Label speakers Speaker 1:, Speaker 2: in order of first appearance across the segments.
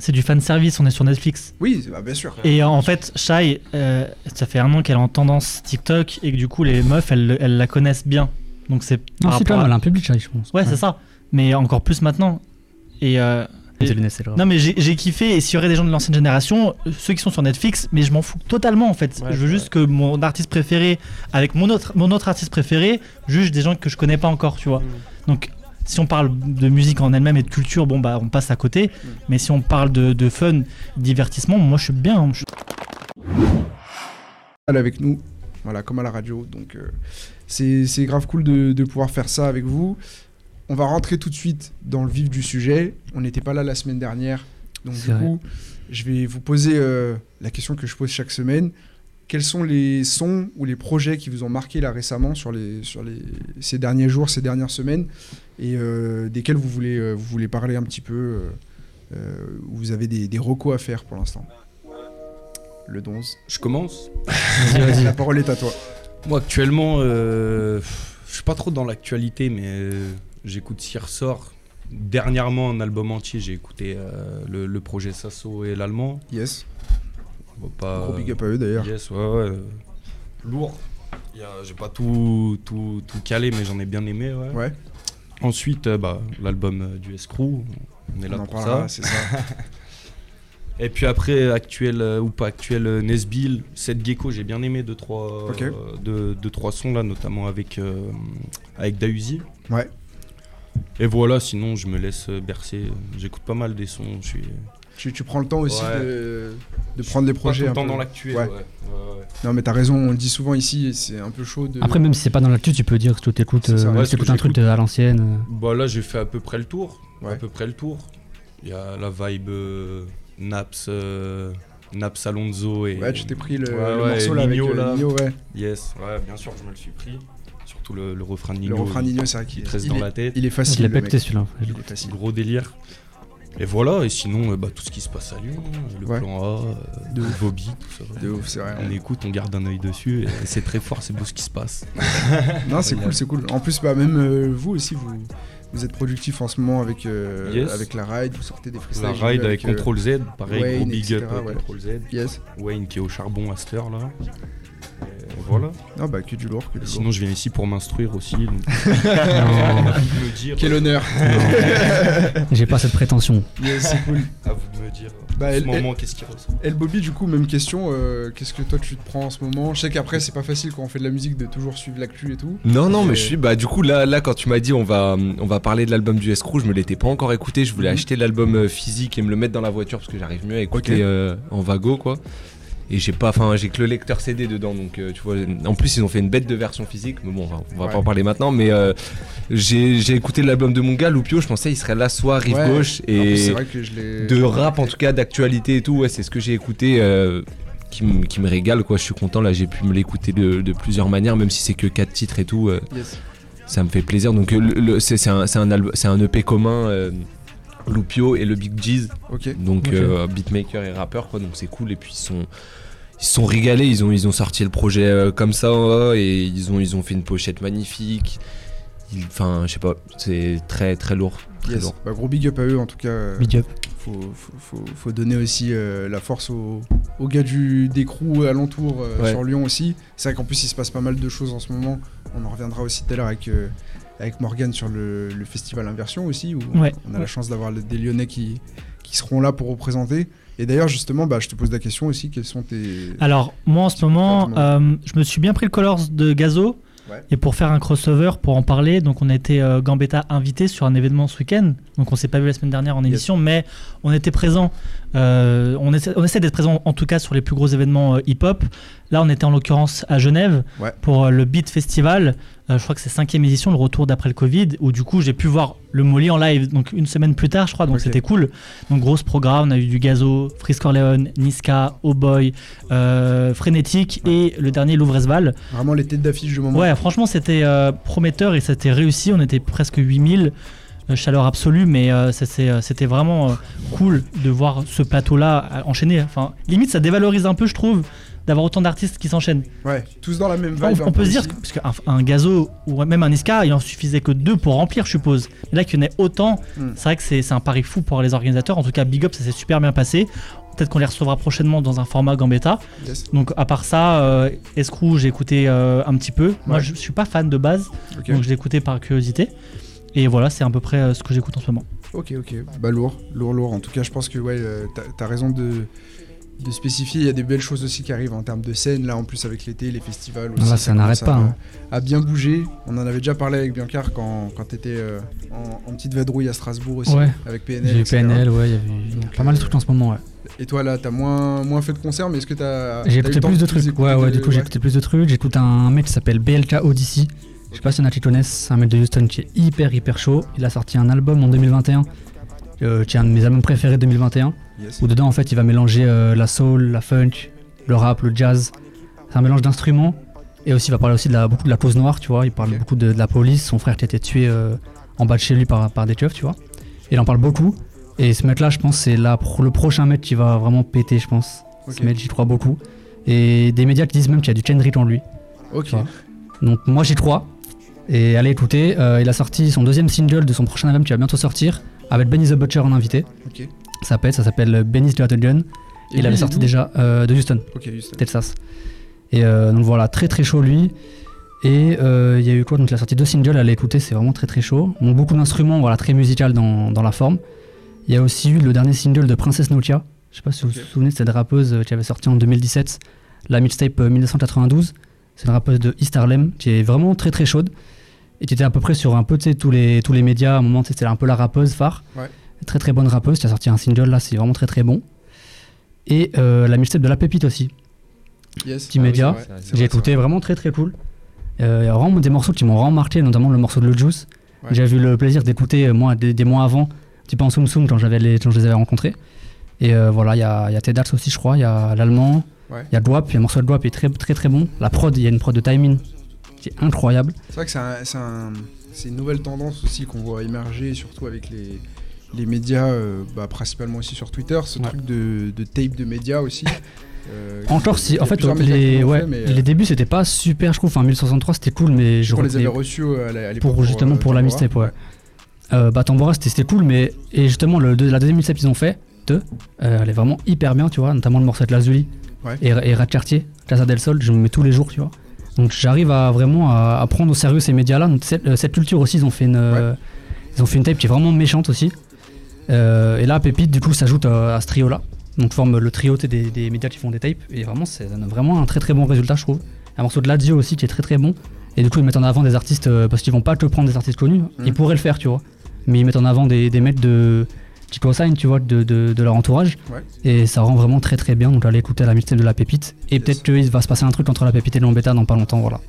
Speaker 1: c'est du fan service, on est sur Netflix.
Speaker 2: Oui, bah, bien sûr.
Speaker 1: Et en fait, Shai, euh, ça fait un an qu'elle est en tendance TikTok et que du coup, les meufs, elles, elles la connaissent bien. Donc c'est.
Speaker 3: Non,
Speaker 1: par
Speaker 3: c'est
Speaker 1: rapport
Speaker 3: pas
Speaker 1: à-
Speaker 3: mal, un public, je pense.
Speaker 1: Ouais, c'est ça. Mais encore plus maintenant. Et. euh,
Speaker 4: Les lunettes, c'est genre.
Speaker 1: Non mais j'ai j'ai kiffé et s'il y aurait des gens de l'ancienne génération, euh, ceux qui sont sur Netflix, mais je m'en fous totalement en fait.
Speaker 4: Ouais,
Speaker 1: je veux juste que mon artiste préféré, avec mon autre, mon autre artiste préféré, juge des gens que je connais pas encore, tu vois. Donc si on parle de musique en elle-même et de culture, bon bah on passe à côté. Mais si on parle de, de fun, divertissement, moi je suis bien. hein. Je suis-
Speaker 2: Elle est avec nous, voilà, comme à la radio. Donc, euh, c'est c'est grave cool de, de pouvoir faire ça avec vous. On va rentrer tout de suite dans le vif du sujet. On n'était pas là la semaine dernière. Donc,
Speaker 3: C'est
Speaker 2: du
Speaker 3: vrai.
Speaker 2: coup, je vais vous poser euh, la question que je pose chaque semaine. Quels sont les sons ou les projets qui vous ont marqué là récemment sur, les, sur les, ces derniers jours, ces dernières semaines et euh, desquels vous voulez, euh, vous voulez parler un petit peu euh, euh, où Vous avez des, des recos à faire pour l'instant Le 11.
Speaker 5: Je commence.
Speaker 2: La parole est à toi.
Speaker 5: Moi, actuellement, euh, pff, je suis pas trop dans l'actualité, mais euh, j'écoute s'y ressort. Dernièrement, un album entier, j'ai écouté euh, le, le projet Sasso et l'allemand.
Speaker 2: Yes.
Speaker 5: Bon, pas-
Speaker 2: Gros big up à eux d'ailleurs.
Speaker 5: Yes, ouais, ouais. euh, Lourd. Il y a- J'ai pas tout, tout, tout calé, mais j'en ai bien aimé. Ouais.
Speaker 2: Ouais,
Speaker 5: Ensuite, euh, bah, l'album euh, du Escrew. On est là
Speaker 2: on en
Speaker 5: pour
Speaker 2: parlera,
Speaker 5: ça.
Speaker 2: c'est ça.
Speaker 5: Et puis après, actuel euh, ou pas actuel, euh, Nesbill, cette gecko, j'ai bien aimé 2-3 deux, trois, euh,
Speaker 2: Ok.
Speaker 5: deux- deux, trois sons là, notamment avec, euh, avec Dausi.
Speaker 2: Ouais.
Speaker 5: Et voilà, sinon je me laisse euh, bercer. J'écoute pas mal des sons. Je suis
Speaker 2: tu, tu prends le temps aussi
Speaker 5: Ouais.
Speaker 2: de, de prendre les
Speaker 5: pas tout
Speaker 2: projets.
Speaker 5: le
Speaker 2: un
Speaker 5: temps
Speaker 2: peu.
Speaker 5: dans l'actuel.
Speaker 2: Ouais.
Speaker 5: ouais. Ouais, ouais.
Speaker 2: Non mais t'as raison, on le dit souvent ici, c'est un peu chaud de...
Speaker 3: Après, même si c'est pas dans l'actu, tu peux dire que tu écoutes,
Speaker 2: C'est ça, ouais,
Speaker 5: ce que
Speaker 3: un truc
Speaker 5: j'écoute.
Speaker 3: euh, à l'ancienne.
Speaker 5: Bah là, j'ai fait à peu près le tour.
Speaker 2: Ouais.
Speaker 5: À peu près le tour. Il y a la vibe euh, Naps, euh, Naps Alonso et.
Speaker 2: Ouais, tu t'es pris le,
Speaker 5: Ouais,
Speaker 2: le
Speaker 5: ouais,
Speaker 2: morceau là avec
Speaker 5: Nino,
Speaker 2: euh,
Speaker 5: là.
Speaker 2: Nino, ouais.
Speaker 5: Yes, ouais, bien sûr, je me le suis pris. Surtout le, le refrain de
Speaker 2: Le
Speaker 5: Nino.
Speaker 2: refrain Nino, c'est vrai
Speaker 5: qui
Speaker 2: qu'il
Speaker 5: te reste
Speaker 2: il
Speaker 5: dans
Speaker 2: est,
Speaker 5: la tête.
Speaker 2: il est
Speaker 3: Je
Speaker 2: facile
Speaker 3: l'ai
Speaker 2: Ah, le
Speaker 3: pas écouté
Speaker 2: mec.
Speaker 3: celui-là.
Speaker 2: Il est facile.
Speaker 5: Gros délire. Et voilà, et sinon, euh, bah, tout ce qui se passe à Lyon, euh, le
Speaker 2: Ouais.
Speaker 5: plan A, euh,
Speaker 2: De ouf.
Speaker 5: Bobby, tout ça.
Speaker 2: De ouf, c'est vrai.
Speaker 5: On écoute, on garde un œil dessus, et c'est très fort, c'est beau ce qui se passe.
Speaker 2: Non, c'est
Speaker 5: Incroyable.
Speaker 2: cool, c'est cool. En plus, bah, même euh, vous aussi, vous, vous êtes productif en ce moment avec, euh,
Speaker 5: Yes.
Speaker 2: avec la ride, vous sortez des freestyles.
Speaker 5: La
Speaker 2: j'ai vu,
Speaker 5: ride avec
Speaker 2: euh,
Speaker 5: Control Z, pareil,
Speaker 2: Wayne,
Speaker 5: gros big
Speaker 2: etc.,
Speaker 5: up à
Speaker 2: ouais.
Speaker 5: Control Z.
Speaker 2: Yes.
Speaker 5: Wayne qui est au charbon à cette heure là. Et voilà.
Speaker 2: Non, bah que du lourd, que du lourd.
Speaker 5: Sinon, je viens ici pour m'instruire aussi. donc-
Speaker 3: Non,
Speaker 5: À vous de me dire.
Speaker 2: Quel honneur.
Speaker 3: Euh, j'ai pas cette prétention.
Speaker 2: Yes, c'est cool.
Speaker 5: À vous de me dire.
Speaker 2: Bah,
Speaker 5: en ce
Speaker 2: elle-
Speaker 5: moment, qu'est-ce qui ressort
Speaker 2: El Bobby, du coup, même question. euh, Qu'est-ce que toi tu te prends en ce moment Je sais qu'après, c'est pas facile quand on fait de la musique de toujours suivre l'actu et tout.
Speaker 6: Non, non,
Speaker 2: Euh,
Speaker 6: mais je suis. Bah, du coup, là, là quand tu m'as dit on va, on va parler de l'album du Escrew, je me l'étais pas encore écouté. Je voulais
Speaker 2: Mhm.
Speaker 6: acheter l'album euh, physique et me le mettre dans la voiture parce que j'arrive mieux à écouter
Speaker 2: Ok.
Speaker 6: euh, en vago, quoi. Et j'ai pas. Enfin, j'ai que le lecteur CD dedans, donc euh, tu vois. En plus, ils ont fait une bête de version physique, mais bon, on va, on va
Speaker 2: Ouais.
Speaker 6: pas en parler maintenant. Mais euh, j'ai j'ai écouté l'album de mon gars, Loupio. Je pensais il serait là soit rive
Speaker 2: Ouais.
Speaker 6: gauche
Speaker 2: En plus, c'est
Speaker 6: et
Speaker 2: vrai que je l'ai.
Speaker 6: de rap en tout cas, d'actualité et tout. Ouais, c'est ce que j'ai écouté. euh, qui me, qui me régale quoi, je suis content là j'ai pu me l'écouter de, de plusieurs manières même si c'est que quatre titres et tout euh,
Speaker 2: Yes.
Speaker 6: ça me fait plaisir. Donc euh, le- le- c'est c'est un, c'est un, alb- c'est un EP commun, euh, Loupio et le Big Jeez,
Speaker 2: Ok.
Speaker 6: donc
Speaker 3: Ok.
Speaker 6: euh, beatmaker et rappeur, quoi, donc c'est cool. Et puis ils sont, ils se sont régalés, ils ont, ils ont sorti le projet euh, comme ça, euh, et ils ont, ils ont fait une pochette magnifique. Ils- Enfin, je sais pas, c'est très très lourd. Très
Speaker 2: Yes.
Speaker 6: lourd.
Speaker 2: Bah, gros big up à eux en tout cas. euh,
Speaker 3: Big up.
Speaker 2: Faut, faut, faut- faut donner aussi euh, la force aux, aux gars du, des crews alentours euh,
Speaker 6: Ouais.
Speaker 2: sur Lyon aussi. C'est vrai qu'en plus il se passe pas mal de choses en ce moment. On en reviendra aussi tout à l'heure avec, euh, avec Morgan sur le, le festival Inversion aussi, où
Speaker 1: Ouais.
Speaker 2: on a la chance d'avoir le- des Lyonnais qui, qui seront là pour représenter. Et d'ailleurs justement, bah, je te pose la question aussi, quels sont tes...
Speaker 3: Ah.
Speaker 1: Alors moi en ce moment, euh, je me suis bien pris le Colors de Gazo.
Speaker 2: Ouais.
Speaker 1: Et pour faire un crossover, pour en parler, donc on a été euh, Gambetta invité sur un événement ce week-end. Donc on s'est pas vu la semaine dernière en émission, mais on était présent. euh, on essaie, on essaie d'être présent en tout cas sur les plus gros événements euh, hip-hop. Là, on était en l'occurrence à Genève
Speaker 2: Ouais.
Speaker 1: pour euh, le Beat Festival. Euh, je crois que c'est cinquième édition, le retour d'après le Covid, où du coup j'ai pu voir le Molly en live. Donc une semaine plus tard, je crois. Donc
Speaker 2: Ok.
Speaker 1: c'était cool. Donc gros ce programme, on a eu du Gazo, Freeze Corleone, Niska, Oh Boy, euh, Frénétique et le dernier Louvre Esval.
Speaker 2: Vraiment les têtes d'affiche du moment.
Speaker 1: Ouais, franchement, c'était euh, prometteur et c'était réussi. On était presque 8000. euh, Chaleur absolue, mais euh, ça, c'est, euh, c'était vraiment euh, cool de voir ce plateau-là euh, enchaîné. Enfin, limite, ça dévalorise un peu, je trouve, d'avoir autant d'artistes qui s'enchaînent.
Speaker 2: Ouais, bah, tous dans la même
Speaker 1: On,
Speaker 2: vibe.
Speaker 1: on peut se dire, que- parce qu'un un gazo ou même un Isca, il en suffisait que deux pour remplir, je suppose. Mais là qu'il y en ait autant,
Speaker 2: Mm.
Speaker 1: c'est vrai que c'est c'est un pari fou pour les organisateurs. En tout cas, Big Up, ça s'est super bien passé. Peut-être qu'on les recevra prochainement dans un format Gambetta.
Speaker 2: Yes.
Speaker 1: Donc, à part ça, euh, Escrew, j'ai écouté euh, un petit peu. Moi,
Speaker 2: Ouais.
Speaker 1: je suis pas fan de base,
Speaker 2: Ok.
Speaker 1: donc je l'ai écouté par curiosité. Et voilà, c'est à peu près euh, ce que j'écoute en ce moment.
Speaker 2: Ok, ok. Bah lourd, lourd, lourd. En tout cas, je pense que ouais, euh, t'as t'as raison de, de spécifier. Il y a des belles choses aussi qui arrivent en termes de scène. Là, en plus avec l'été, les festivals aussi.
Speaker 3: Ah, ça
Speaker 2: commence
Speaker 3: n'arrête
Speaker 2: à-
Speaker 3: pas, hein.
Speaker 2: À, bien bouger. On en avait déjà parlé avec Biancar quand, quand t'étais euh, en, en petite vadrouille à Strasbourg aussi,
Speaker 3: Ouais.
Speaker 2: avec
Speaker 3: J'ai
Speaker 2: PNL.
Speaker 3: eu
Speaker 2: etc.
Speaker 3: PNL, ouais, il y avait- il y a
Speaker 2: Donc,
Speaker 3: pas mal de
Speaker 2: euh,
Speaker 3: trucs en ce moment, ouais.
Speaker 2: Et toi là, t'as moins, moins fait de concerts, mais est-ce que t'as t'as
Speaker 3: J'ai
Speaker 2: eu le
Speaker 3: écouté
Speaker 2: temps
Speaker 3: plus de
Speaker 2: plus
Speaker 3: trucs.
Speaker 2: écouter
Speaker 3: Ouais, ouais,
Speaker 2: de-
Speaker 3: du coup, j'ai écouté plus de trucs. J'écoute un mec qui s'appelle BLK Odyssey. Je sais pas si y en a qui connaissent. C'est un mec de Houston qui est hyper, hyper chaud. Il a sorti un album en 2021, euh, qui est un de mes albums préférés de 2021.
Speaker 2: Yes.
Speaker 3: Où dedans, en fait, il va mélanger euh, la soul, la funk, le rap, le jazz. C'est un mélange d'instruments. Et aussi, il va parler aussi de la, beaucoup de la cause noire, tu vois. Il parle
Speaker 2: Ok.
Speaker 3: beaucoup de, de la police, son frère qui a été tué euh, en bas de chez lui par, par des keufs, tu vois. Et il en parle beaucoup. Et ce mec-là, je pense, c'est la pro- le prochain mec qui va vraiment péter, je pense.
Speaker 2: Ok.
Speaker 3: Ce mec, j'y crois beaucoup. Et des médias qui disent même qu'il y a du Kendrick en lui.
Speaker 2: Ok.
Speaker 3: vois. Donc moi, j'y crois. Et allez écouter, euh, il a sorti son deuxième single de son prochain album qui va bientôt sortir, avec Benny the Butcher en invité.
Speaker 2: Ok. Et
Speaker 3: Ça pète, ça s'appelle Benny's Got a Gun. Et il
Speaker 2: lui,
Speaker 3: avait
Speaker 2: est
Speaker 3: sorti
Speaker 2: d'où
Speaker 3: déjà euh, de Houston,
Speaker 2: Ok, Houston.
Speaker 3: Texas. Et euh, donc voilà, très très chaud lui. Et euh, il y a eu quoi Donc il a sorti deux singles, allez écouter, c'est vraiment très très chaud. Donc beaucoup d'instruments, voilà, très musical dans, dans la forme. Il y a aussi eu le dernier single de Princesse Nokia. Je sais pas si vous
Speaker 2: Ok.
Speaker 3: vous souvenez de cette rappeuse euh, qui avait sorti en 2017, la mixtape euh, 1992. C'est une rappeuse de East Harlem qui est vraiment très très chaude et qui était à peu près sur un peu tu sais, tous les, tous les médias. À un moment, tu sais, c'était un peu la rappeuse phare.
Speaker 2: Ouais.
Speaker 3: Très très bonne rappeuse qui a sorti un single là, c'est vraiment très très bon. Et euh, la mixtape de La Pépite aussi.
Speaker 2: Yes. Ah
Speaker 3: Petit média.
Speaker 2: c'est vrai, c'est
Speaker 3: J'ai
Speaker 2: vrai,
Speaker 3: écouté vraiment très très cool. Euh, Il y a vraiment des morceaux qui m'ont vraiment marqué, notamment le morceau de Le Juice.
Speaker 2: Ouais.
Speaker 3: J'ai eu le plaisir d'écouter euh, moi des, des mois avant, un petit peu en Soum Soum quand, j'avais les, quand je les avais rencontrés. Et euh, voilà, il y a, il y a Ted Hart aussi, je crois, il y a l'allemand, il
Speaker 2: Ouais.
Speaker 3: y a Dwap, il y a un morceau de Dwap qui est très très très bon. La prod, il y a une prod de timing qui est incroyable.
Speaker 2: C'est vrai que c'est un- c'est un- c'est une nouvelle tendance aussi qu'on voit émerger, surtout avec les, les médias, euh, bah, principalement aussi sur Twitter, ce
Speaker 3: Ouais.
Speaker 2: truc de, de tape de médias aussi. euh,
Speaker 3: Encore
Speaker 2: qui-
Speaker 3: si,
Speaker 2: qui
Speaker 3: en
Speaker 2: a
Speaker 3: fait,
Speaker 2: plusieurs médias qui
Speaker 3: les,
Speaker 2: l'ont
Speaker 3: ouais,
Speaker 2: fait, mais,
Speaker 3: les
Speaker 2: euh,
Speaker 3: débuts c'était pas super, je trouve. Enfin, 1063 c'était cool, mais je
Speaker 2: on les
Speaker 3: retenais
Speaker 2: avait reçus euh, à la- à l'époque.
Speaker 3: pour justement
Speaker 2: euh,
Speaker 3: pour la
Speaker 2: Tambora.
Speaker 3: mixtape ouais. Euh, bah Tambora c'était c'était cool mais et justement le, deux- la deuxième mixtape qu'ils ont fait deux euh, elle est vraiment hyper bien tu vois notamment le morceau de Lazuli
Speaker 2: Ouais.
Speaker 3: et, et Rat Cartier Casa del Sol je me mets tous les jours tu vois donc j'arrive à vraiment à, à prendre au sérieux ces médias là cette, euh, cette culture aussi ils ont fait une euh, ils ont fait une tape qui est vraiment méchante aussi Euh, et là Pépite du coup s'ajoute euh, à ce trio là donc forme le trio tu sais, des, des médias qui font des tapes et vraiment c'est ça donne vraiment un très très bon résultat je trouve un morceau de Lazio aussi qui est très très bon et du coup, ils mettent en avant des artistes euh, parce qu'ils vont pas que prendre des artistes connus. Ils
Speaker 2: Mhm.
Speaker 3: pourraient le faire, tu vois. Mais ils mettent en avant des, des mecs de qui consignent, tu vois, de, de- de leur entourage.
Speaker 2: Ouais.
Speaker 3: Et ça rend vraiment très très bien. Donc allez écouter la mixtape de la pépite. Et
Speaker 2: Yes.
Speaker 3: peut-être qu'il va se passer un truc entre la pépite et le Lambetta dans pas longtemps, voilà.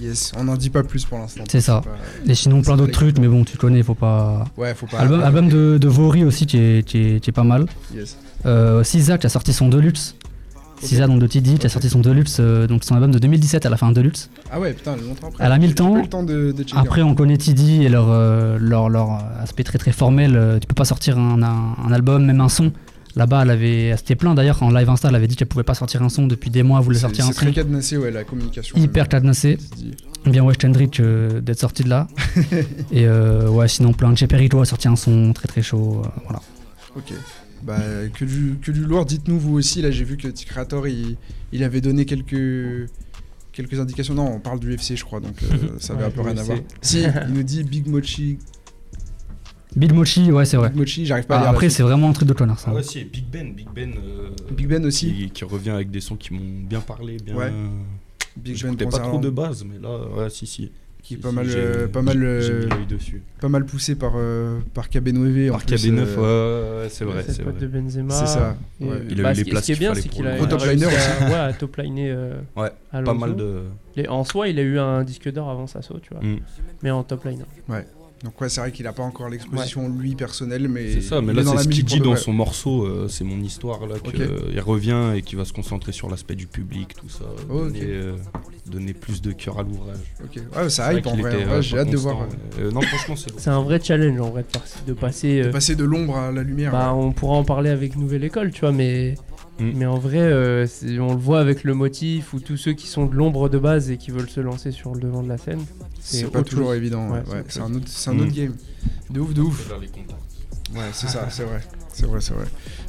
Speaker 2: Yes, on n'en dit pas plus pour l'instant.
Speaker 3: C'est ça.
Speaker 2: pas-
Speaker 3: Et sinon, plein
Speaker 2: C'est
Speaker 3: d'autres
Speaker 2: pas les-
Speaker 3: trucs, mais bon, tu connais, faut pas.
Speaker 2: Ouais, faut pas.
Speaker 3: Album, album de, de Vori aussi qui est, qui est- qui est pas mal.
Speaker 2: Yes.
Speaker 3: Euh, SZA qui a sorti son Deluxe. SZA donc de Tidy qui a
Speaker 2: Ok.
Speaker 3: sorti son Deluxe, euh, donc son album de 2017 à la fin Deluxe.
Speaker 2: Ah ouais, putain, elle est longtemps après.
Speaker 3: Elle a mis le
Speaker 2: J'ai
Speaker 3: temps.
Speaker 2: pas eu le temps de, de checker.
Speaker 3: Après, on connaît Tidy et leur, euh, leur, leur aspect très très formel. euh, Tu peux pas sortir un, un- un album, même un son. Là-bas, elle avait, elle s'était plainte d'ailleurs en live Insta. Elle avait dit qu'elle pouvait pas sortir un son depuis des mois. Elle voulait
Speaker 2: C'est-
Speaker 3: sortir un
Speaker 2: C'est très
Speaker 3: son
Speaker 2: cadenassé, ouais, la communication.
Speaker 3: hyper cadenassé. Eh
Speaker 2: cadenassé.
Speaker 3: Bien West Hendrick euh, d'être sorti de là. et euh, ouais, sinon plein. Jay Perito a sorti un son très très chaud. euh, voilà.
Speaker 2: Ok. Bah, que du, que du lourd, dites-nous vous aussi. Là, j'ai vu que T-Creator, il, il avait donné quelques, quelques indications. Non, on parle du UFC, je crois, donc euh, ça avait un peu rien à voir. Si, il nous dit Big Mochi.
Speaker 3: Bill Mochi, ouais, c'est vrai.
Speaker 2: Big Mochi, j'arrive pas à
Speaker 3: Ah,
Speaker 2: lire
Speaker 3: après,
Speaker 2: la suite.
Speaker 3: c'est vraiment un truc de connard ça.
Speaker 5: Ah ouais, si, Big Ben, Big Ben. euh,
Speaker 2: Big Ben aussi.
Speaker 5: Qui, qui revient avec des sons qui m'ont bien parlé. Bien,
Speaker 2: Ouais. Big Ben
Speaker 5: J'écoutais pas
Speaker 2: Gonzalo,
Speaker 5: trop de base, mais là, ouais, si, si.
Speaker 2: qui est
Speaker 5: Si,
Speaker 2: pas
Speaker 5: si,
Speaker 2: mal,
Speaker 5: j'ai-
Speaker 2: euh, pas mal,
Speaker 5: J'ai
Speaker 2: euh,
Speaker 5: mis l'œil dessus.
Speaker 2: pas mal poussé par euh, par KB9. en
Speaker 5: Par
Speaker 2: plus,
Speaker 5: KB9,
Speaker 2: euh,
Speaker 5: E ouais, ouais, ouais, c'est vrai.
Speaker 4: C'est
Speaker 5: C'est
Speaker 4: le pote de
Speaker 5: vrai.
Speaker 4: Benzema.
Speaker 2: C'est ça.
Speaker 4: Et,
Speaker 2: ouais.
Speaker 4: euh,
Speaker 5: Il a
Speaker 4: bah,
Speaker 5: eu les
Speaker 4: ce qui-
Speaker 5: places
Speaker 4: Ce qui est
Speaker 5: qu'il
Speaker 4: bien,
Speaker 5: fallait
Speaker 4: c'est
Speaker 5: pour
Speaker 4: qu'il
Speaker 5: le-
Speaker 4: a,
Speaker 5: Au
Speaker 4: il a
Speaker 2: top
Speaker 4: réussi
Speaker 2: liner.
Speaker 4: à, ouais, à top liner euh,
Speaker 5: Ouais,
Speaker 4: Alonso.
Speaker 5: Pas mal de.
Speaker 4: Et en soi, il a eu un disque d'or avant Sasso, tu vois.
Speaker 5: Mm.
Speaker 4: Mais en top liner.
Speaker 2: Donc ouais, c'est vrai qu'il a pas encore l'exposition lui personnelle, mais
Speaker 5: C'est ça, mais
Speaker 2: il
Speaker 5: là,
Speaker 2: est dans
Speaker 5: c'est
Speaker 2: la
Speaker 5: ce
Speaker 2: musique
Speaker 5: qu'il dit
Speaker 2: pour de
Speaker 5: dans
Speaker 2: vrai.
Speaker 5: son morceau, euh, c'est mon histoire, là, qu'il
Speaker 2: Ok.
Speaker 5: revient et qu'il va se concentrer sur l'aspect du public, tout ça.
Speaker 2: Oh, ok.
Speaker 5: donner, euh, donner plus de cœur à l'ouvrage.
Speaker 2: Ok. Ouais, ça
Speaker 5: C'est vrai
Speaker 2: hype en
Speaker 5: qu'il
Speaker 2: Ah, vrai.
Speaker 5: était,
Speaker 2: Ouais,
Speaker 5: euh,
Speaker 2: j'ai
Speaker 5: pas
Speaker 2: hâte de voir.
Speaker 5: constant, mais, euh, non, franchement, c'est lourd.
Speaker 4: C'est un vrai challenge en vrai de, Bah, par- de passer. euh,
Speaker 2: Passer de l'ombre à la lumière.
Speaker 4: bah, on pourra en parler avec Nouvelle École, tu vois, mais
Speaker 5: Mm.
Speaker 4: Mais en vrai, euh, c'est- on le voit avec le motif ou tous ceux qui sont de l'ombre de base et qui veulent se lancer sur le devant de la scène.
Speaker 2: C'est
Speaker 4: c'est
Speaker 2: pas
Speaker 4: autre
Speaker 2: toujours
Speaker 4: chose.
Speaker 2: évident.
Speaker 4: Ouais,
Speaker 2: ouais,
Speaker 4: c'est
Speaker 2: ouais,
Speaker 4: autre Hmm.
Speaker 2: c'est un autre, c'est un autre
Speaker 5: Mm.
Speaker 2: game. De ouf, de ouf.
Speaker 5: Vers les contacts.
Speaker 2: Ouais, c'est ça, c'est vrai. C'est vrai, c'est vrai.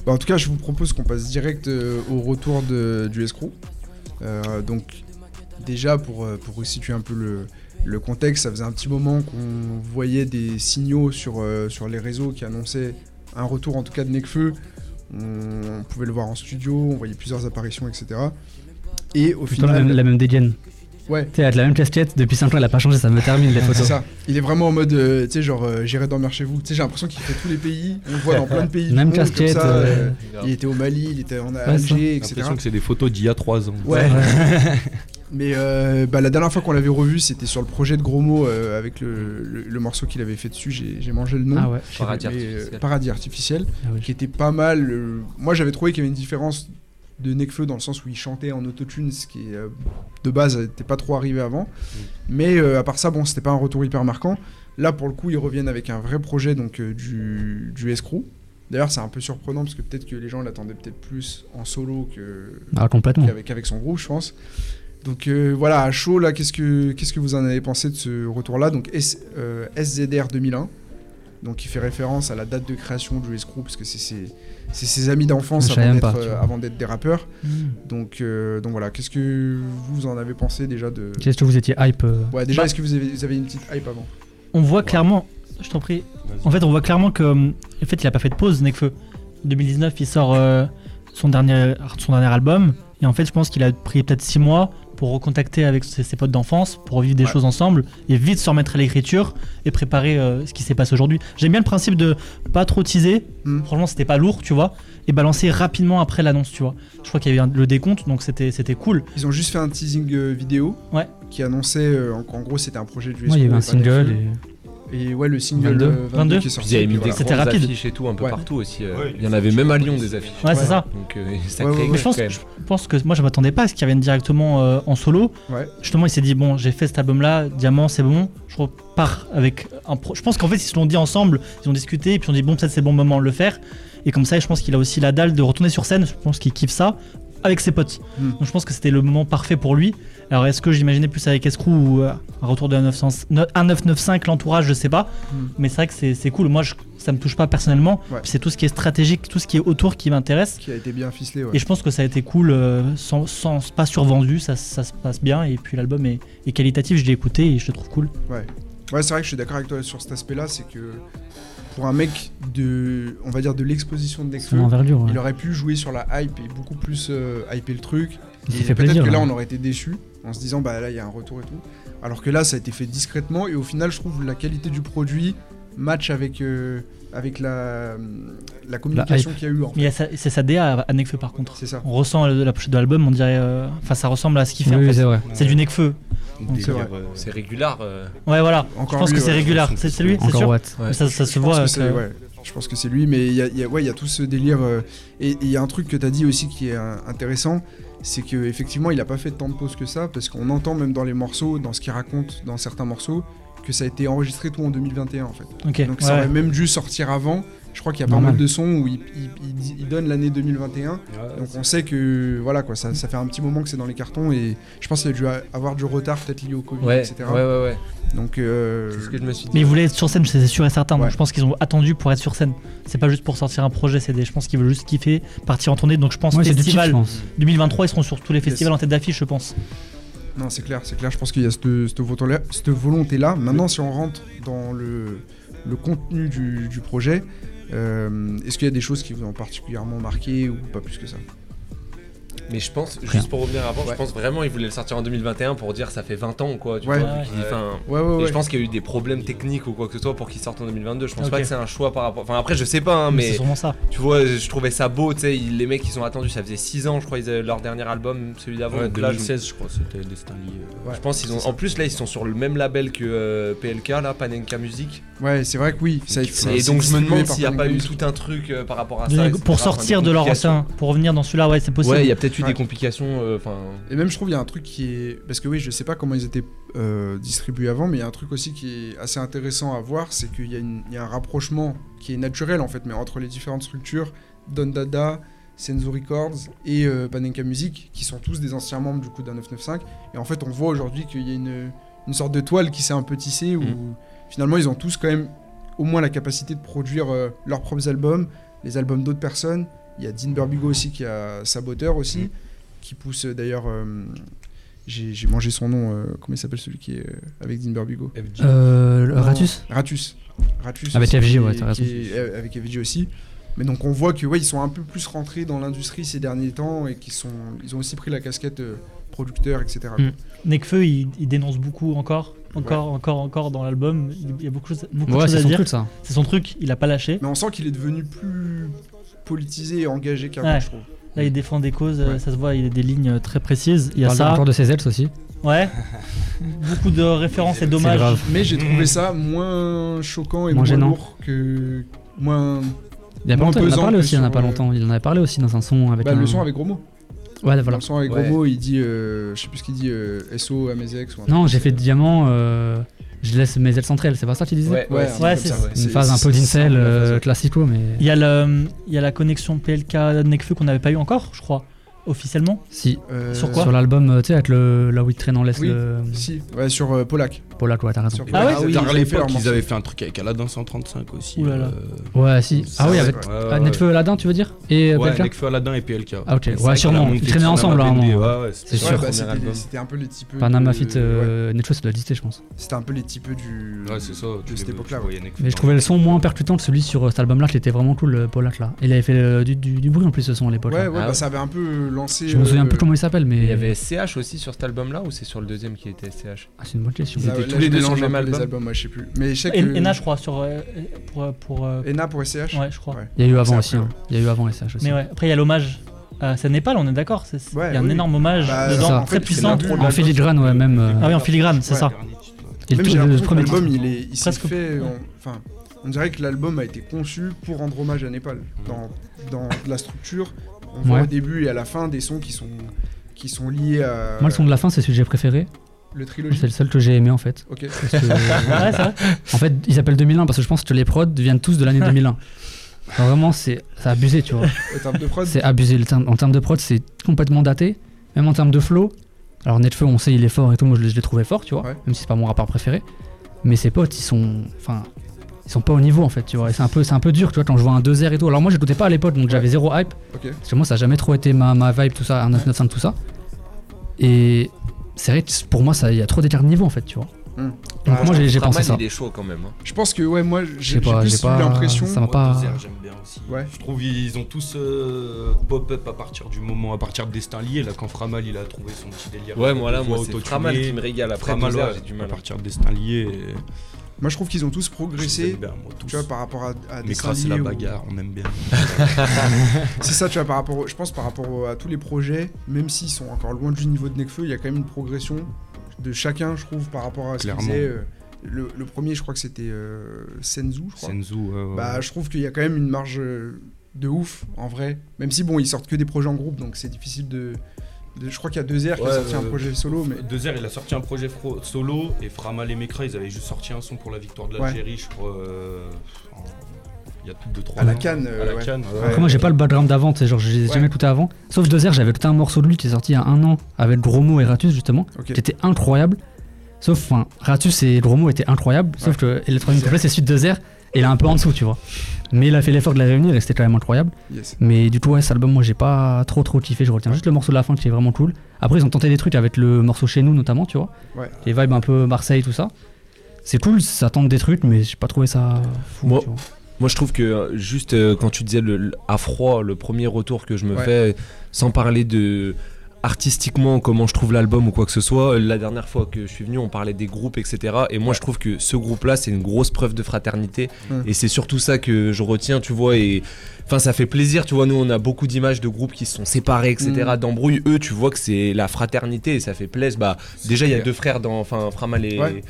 Speaker 2: Bah, en tout cas, je vous propose qu'on passe direct euh, au retour de- du escroc. Euh, donc, déjà, pour, euh, pour situer un peu le, le contexte, ça faisait un petit moment qu'on voyait des signaux sur, euh, sur les réseaux qui annonçaient un retour, en tout cas, de Necfeu. On, on pouvait le voir en studio, on voyait plusieurs apparitions, etc. Et au
Speaker 3: Tout le temps la
Speaker 2: final,
Speaker 3: même, la même dégaine.
Speaker 2: Ouais.
Speaker 3: Tu sais, avec la même casquette, depuis 5 ans, elle a pas changé, ça me termine les
Speaker 2: c'est
Speaker 3: photos.
Speaker 2: ça. Il est vraiment en mode, euh, tu sais, genre, euh, j'irai dormir chez vous. Tu sais, j'ai l'impression qu'il fait tous les pays. On le voit dans plein de pays. du
Speaker 3: Même
Speaker 2: monde, comme
Speaker 3: casquette,
Speaker 2: ça,
Speaker 3: euh,
Speaker 2: euh, Il était au Mali, il était en Algérie,
Speaker 5: J'ai
Speaker 2: etc.
Speaker 5: l'impression que c'est des photos d'il y a 3 ans.
Speaker 2: Ouais.
Speaker 3: Ah
Speaker 2: Mais euh, bah, la dernière fois qu'on l'avait revu, c'était sur le projet de Gros Mots euh, avec le, le- le morceau qu'il avait fait dessus. J'ai j'ai mangé le nom.
Speaker 3: Ah ouais.
Speaker 6: Paradis
Speaker 2: Mais, euh,
Speaker 6: artificiel.
Speaker 2: Paradis artificiel,
Speaker 3: Ah ouais.
Speaker 2: qui était pas mal. euh, moi, j'avais trouvé qu'il y avait une différence de Nekfeu dans le sens où il chantait en autotune, ce qui euh, de base n'était pas trop arrivé avant. Mais euh, à part ça, bon, c'était pas un retour hyper marquant. Là, pour le coup, ils reviennent avec un vrai projet donc euh, du, du escroc. D'ailleurs, c'est un peu surprenant parce que peut-être que les gens l'attendaient peut-être plus en solo que,
Speaker 3: Ah, complètement.
Speaker 2: avec, avec son groupe, je pense. Donc euh, voilà, à chaud, là, qu'est-ce que, qu'est-ce que vous en avez pensé de ce retour-là Donc S- euh, SZR 2001, donc qui fait référence à la date de création du escroc, parce que c'est ses, c'est ses amis d'enfance
Speaker 3: Je savais
Speaker 2: avant
Speaker 3: même
Speaker 2: d'être,
Speaker 3: pas, tu
Speaker 2: euh,
Speaker 3: vois. Mmh.
Speaker 2: avant d'être des rappeurs. Donc, euh, donc voilà, qu'est-ce que vous en avez pensé déjà de...
Speaker 3: Qu'est-ce que vous étiez hype euh,
Speaker 2: Ouais, déjà,
Speaker 1: Bah-
Speaker 2: est-ce que vous avez, vous avez une petite hype avant
Speaker 1: On voit
Speaker 5: Ouais.
Speaker 1: clairement, je t'en prie,
Speaker 5: Vas-y.
Speaker 1: en fait, on voit clairement que, hum, en fait, il a pas fait de pause, Nekfeu. 2019, il sort euh, son, dernier, son dernier album. Et en fait, je pense qu'il a pris peut-être 6 mois pour recontacter avec ses, ses potes d'enfance, pour vivre des
Speaker 2: Ouais.
Speaker 1: choses ensemble, et vite se remettre à l'écriture et préparer euh, ce qui s'est passé aujourd'hui. J'aime bien le principe de pas trop teaser.
Speaker 2: Hmm.
Speaker 1: Franchement, c'était pas lourd, tu vois, et balancer rapidement après l'annonce, tu vois. Je crois qu'il y avait un- le décompte, donc c'était c'était cool.
Speaker 2: Ils ont juste fait un teasing euh, vidéo
Speaker 1: Ouais.
Speaker 2: qui annonçait euh, en- qu'en gros c'était un projet du escroc.
Speaker 3: Ouais, il y avait un
Speaker 2: et pas d'Exclu.
Speaker 3: single. et-
Speaker 2: Et ouais, le single
Speaker 3: 22.
Speaker 2: euh, 22, qui est
Speaker 6: Puis
Speaker 2: sorti.
Speaker 6: ils avaient mis
Speaker 2: puis
Speaker 6: des
Speaker 2: voilà.
Speaker 1: C'était
Speaker 6: grandes
Speaker 1: rapide.
Speaker 6: affiches et tout un peu
Speaker 2: Ouais.
Speaker 6: partout aussi. euh,
Speaker 5: Ouais,
Speaker 6: il y en avait même à Lyon des affiches.
Speaker 1: Ouais,
Speaker 2: Ouais.
Speaker 1: c'est ça.
Speaker 6: Donc euh, ça
Speaker 2: Ouais,
Speaker 6: crée
Speaker 2: ouais, ouais.
Speaker 1: Mais je pense,
Speaker 6: quand même.
Speaker 1: je pense que moi je m'attendais pas à ce qu'il revienne directement euh, en solo.
Speaker 2: Ouais.
Speaker 1: Justement, il s'est dit bon, j'ai fait cet album là, Diamant, c'est bon, je repars avec un pro. Je pense qu'en fait, ils se l'ont dit ensemble, ils ont discuté, et puis on dit bon, peut-être c'est le bon moment de le faire. Et comme ça, je pense qu'il a aussi la dalle de retourner sur scène, je pense qu'il kiffe ça avec ses potes.
Speaker 2: Hmm.
Speaker 1: Donc je pense que c'était le moment parfait pour lui. Alors est-ce que j'imaginais plus avec Escrew ou euh, un retour de 900 no- 1995 l'entourage, je sais pas.
Speaker 2: Hmm.
Speaker 1: Mais c'est vrai que c'est c'est cool. Moi, je- ça me touche pas personnellement.
Speaker 2: Ouais.
Speaker 1: Puis C'est tout ce qui est stratégique, tout ce qui est autour qui m'intéresse.
Speaker 2: Qui a été bien ficelé, ouais.
Speaker 1: Et je pense que ça a été cool, euh, sans, sans- pas survendu, ça, ça se passe bien. Et puis l'album est, est qualitatif, je l'ai écouté et je le trouve cool.
Speaker 2: Ouais, c'est vrai que je suis d'accord avec toi sur cet aspect-là, c'est que pour un mec de, on va dire de l'exposition de
Speaker 3: Son
Speaker 2: Nekfeu,
Speaker 3: envergure. ouais.
Speaker 2: il aurait pu jouer sur la hype et beaucoup plus euh, hyper le truc.
Speaker 3: Il s'est
Speaker 2: Et
Speaker 3: fait
Speaker 2: peut-être
Speaker 3: plaisir. hein.
Speaker 2: que là,
Speaker 3: là.
Speaker 2: on aurait été déçu en se disant bah là il y a un retour et tout. Alors que là, ça a été fait discrètement et au final, je trouve la qualité du produit match avec euh, avec la la communication qu'il y a eu. en fait.
Speaker 1: Mais il y a sa- c'est sa DA à- à Nekfeu par contre.
Speaker 2: C'est ça.
Speaker 1: On ressent le- la pochette de l'album, on dirait. euh, Enfin, ça ressemble à ce qu'il fait.
Speaker 3: Oui,
Speaker 1: en
Speaker 3: oui,
Speaker 1: fait.
Speaker 3: c'est vrai.
Speaker 1: C'est du Nekfeu.
Speaker 5: Des
Speaker 2: C'est vrai.
Speaker 5: délires, euh,
Speaker 6: C'est régulier. euh,
Speaker 1: Ouais, voilà. je
Speaker 2: Encore
Speaker 1: pense
Speaker 2: lui,
Speaker 1: que c'est
Speaker 2: ouais.
Speaker 1: régulier. C'est c'est lui, c'est
Speaker 3: Encore
Speaker 1: sûr.
Speaker 3: Watt.
Speaker 6: ouais.
Speaker 1: Mais Ça, ça se
Speaker 2: Je pense
Speaker 1: voit.
Speaker 2: que
Speaker 1: euh,
Speaker 2: c'est-
Speaker 1: que-
Speaker 2: ouais, je pense que c'est lui, mais il y a, il y a- ouais, il y a tout ce délire. euh, et et il y a un truc que tu as dit aussi qui est euh, intéressant, c'est qu'effectivement, il a pas fait tant de pauses que ça, parce qu'on entend même dans les morceaux, dans ce qu'il raconte dans certains morceaux, que ça a été enregistré tout en 2021 en fait.
Speaker 1: Ok.
Speaker 2: Donc
Speaker 1: ouais.
Speaker 2: ça aurait même dû sortir avant. Je crois qu'il y a pas
Speaker 3: Normal.
Speaker 2: mal de sons où il, il- il dit- il donne l'année 2021.
Speaker 5: ouais,
Speaker 2: Donc on sait que voilà quoi, ça, ça fait un petit moment que c'est dans les cartons et je pense qu'il a dû a- avoir du retard peut-être lié au Covid,
Speaker 6: Ouais,
Speaker 2: etc.
Speaker 6: ouais, ouais, ouais.
Speaker 2: Donc euh,
Speaker 6: C'est ce que je me suis dit.
Speaker 1: Mais ils voulaient être sur scène, c'est sûr et certain.
Speaker 2: Ouais.
Speaker 1: Donc je pense qu'ils ont attendu pour être sur scène. C'est pas juste pour sortir un projet, c'est des. Je pense qu'ils veulent juste kiffer, partir en tournée. Donc je pense
Speaker 3: Ouais, c'est du type, je
Speaker 1: festival
Speaker 3: pense.
Speaker 1: 2023, ils seront sur tous les festivals en tête d'affiche, je pense.
Speaker 2: Non, c'est clair, c'est clair. Je pense qu'il y a cette, cette volonté-là- cette volonté-là. Maintenant, si on rentre dans le, le contenu du, du projet, euh, est-ce qu'il y a des choses qui vous ont particulièrement marqué ou pas plus que ça
Speaker 6: Mais je pense,
Speaker 3: Rien.
Speaker 6: juste pour revenir avant,
Speaker 2: Ouais.
Speaker 6: je pense vraiment ils voulaient le sortir en 2021 pour dire ça fait 20 ans quoi. Tu
Speaker 2: Ouais.
Speaker 6: vois, vu qu'il-
Speaker 5: Ouais.
Speaker 6: enfin,
Speaker 2: Ouais, ouais,
Speaker 6: Et
Speaker 2: ouais.
Speaker 6: je pense qu'il y a eu des problèmes techniques ou quoi que ce soit pour qu'il sorte en 2022. Je pense
Speaker 1: Ok.
Speaker 6: pas que c'est un choix par rapport. Enfin, après, je sais pas, hein,
Speaker 1: C'est
Speaker 6: mais
Speaker 1: sûrement ça.
Speaker 6: tu vois, je trouvais ça beau. Tu sais, ils- les mecs, ils ont attendu. Ça faisait 6 ans, je crois, ils avaient leur dernier album, celui d'avant.
Speaker 5: Ouais,
Speaker 6: Donc là, je-
Speaker 5: 2016, je crois, c'était Destin Lié. euh.
Speaker 2: Ouais.
Speaker 6: Je pense qu'ils ont. En plus, là, ils sont sur le même label que euh, PLK, là, Panenka Music.
Speaker 2: Ouais, c'est vrai que oui. Ça a été-
Speaker 6: Et
Speaker 2: c'est
Speaker 6: donc, je me
Speaker 2: distribué
Speaker 6: demande
Speaker 2: par
Speaker 6: s'il n'y a
Speaker 2: Panic
Speaker 6: pas eu
Speaker 2: Music.
Speaker 6: tout un truc euh, par rapport à
Speaker 3: Ah,
Speaker 1: Des-
Speaker 6: ça. etc.
Speaker 1: pour
Speaker 6: Enfin,
Speaker 1: sortir
Speaker 6: des
Speaker 1: de leur
Speaker 6: complications.
Speaker 1: ancien, pour revenir dans celui-là, ouais, c'est possible.
Speaker 6: Ouais, il y a peut-être eu
Speaker 2: Ouais.
Speaker 6: des complications. euh, Enfin.
Speaker 2: Et même, je trouve, il y a un truc qui est. Parce que oui, je sais pas comment ils étaient euh, distribués avant, mais il y a un truc aussi qui est assez intéressant à voir c'est qu'il y, a une- il y a un rapprochement qui est naturel, en fait, mais entre les différentes structures, Don Dada, Senzo Records et euh, Panenka Music, qui sont tous des anciens membres du coup d'un 995. Et en fait, on voit aujourd'hui qu'il y a une, une sorte de toile qui s'est un peu tissée où
Speaker 6: Mm.
Speaker 2: finalement ils ont tous quand même au moins la capacité de produire euh, leurs propres albums, les albums d'autres personnes. Il y a Dean Burbigo aussi qui a Saboteur aussi,
Speaker 6: Mm.
Speaker 2: qui pousse euh, d'ailleurs. euh, j'ai j'ai mangé son nom, euh, comment il s'appelle celui qui est euh, avec Dean Burbigo
Speaker 5: FG.
Speaker 3: Euh, le
Speaker 2: Non.
Speaker 3: Ratus
Speaker 2: Ratus. Ratus
Speaker 3: Avec
Speaker 2: aussi,
Speaker 3: FG,
Speaker 2: qui est-
Speaker 3: ouais, t'as
Speaker 2: qui est- euh, avec FG aussi. Mais donc on voit que ouais, ils sont un peu plus rentrés dans l'industrie ces derniers temps et qu'ils sont ils ont aussi pris la casquette euh, producteur etc.
Speaker 3: Mm.
Speaker 1: Nekfeu, il, il dénonce beaucoup encore, encore, encore, encore dans l'album. Il y a beaucoup, de choses- beaucoup de
Speaker 3: Ouais,
Speaker 1: choses
Speaker 3: c'est
Speaker 1: à
Speaker 3: son
Speaker 1: dire.
Speaker 3: truc ça.
Speaker 1: C'est son truc, il a pas lâché.
Speaker 2: Mais on sent qu'il est devenu plus politisé et engagé qu'avant
Speaker 1: Ouais.
Speaker 2: je trouve.
Speaker 1: Là, il défend des causes, euh,
Speaker 2: Ouais.
Speaker 1: ça se voit, il a des lignes très précises. Il y a
Speaker 3: parle
Speaker 1: ça.
Speaker 3: encore de ses ailes aussi.
Speaker 1: Ouais. beaucoup de références et dommages.
Speaker 3: grave.
Speaker 2: Mais j'ai trouvé ça moins choquant et
Speaker 3: Moins
Speaker 2: moins,
Speaker 3: gênant.
Speaker 2: lourd que moins
Speaker 3: Il y a pas
Speaker 2: Moins
Speaker 3: longtemps, il
Speaker 2: pesant
Speaker 3: en a parlé
Speaker 2: que
Speaker 3: aussi, hein. il en a
Speaker 2: sur,
Speaker 3: pas
Speaker 2: euh,
Speaker 3: longtemps. Il en a parlé aussi dans un son avec
Speaker 2: bah,
Speaker 3: un...
Speaker 2: le son avec gros mots.
Speaker 3: Ouais, voilà.
Speaker 2: Le son avec
Speaker 6: Ouais.
Speaker 2: gros mots, il dit euh, je sais plus ce qu'il dit euh, SO à mes ex ou un
Speaker 3: Non,
Speaker 2: truc
Speaker 3: j'ai fait
Speaker 2: comme ça.
Speaker 3: diamant, euh, je laisse mes ailes centrales, c'est pas ça que tu disais
Speaker 6: Ouais,
Speaker 2: ouais,
Speaker 6: ouais,
Speaker 2: un truc
Speaker 1: ouais,
Speaker 2: comme
Speaker 1: c'est
Speaker 2: ça,
Speaker 1: ça.
Speaker 2: C'est-
Speaker 3: Une phase un peu
Speaker 2: c'est- c'est-
Speaker 3: d'incel euh,
Speaker 2: c'est-
Speaker 3: classico, mais
Speaker 1: Il y, a le- il y a la connexion PLK Nekfeu qu'on n'avait pas eu encore, je crois, officiellement.
Speaker 3: si.
Speaker 2: Euh,
Speaker 1: Sur quoi
Speaker 3: Sur l'album, euh, tu sais, avec le, là où il traîne en laisse
Speaker 2: Oui.
Speaker 3: le.
Speaker 2: Si, ouais, sur euh, Polak.
Speaker 3: Polak, ouais, t'as raison.
Speaker 2: Sur
Speaker 1: Ah ouais
Speaker 2: Polak. ils avaient fait
Speaker 6: Tard
Speaker 2: leur
Speaker 6: l'époque, ils
Speaker 2: morceau.
Speaker 6: avaient fait un truc avec Aladdin 135 aussi.
Speaker 1: Ouh là là.
Speaker 3: Ouais, si. Ah
Speaker 6: Ça,
Speaker 3: oui,
Speaker 6: ouais,
Speaker 3: avec
Speaker 2: ouais.
Speaker 6: Ouais,
Speaker 3: ah,
Speaker 6: ouais.
Speaker 3: Netfeu Aladdin, tu veux dire Et euh,
Speaker 6: Ouais,
Speaker 3: Belka
Speaker 6: Nekfeu, Aladdin et PLK.
Speaker 3: Ah, ok,
Speaker 6: C'est
Speaker 3: ouais,
Speaker 6: vrai qu'il
Speaker 3: sûrement.
Speaker 6: a monté
Speaker 3: Ils traînaient
Speaker 6: Panama
Speaker 3: ensemble, à un
Speaker 6: BND,
Speaker 3: moment.
Speaker 6: ouais, ouais,
Speaker 3: C'est sûr.
Speaker 6: leur
Speaker 2: bah,
Speaker 6: premier
Speaker 2: c'était,
Speaker 6: album.
Speaker 2: les- c'était un peu les types.
Speaker 3: Panama
Speaker 2: de-
Speaker 3: Fit,
Speaker 2: ouais,
Speaker 3: euh, Netfeu, ça doit exister, je pense.
Speaker 2: c'était un peu les types du.
Speaker 6: Ouais, c'est ça. tu
Speaker 2: De cette
Speaker 6: les-
Speaker 2: époque-là.
Speaker 6: tu voyais Nekfeu
Speaker 3: Mais je
Speaker 6: dans-
Speaker 3: trouvais le son moins percutant que celui sur euh, cet album-là, qui était vraiment cool, le Polak, là. Il avait fait euh, du, du- du bruit en plus, ce son à l'époque.
Speaker 2: Ouais, ouais,
Speaker 3: là.
Speaker 2: bah,
Speaker 6: Ah ouais.
Speaker 2: ça avait un peu lancé.
Speaker 3: Je me souviens
Speaker 2: euh,
Speaker 3: plus comment il s'appelle, mais.
Speaker 6: Il y avait SCH aussi sur cet album-là ou c'est sur le deuxième qui était SCH
Speaker 3: Ah, c'est une bonne question.
Speaker 2: là,
Speaker 6: Ils étaient
Speaker 2: bah, ouais,
Speaker 6: tous
Speaker 2: là,
Speaker 6: les
Speaker 2: je
Speaker 6: deux
Speaker 2: mélange
Speaker 6: sur le
Speaker 2: un
Speaker 6: même
Speaker 2: peu les
Speaker 6: album.
Speaker 2: albums, ouais, je sais plus. Mais je sais que.
Speaker 1: Et, Ena, je crois, sur, euh, pour, euh, pour, euh,
Speaker 2: Ena pour SCH
Speaker 1: ouais, je crois.
Speaker 2: Ouais.
Speaker 3: Il y a eu
Speaker 2: C'est
Speaker 3: avant
Speaker 2: après,
Speaker 3: aussi, hein. il y a eu avant SH aussi.
Speaker 1: Mais ouais, après, il y a l'hommage. à c'est Népal, on est d'accord. c'est- c'est- Il
Speaker 2: Ouais,
Speaker 1: y a un
Speaker 2: oui,
Speaker 1: énorme hommage
Speaker 2: Bah,
Speaker 1: dedans,
Speaker 3: c'est ça.
Speaker 2: en
Speaker 1: très
Speaker 2: fait, c'est
Speaker 1: puissant.
Speaker 2: l'intro de
Speaker 3: En filigrane, ouais, même. euh,
Speaker 1: Ah oui, en filigrane, c'est
Speaker 2: Ouais.
Speaker 1: ça.
Speaker 5: Dernier titre, ouais.
Speaker 3: et le
Speaker 2: Même
Speaker 3: tout-
Speaker 2: j'ai
Speaker 3: le
Speaker 2: l'impression que
Speaker 3: premier
Speaker 2: l'album,
Speaker 3: titre.
Speaker 2: il, est, il s'est
Speaker 1: Presque-
Speaker 2: fait. en- Enfin, on dirait que l'album a été conçu pour rendre hommage à Népal. Dans, dans la structure, on voit
Speaker 3: Ouais.
Speaker 2: au début et à la fin des sons qui sont, qui sont liés à.
Speaker 3: Moi, le son de la fin, c'est celui que j'ai préféré.
Speaker 2: Le
Speaker 3: C'est
Speaker 2: trilogie.
Speaker 3: le seul que j'ai aimé en fait.
Speaker 2: Ok.
Speaker 3: Parce que-
Speaker 1: Ah Ouais, c'est vrai.
Speaker 3: en fait, ils appellent 2001 parce que je pense que les prods viennent tous de l'année 2001. Enfin, vraiment, c'est c'est abusé, tu vois.
Speaker 2: Au terme de prod.
Speaker 3: C'est abusé. Le terme- en termes de prod, c'est complètement daté. Même en termes de flow. Alors, Netfeu, on sait, il est fort et tout. Moi, je l'ai je l'ai trouvé fort, tu vois.
Speaker 2: Ouais.
Speaker 3: Même si c'est pas mon rapport préféré. Mais ses potes, ils sont. Enfin. Ils sont pas au niveau en fait, tu vois. Et C'est un, peu- c'est un peu dur, tu vois, quand je vois un 2 r et tout. Alors moi, j'écoutais pas à l'époque, donc j'avais zéro hype.
Speaker 2: Ok.
Speaker 3: Parce que moi, ça a jamais trop été ma, ma vibe, tout ça, un 995, tout ça. Et c'est vrai que pour moi, ça- il y a trop d'écart de niveau en fait, tu vois.
Speaker 2: Hmm.
Speaker 3: Donc moi, j'ai j'ai pensé
Speaker 6: Ultraman,
Speaker 3: ça.
Speaker 6: Il est chaud quand même. hein.
Speaker 2: Je pense que, ouais, moi,
Speaker 3: Je
Speaker 2: j'ai
Speaker 3: sais
Speaker 2: j'ai
Speaker 3: pas, j'ai
Speaker 2: plus eu
Speaker 3: pas.
Speaker 2: l'impression.
Speaker 3: Ça m'a
Speaker 5: Ouais,
Speaker 3: pas.
Speaker 5: Dozer, j'aime bien aussi.
Speaker 2: Ouais.
Speaker 6: Je trouve ils ont tous euh, pop-up à partir du moment, à partir de Destin Lié, là, quand Framal il a trouvé son petit délire. Ouais, moi là, Voix moi, c'est autotunée. Framal qui me régale. Après, Framal, Dozer, ouais, j'ai du À mal. hein. partir de Destin Lié,
Speaker 2: Moi, je trouve qu'ils ont tous
Speaker 6: je les
Speaker 2: progressé.
Speaker 6: aime bien, moi, tous.
Speaker 2: Tu vois, par rapport à, à
Speaker 6: Mais
Speaker 2: Destin
Speaker 6: grâce à la
Speaker 2: Lié ou-
Speaker 6: bagarre, on aime bien.
Speaker 2: C'est ça, tu vois, par rapport, au- je pense par rapport au- à tous les projets, même s'ils sont encore loin du niveau de Necfeu, il y a quand même une progression de chacun, je trouve, par rapport à ce qu'ils
Speaker 6: Clairement.
Speaker 2: faisaient. euh, le, le premier, je crois que c'était euh, Senzu, je crois.
Speaker 6: Senzu, ouais, ouais.
Speaker 2: Bah, je trouve qu'il y a quand même une marge euh, de ouf, en vrai. Même si, bon, ils sortent que des projets en groupe, donc c'est difficile de... de- Je crois qu'il y a deux airs qui
Speaker 6: Ouais, euh,
Speaker 2: a sorti un
Speaker 6: ouais.
Speaker 2: projet solo, mais...
Speaker 6: Dezer, il a sorti un projet fro- solo et Framal et Mekra, ils avaient juste sorti un son pour la victoire de
Speaker 2: Ouais.
Speaker 6: l'Algérie, je crois. euh, en- Il y a deux, trois
Speaker 2: À la
Speaker 6: ans.
Speaker 2: Cannes,
Speaker 6: À la
Speaker 2: euh, ouais.
Speaker 6: Cannes, ouais.
Speaker 3: Après, moi, j'ai pas le background d'avant, tu sais, genre, j'ai
Speaker 2: Ouais.
Speaker 3: jamais écouté avant. Sauf Dozer, j'avais écouté un morceau de lui qui est sorti il y a un an avec Gromo et Ratus, justement,
Speaker 2: Ok.
Speaker 3: qui était incroyable. Sauf, enfin, Ratus et Gromo étaient incroyables, sauf que Electronic
Speaker 2: C'est
Speaker 3: Complex c'est suite Dozer, et il est un peu en dessous, tu vois. Mais il a fait l'effort de la réunir et c'était quand même incroyable.
Speaker 2: Yes.
Speaker 3: Mais du coup, ouais, cet album, moi, j'ai pas trop trop kiffé. Je retiens juste le morceau de la fin qui est vraiment cool. Après, ils ont tenté des trucs avec le morceau chez nous, notamment, tu vois.
Speaker 2: Ouais.
Speaker 3: Les vibes un peu Marseille, tout ça. C'est cool, ça tente des trucs, mais j'ai pas trouvé ça fou.
Speaker 6: Moi-
Speaker 3: tu vois.
Speaker 6: Moi, je trouve que euh, juste euh, quand tu disais le, le- à froid, le premier retour que je me
Speaker 2: Ouais.
Speaker 6: fais, sans parler de artistiquement comment je trouve l'album ou quoi que ce soit, euh, la dernière fois que je suis venu, on parlait des groupes, etc. Et moi, je trouve que ce groupe-là, c'est une grosse preuve de fraternité.
Speaker 2: Mm.
Speaker 6: Et c'est surtout ça que je retiens, tu vois. Et enfin, ça fait plaisir, tu vois. Nous, on a beaucoup d'images de groupes qui se sont séparés, etc.
Speaker 2: Mm.
Speaker 6: D'embrouilles. Eux, tu vois que c'est la fraternité et ça fait plaisir. Bah, déjà, il y a deux frères dans, enfin, Framal et,
Speaker 2: Ouais.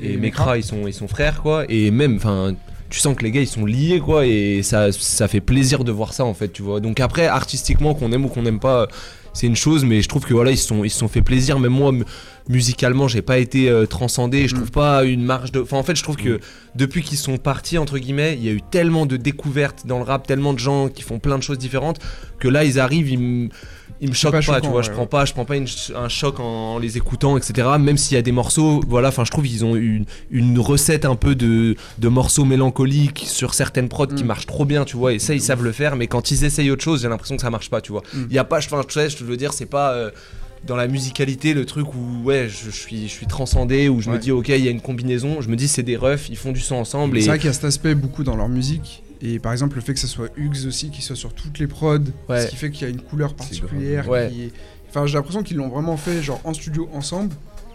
Speaker 6: et,
Speaker 2: Et Mekra.
Speaker 6: Mekra, ils sont, ils sont frères, quoi. Et même, enfin, tu sens que les gars, ils sont liés, quoi. Et ça, ça fait plaisir de voir ça, en fait, tu vois. Donc après, artistiquement, qu'on aime ou qu'on n'aime pas, c'est une chose, mais je trouve que voilà, ils se sont, ils se sont fait plaisir. Même moi, m- musicalement, j'ai pas été euh, transcendé. Je trouve pas une marge de. Enfin, en fait, je trouve que depuis qu'ils sont partis, entre guillemets, il y a eu tellement de découvertes dans le rap, tellement de gens qui font plein de choses différentes que là, ils arrivent, ils me. Ils me choquent
Speaker 2: pas
Speaker 6: pas,
Speaker 2: choquant,
Speaker 6: tu vois. je
Speaker 2: ouais,
Speaker 6: prends
Speaker 2: ouais.
Speaker 6: pas, je prends pas une ch- un choc en, en les écoutant, etc. Même s'il y a des morceaux, voilà. Enfin, je trouve ils ont une, une recette un peu de, de morceaux mélancoliques sur certaines prods qui
Speaker 2: Mm.
Speaker 6: marchent trop bien, tu vois. Et ça, ils savent le faire, mais quand ils essayent autre chose, j'ai l'impression que ça marche pas, tu vois.
Speaker 2: Mm.
Speaker 6: Il y a pas, je- enfin, tu sais, je veux dire, c'est pas. euh, dans la musicalité, le truc où ouais, je, je suis, je suis transcendé, où je me
Speaker 2: Ouais.
Speaker 6: dis ok, il y a une combinaison, je me dis c'est des refs, ils font du son ensemble.
Speaker 2: C'est
Speaker 6: Et...
Speaker 2: vrai qu'il y a cet aspect beaucoup dans leur musique. Et par exemple, le fait que ça soit Hugs aussi, qu'il soit sur toutes les prods,
Speaker 6: Ouais.
Speaker 2: ce qui fait qu'il y a une couleur particulière.
Speaker 6: grave. Ouais.
Speaker 2: qui est- Enfin, j'ai l'impression qu'ils l'ont vraiment fait genre en studio ensemble,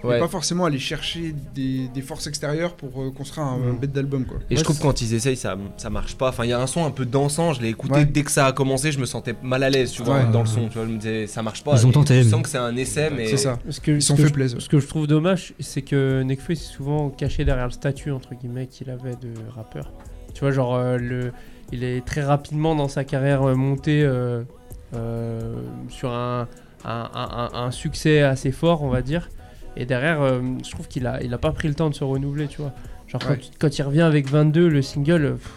Speaker 6: ouais.
Speaker 2: et pas forcément aller chercher des, des forces extérieures pour euh, construire un, un
Speaker 6: Mm.
Speaker 2: bête d'album quoi.
Speaker 6: Et je trouve que quand ils essayent, ça, ça marche pas. Enfin, il y a un son un peu dansant, je l'ai écouté
Speaker 2: Ouais.
Speaker 6: dès que ça a commencé, je me sentais mal à l'aise, tu vois,
Speaker 2: Ouais.
Speaker 6: dans le son. Tu vois, je me disais, ça marche pas.
Speaker 3: Ils ont
Speaker 6: Et
Speaker 3: tenté,
Speaker 6: Je
Speaker 3: mais-
Speaker 6: sens que c'est un essai, mais.
Speaker 2: C'est ça.
Speaker 4: Parce que,
Speaker 2: Ils
Speaker 4: ce
Speaker 2: sont
Speaker 4: que
Speaker 2: fait
Speaker 4: je-
Speaker 2: plaisir.
Speaker 4: Ce que je trouve dommage, c'est que Nekfeu est souvent caché derrière le statut entre guillemets qu'il avait de rappeur. Tu vois, genre euh, le, il est très rapidement dans sa carrière euh, monté euh, euh, sur un, un- un- un- un succès assez fort, on va dire. Et derrière, euh, je trouve qu'il a, il a pas pris le temps de se renouveler, tu vois. Genre quand,
Speaker 2: Ouais.
Speaker 4: quand il revient avec 22, le single. euh, pff,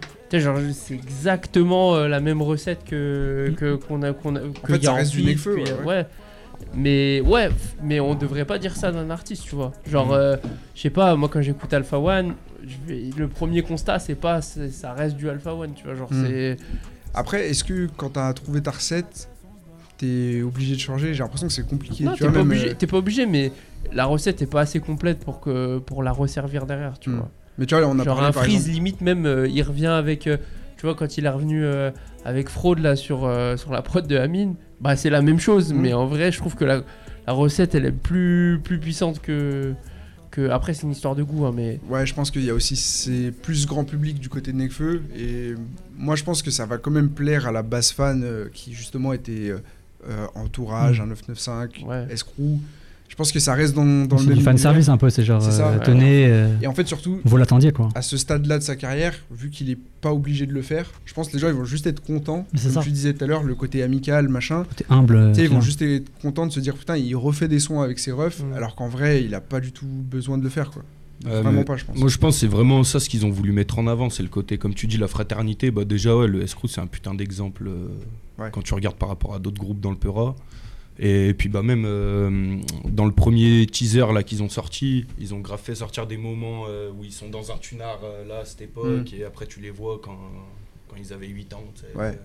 Speaker 4: tu sais, genre, c'est exactement euh, la même recette que que- qu'on a qu'on a que
Speaker 2: Mm. fait, ça reste
Speaker 4: Garanti,
Speaker 2: du Nekfeu,
Speaker 4: puis,
Speaker 2: ouais,
Speaker 4: euh,
Speaker 2: ouais.
Speaker 4: ouais. Mais ouais, f- mais on devrait pas dire ça d'un artiste, tu vois. Genre,
Speaker 2: Mm.
Speaker 4: euh, je sais pas, moi quand j'écoute Alpha One, je vais- le premier constat c'est pas, c'est- ça reste du Alpha One, tu vois. Genre,
Speaker 2: Mm.
Speaker 4: c'est.
Speaker 2: Après, est-ce que quand t'as trouvé ta recette, t'es obligé de changer J'ai l'impression que c'est compliqué.
Speaker 4: Non,
Speaker 2: tu
Speaker 4: t'es
Speaker 2: vois,
Speaker 4: pas,
Speaker 2: même,
Speaker 4: obligé-
Speaker 2: euh,
Speaker 4: t'es pas obligé, mais la recette est pas assez complète pour, que, pour la resservir derrière, tu
Speaker 2: Mm.
Speaker 4: vois.
Speaker 2: Mais tu vois, là, on a
Speaker 4: Genre
Speaker 2: parlé
Speaker 4: un
Speaker 2: par
Speaker 4: freeze
Speaker 2: exemple-
Speaker 4: limite, même euh, il revient avec. euh, tu vois, quand il est revenu euh, avec Fraude là sur, euh, sur la prod de Amine, bah c'est la même chose,
Speaker 2: Mm.
Speaker 4: mais en vrai, je trouve que la, la recette elle est plus, plus puissante que. que... Après, c'est une histoire de goût, hein, mais.
Speaker 2: Ouais, je pense qu'il y a aussi c'est plus grand public du côté de Nekfeu et moi je pense que ça va quand même plaire à la base fan euh, qui justement était euh, euh, entourage, un 995,
Speaker 4: Ouais.
Speaker 2: Escrew. Je pense que ça reste dans, dans le
Speaker 3: C'est
Speaker 2: même
Speaker 3: du fan
Speaker 2: univers.
Speaker 3: service un peu, c'est genre
Speaker 2: C'est ça,
Speaker 3: euh,
Speaker 2: ouais.
Speaker 3: tenez, euh,
Speaker 2: Et en fait surtout
Speaker 3: vous l'attendiez quoi.
Speaker 2: à ce stade-là de sa carrière, vu qu'il est pas obligé de le faire, je pense que les gens ils vont juste être contents.
Speaker 1: Mais c'est ça.
Speaker 2: Comme tu disais tout à l'heure, le côté amical, machin.
Speaker 3: T'es humble. euh,
Speaker 2: Tu sais, ils vont
Speaker 3: finalement.
Speaker 2: juste être contents de se dire putain, il refait des sons avec ses refs,
Speaker 4: Mm.
Speaker 2: alors qu'en vrai, il a pas du tout besoin de le faire quoi.
Speaker 5: Euh,
Speaker 2: Vraiment
Speaker 5: mais-
Speaker 2: pas, je pense.
Speaker 5: Moi, je pense que c'est vraiment ça ce qu'ils ont voulu mettre en avant, c'est le côté, comme tu dis, la fraternité. Bah, déjà, ouais, le escroc, c'est un putain d'exemple euh,
Speaker 2: Ouais.
Speaker 5: quand tu regardes par rapport à d'autres groupes dans le Peura. Et puis, bah, même euh, dans le premier teaser là qu'ils ont sorti, ils ont grave fait sortir des moments euh, où ils sont dans un tunard euh, là à cette époque,
Speaker 2: Mm.
Speaker 5: et après, tu les vois quand, quand ils avaient 8 ans. tu sais.
Speaker 2: Ouais.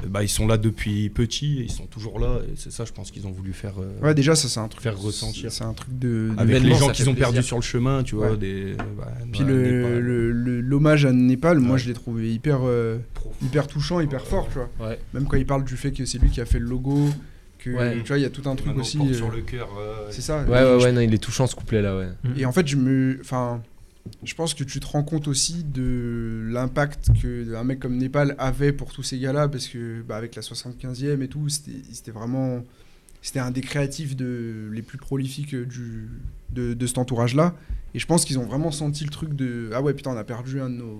Speaker 5: Euh, bah, ils sont là depuis petit, et ils sont toujours là, et c'est ça, je pense qu'ils ont voulu faire. euh,
Speaker 2: Ouais, déjà, ça c'est un truc.
Speaker 5: Faire ressentir.
Speaker 2: C'est un truc de. de-
Speaker 5: Avec les
Speaker 6: Humainement,
Speaker 5: gens
Speaker 6: ça
Speaker 5: qu'ils
Speaker 6: fait
Speaker 5: ont perdus
Speaker 6: plaisir.
Speaker 5: sur le chemin, tu vois.
Speaker 2: Ouais.
Speaker 5: Des, bah,
Speaker 2: Puis
Speaker 5: ouais, des
Speaker 2: le-
Speaker 5: pas-
Speaker 2: le- le- l'hommage à Népal, moi
Speaker 5: Ouais.
Speaker 2: je l'ai trouvé hyper, euh, hyper touchant, hyper fort, tu vois.
Speaker 6: Ouais.
Speaker 2: Même quand il parle du fait que c'est lui qui a fait le logo, que
Speaker 6: Ouais.
Speaker 2: tu vois, il y a tout un truc
Speaker 5: Maman
Speaker 2: aussi.
Speaker 5: porte
Speaker 2: euh,
Speaker 5: sur le cœur. euh,
Speaker 2: C'est ça.
Speaker 6: Ouais, ouais, ouais, non, il est touchant ce couplet là, ouais.
Speaker 2: Et en fait, je me. Enfin, je pense que tu te rends compte aussi de l'impact que un mec comme Népal avait pour tous ces gars-là, parce que bah, avec la 75e et tout, c'était c'était vraiment. C'était un des créatifs de, les plus prolifiques du, de, de cet entourage-là. Et je pense qu'ils ont vraiment senti le truc de. Ah ouais, putain, on a perdu un de nos.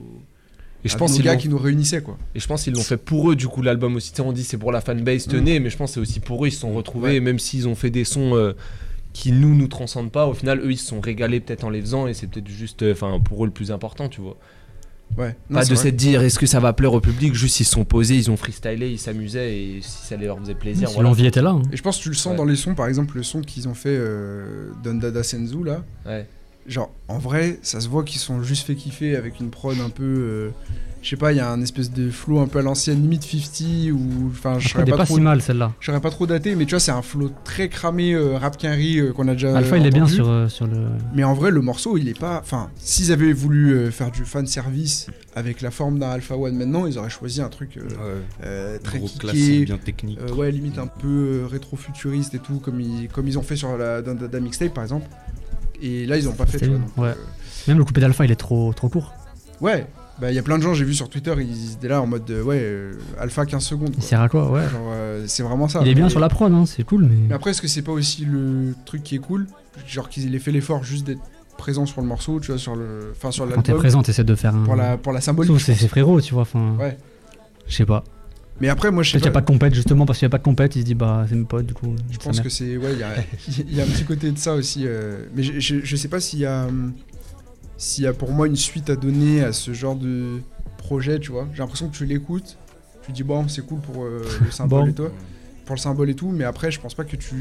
Speaker 6: Et je
Speaker 2: un de
Speaker 6: pense
Speaker 2: nos
Speaker 6: qu'ils
Speaker 2: gars
Speaker 6: l'ont
Speaker 2: qui nous réunissaient, quoi.
Speaker 6: et je pense qu'ils l'ont fait pour eux du coup l'album aussi. Tu sais, on dit c'est pour la fanbase, tenez, mais je pense que c'est aussi pour eux ils se sont retrouvés.
Speaker 2: Mm. Ouais.
Speaker 6: Et même s'ils ont fait des sons euh, qui nous nous transcendent pas, au final eux ils se sont régalés peut-être en les faisant et c'est peut-être juste, euh, enfin pour eux le plus important, tu vois.
Speaker 2: Ouais. Non,
Speaker 6: pas
Speaker 2: c'est
Speaker 6: de
Speaker 2: vrai.
Speaker 6: se dire est-ce que ça va plaire au public, juste ils se sont posés, ils ont freestylé, ils s'amusaient et si ça leur faisait plaisir.
Speaker 3: Si
Speaker 6: voilà.
Speaker 3: L'envie était là. hein.
Speaker 2: Et je pense que tu le sens
Speaker 6: Ouais.
Speaker 2: dans les sons, par exemple, le son qu'ils ont fait euh, d'Ondada Senzu, là.
Speaker 6: Ouais.
Speaker 2: Genre, en vrai, ça se voit qu'ils sont juste fait kiffer avec une prod un peu. euh, je sais pas, il y a un espèce de flow un peu à l'ancienne, limite 50, ou. Enfin, je
Speaker 3: Après, elle
Speaker 2: saurais
Speaker 3: est
Speaker 2: pas,
Speaker 3: pas
Speaker 2: trop.
Speaker 3: si mal celle-là.
Speaker 2: je saurais pas trop daté, mais tu vois, c'est un flow très cramé, euh, rap quinri euh, qu'on a déjà.
Speaker 3: Alpha,
Speaker 2: euh,
Speaker 3: il est bien
Speaker 2: entendu.
Speaker 3: sur, euh, sur le.
Speaker 2: Mais en vrai, le morceau, il est pas. Enfin, s'ils avaient voulu euh, faire du fan service avec la forme d'un Alpha One maintenant, ils auraient choisi un truc euh,
Speaker 5: ouais,
Speaker 2: euh, très
Speaker 5: gros
Speaker 2: kické,
Speaker 5: classique, bien technique.
Speaker 2: euh, ouais, limite un peu euh, rétro-futuriste et tout, comme ils, comme ils ont fait sur la Dun Dun Dun mixtape par exemple. Et là, ils ont pas fait.
Speaker 3: C'était
Speaker 2: tu vois,
Speaker 3: bien,
Speaker 2: donc,
Speaker 3: ouais.
Speaker 2: euh,
Speaker 3: Même le coupé d'Alpha, il est trop, trop court.
Speaker 2: ouais, bah il y a plein de gens, j'ai vu sur Twitter, ils étaient là en mode euh, ouais, euh, alpha 15 secondes.
Speaker 3: Il
Speaker 2: quoi.
Speaker 3: sert à quoi Ouais.
Speaker 2: Genre, euh, c'est vraiment ça.
Speaker 3: Il est bien
Speaker 2: Mais-
Speaker 3: sur la prod, hein, c'est cool,
Speaker 2: Mais
Speaker 3: mais.
Speaker 2: après, est-ce que c'est pas aussi le truc qui est cool Genre qu'ils aient fait l'effort juste d'être présent sur le morceau, tu vois, sur le. Enfin, sur
Speaker 3: Quand t'es
Speaker 2: l'album.
Speaker 3: présent, t'essaies de faire un.
Speaker 2: Pour la, pour la symbolique.
Speaker 3: Sauf c'est c'est frérot, tu vois. Enfin.
Speaker 2: Ouais.
Speaker 3: Je sais pas.
Speaker 2: Mais après, moi, je sais
Speaker 3: Peut-être qu'il n'y a pas de compète, justement, parce qu'il n'y a pas de compète, il se dit, bah, c'est mes potes, du coup.
Speaker 2: Je pense que c'est. Ouais, il y a, il y a un petit côté de ça aussi. euh, mais je, je, je sais pas s'il y a. hum, S'il y a pour moi une suite à donner à ce genre de projet, tu vois. J'ai l'impression que tu l'écoutes, tu dis, bon, c'est cool pour euh, le symbole
Speaker 3: Bon.
Speaker 2: et toi. Pour le symbole et tout, mais après, je pense pas que tu.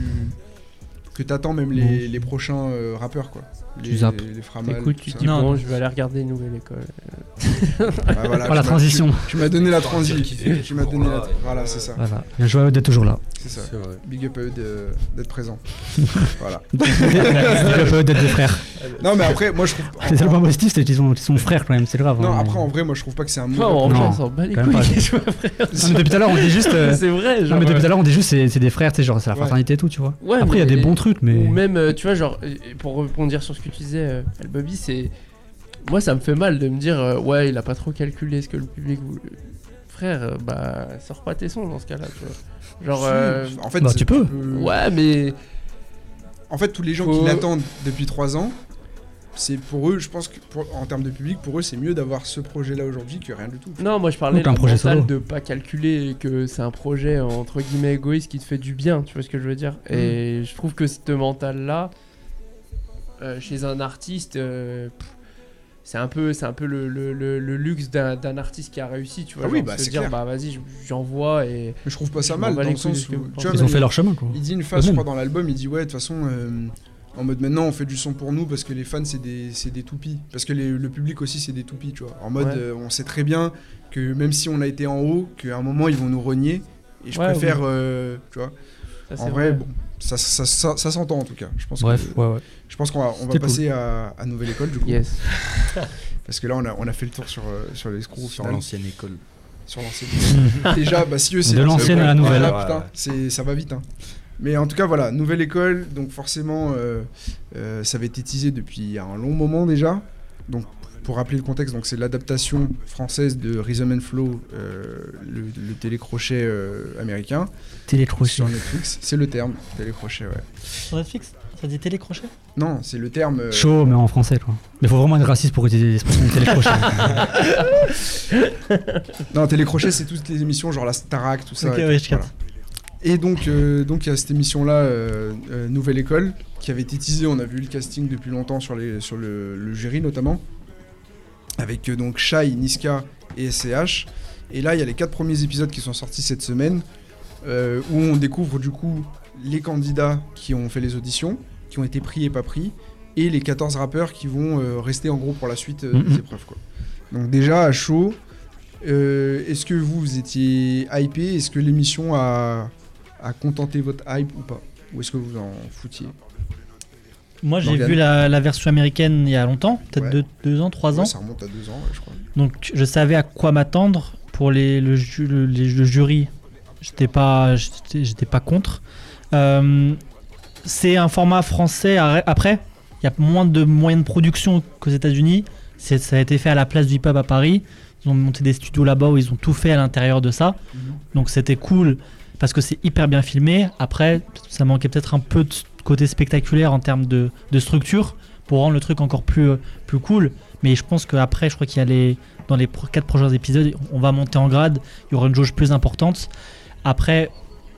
Speaker 2: Que t'attends même les, les prochains euh, rappeurs, quoi. Les,
Speaker 3: Tu zappes.
Speaker 2: Les Framal,
Speaker 4: Écoute,
Speaker 2: tout
Speaker 4: tu te
Speaker 2: ça.
Speaker 4: dis,
Speaker 1: Non.
Speaker 4: bon, je vais aller regarder une nouvelle école.
Speaker 2: Ah, voilà,
Speaker 3: Oh, la
Speaker 2: tu m'as-
Speaker 3: transition.
Speaker 2: Tu, tu m'as donné la transition.
Speaker 5: Sortir qui fait des
Speaker 2: Tu m'as
Speaker 5: cours
Speaker 2: donné
Speaker 5: là,
Speaker 2: la.
Speaker 5: et
Speaker 2: Voilà,
Speaker 5: euh,
Speaker 2: c'est ça.
Speaker 3: Voilà, bien joué d'être toujours là.
Speaker 2: C'est ça.
Speaker 6: C'est vrai.
Speaker 2: Big up à eux de- d'être présents. voilà.
Speaker 3: Bien joué d'être des frères.
Speaker 2: Non, mais après, moi, je trouve.
Speaker 3: C'est ça le point positif, c'est qu'ils sont, qu'ils sont frères quand même, c'est grave.
Speaker 2: Non,
Speaker 3: hein.
Speaker 2: après, en vrai, moi, je trouve pas que c'est un
Speaker 4: Enfin,
Speaker 2: mot.
Speaker 4: en
Speaker 3: Non.
Speaker 4: vrai, on s'en bat les
Speaker 3: Quand même
Speaker 4: couilles.
Speaker 3: pas.
Speaker 4: tu vois,
Speaker 3: Non, mais depuis tout à l'heure, on dit juste. euh,
Speaker 4: C'est vrai,
Speaker 3: Non,
Speaker 4: genre.
Speaker 3: mais depuis
Speaker 4: euh,
Speaker 3: tout à l'heure, on dit juste, c'est c'est des frères, tu sais, genre, c'est la
Speaker 2: Ouais.
Speaker 3: fraternité et tout, tu vois.
Speaker 4: Ouais,
Speaker 3: Après, il y a
Speaker 4: mais-
Speaker 3: des bons trucs, mais.
Speaker 4: Ou même, euh, tu vois, genre, euh, pour rebondir sur ce que tu disais, euh, Al Bobby, c'est. Moi, ça me fait mal de me dire, euh, ouais, il a pas trop calculé ce que le public voulait. Frère, euh, bah, sors pas tes sons dans ce cas-là, tu vois. Genre, euh,
Speaker 2: En fait,
Speaker 3: Bah,
Speaker 2: c'est-
Speaker 3: tu peux.
Speaker 4: ouais, mais.
Speaker 2: En fait, tous les gens
Speaker 4: Faut-
Speaker 2: qui l'attendent depuis 3 ans, c'est pour eux, je pense que pour- en termes de public, pour eux, c'est mieux d'avoir ce projet-là aujourd'hui que rien du tout.
Speaker 4: Non, moi, je parlais
Speaker 3: Donc, un
Speaker 4: de
Speaker 3: projet
Speaker 4: mental
Speaker 3: solo.
Speaker 4: de pas calculer et que c'est un projet, euh, entre guillemets, égoïste qui te fait du bien, tu vois ce que je veux dire.
Speaker 3: Mm.
Speaker 4: Et je trouve que ce mental-là, euh, chez un artiste. euh, pff, c'est un peu, c'est un peu le, le- le- le luxe d'un d'un artiste qui a réussi, tu vois.
Speaker 2: Ah oui,
Speaker 4: genre,
Speaker 2: bah,
Speaker 4: se
Speaker 2: c'est
Speaker 4: dire,
Speaker 2: clair.
Speaker 4: bah vas-y, j'envoie
Speaker 2: Mais
Speaker 4: et.
Speaker 2: je trouve pas
Speaker 4: Je
Speaker 2: ça
Speaker 4: m'en
Speaker 2: mal,
Speaker 4: bats
Speaker 2: dans
Speaker 4: les
Speaker 2: le sens
Speaker 4: couilles de ce que
Speaker 2: où.
Speaker 4: vous
Speaker 2: Tu
Speaker 4: pensez.
Speaker 2: vois,
Speaker 3: Ils ont
Speaker 2: même,
Speaker 3: fait leur chemin, quoi.
Speaker 2: il dit une phase,
Speaker 3: Eux-mêmes.
Speaker 2: je crois, dans l'album, il dit ouais, de toute façon. euh, En mode maintenant on fait du son pour nous parce que les fans c'est des, c'est des toupies. Parce que les- le public aussi c'est des toupies, tu vois. En mode
Speaker 4: Ouais.
Speaker 2: euh, on sait très bien que même si on a été en haut, qu'à un moment ils vont nous renier. Et je
Speaker 4: Ouais,
Speaker 2: préfère, euh, tu vois.
Speaker 4: Ça, c'est
Speaker 2: En vrai, bon, ça, ça- ça- ça s'entend en tout cas. Je pense
Speaker 3: Bref,
Speaker 2: que-
Speaker 3: ouais, ouais.
Speaker 2: je pense qu'on va, on va
Speaker 3: C'était
Speaker 2: passer à, à Nouvelle École du coup.
Speaker 4: Yes.
Speaker 2: Parce que là, on a, on a fait le tour sur, euh, sur l'escroc au
Speaker 5: Sur
Speaker 2: final.
Speaker 5: l'ancienne école.
Speaker 2: Sur l'ancienne. Déjà, bah, si eux, c'est.
Speaker 3: De l'ancienne à la nouvelle.
Speaker 2: Voilà, putain,
Speaker 5: Ouais.
Speaker 2: c'est- ça va vite. hein. Mais en tout cas, voilà, Nouvelle École. Donc, forcément, euh, euh, ça avait été teasé depuis un long moment déjà. Donc, pour rappeler le contexte, donc c'est l'adaptation française de Rhythm and Flow, euh, le, le télécrochet euh, américain,
Speaker 3: Télécrochet.
Speaker 2: sur Netflix. C'est le terme, télécrochet, ouais.
Speaker 1: Sur Netflix Ça dit télécrochet
Speaker 2: Non, c'est le terme. euh,
Speaker 3: Chaud, mais en français, quoi. Mais faut vraiment être raciste pour utiliser l'expression de télécrochet.
Speaker 2: Non, Télécrochet, c'est toutes les émissions, genre la Starac, tout ça.
Speaker 1: Ok,
Speaker 2: et, tout,
Speaker 1: ouais, je capte.
Speaker 2: et donc, euh, donc, il y a cette émission-là, euh, euh, Nouvelle École, qui avait été teasée. On a vu le casting depuis longtemps sur, les, sur le, le jury, notamment. Avec euh, donc Shai, Niska et SCH. Et là, il y a les quatre premiers épisodes qui sont sortis cette semaine, euh, où on découvre du coup les candidats qui ont fait les auditions, qui ont été pris et pas pris, et les 14 rappeurs qui vont euh, rester en gros pour la suite euh, des
Speaker 3: Mhm.
Speaker 2: épreuves. Quoi. Donc déjà, à chaud, euh, est-ce que vous, vous étiez hypé Est-ce que l'émission a, a contenté votre hype ou pas Ou est-ce que vous en foutiez
Speaker 1: Moi, j'ai
Speaker 2: Morgane.
Speaker 1: vu la, la version américaine il y a longtemps, peut-être
Speaker 2: Ouais.
Speaker 1: deux, deux ans, trois
Speaker 2: Ouais,
Speaker 1: ans.
Speaker 2: Ça remonte à deux ans, ouais, je crois.
Speaker 1: Donc, je savais à quoi m'attendre pour les, le, ju- le- les- le jury. J'étais pas, j'étais j'étais pas contre. Euh, c'est un format français. à- Après, il y a moins de moyens de production qu'aux États-Unis. C'est- Ça a été fait à la place du pub à Paris. Ils ont monté des studios là-bas où ils ont tout fait à l'intérieur de ça. Donc, c'était cool parce que c'est hyper bien filmé. Après, ça manquait peut-être un peu de côté spectaculaire en termes de, de structure pour rendre le truc encore plus, euh, plus cool. Mais je pense qu'après, je crois qu'il y a les, dans les pro- quatre prochains épisodes, on va monter en grade, il y aura une jauge plus importante. Après,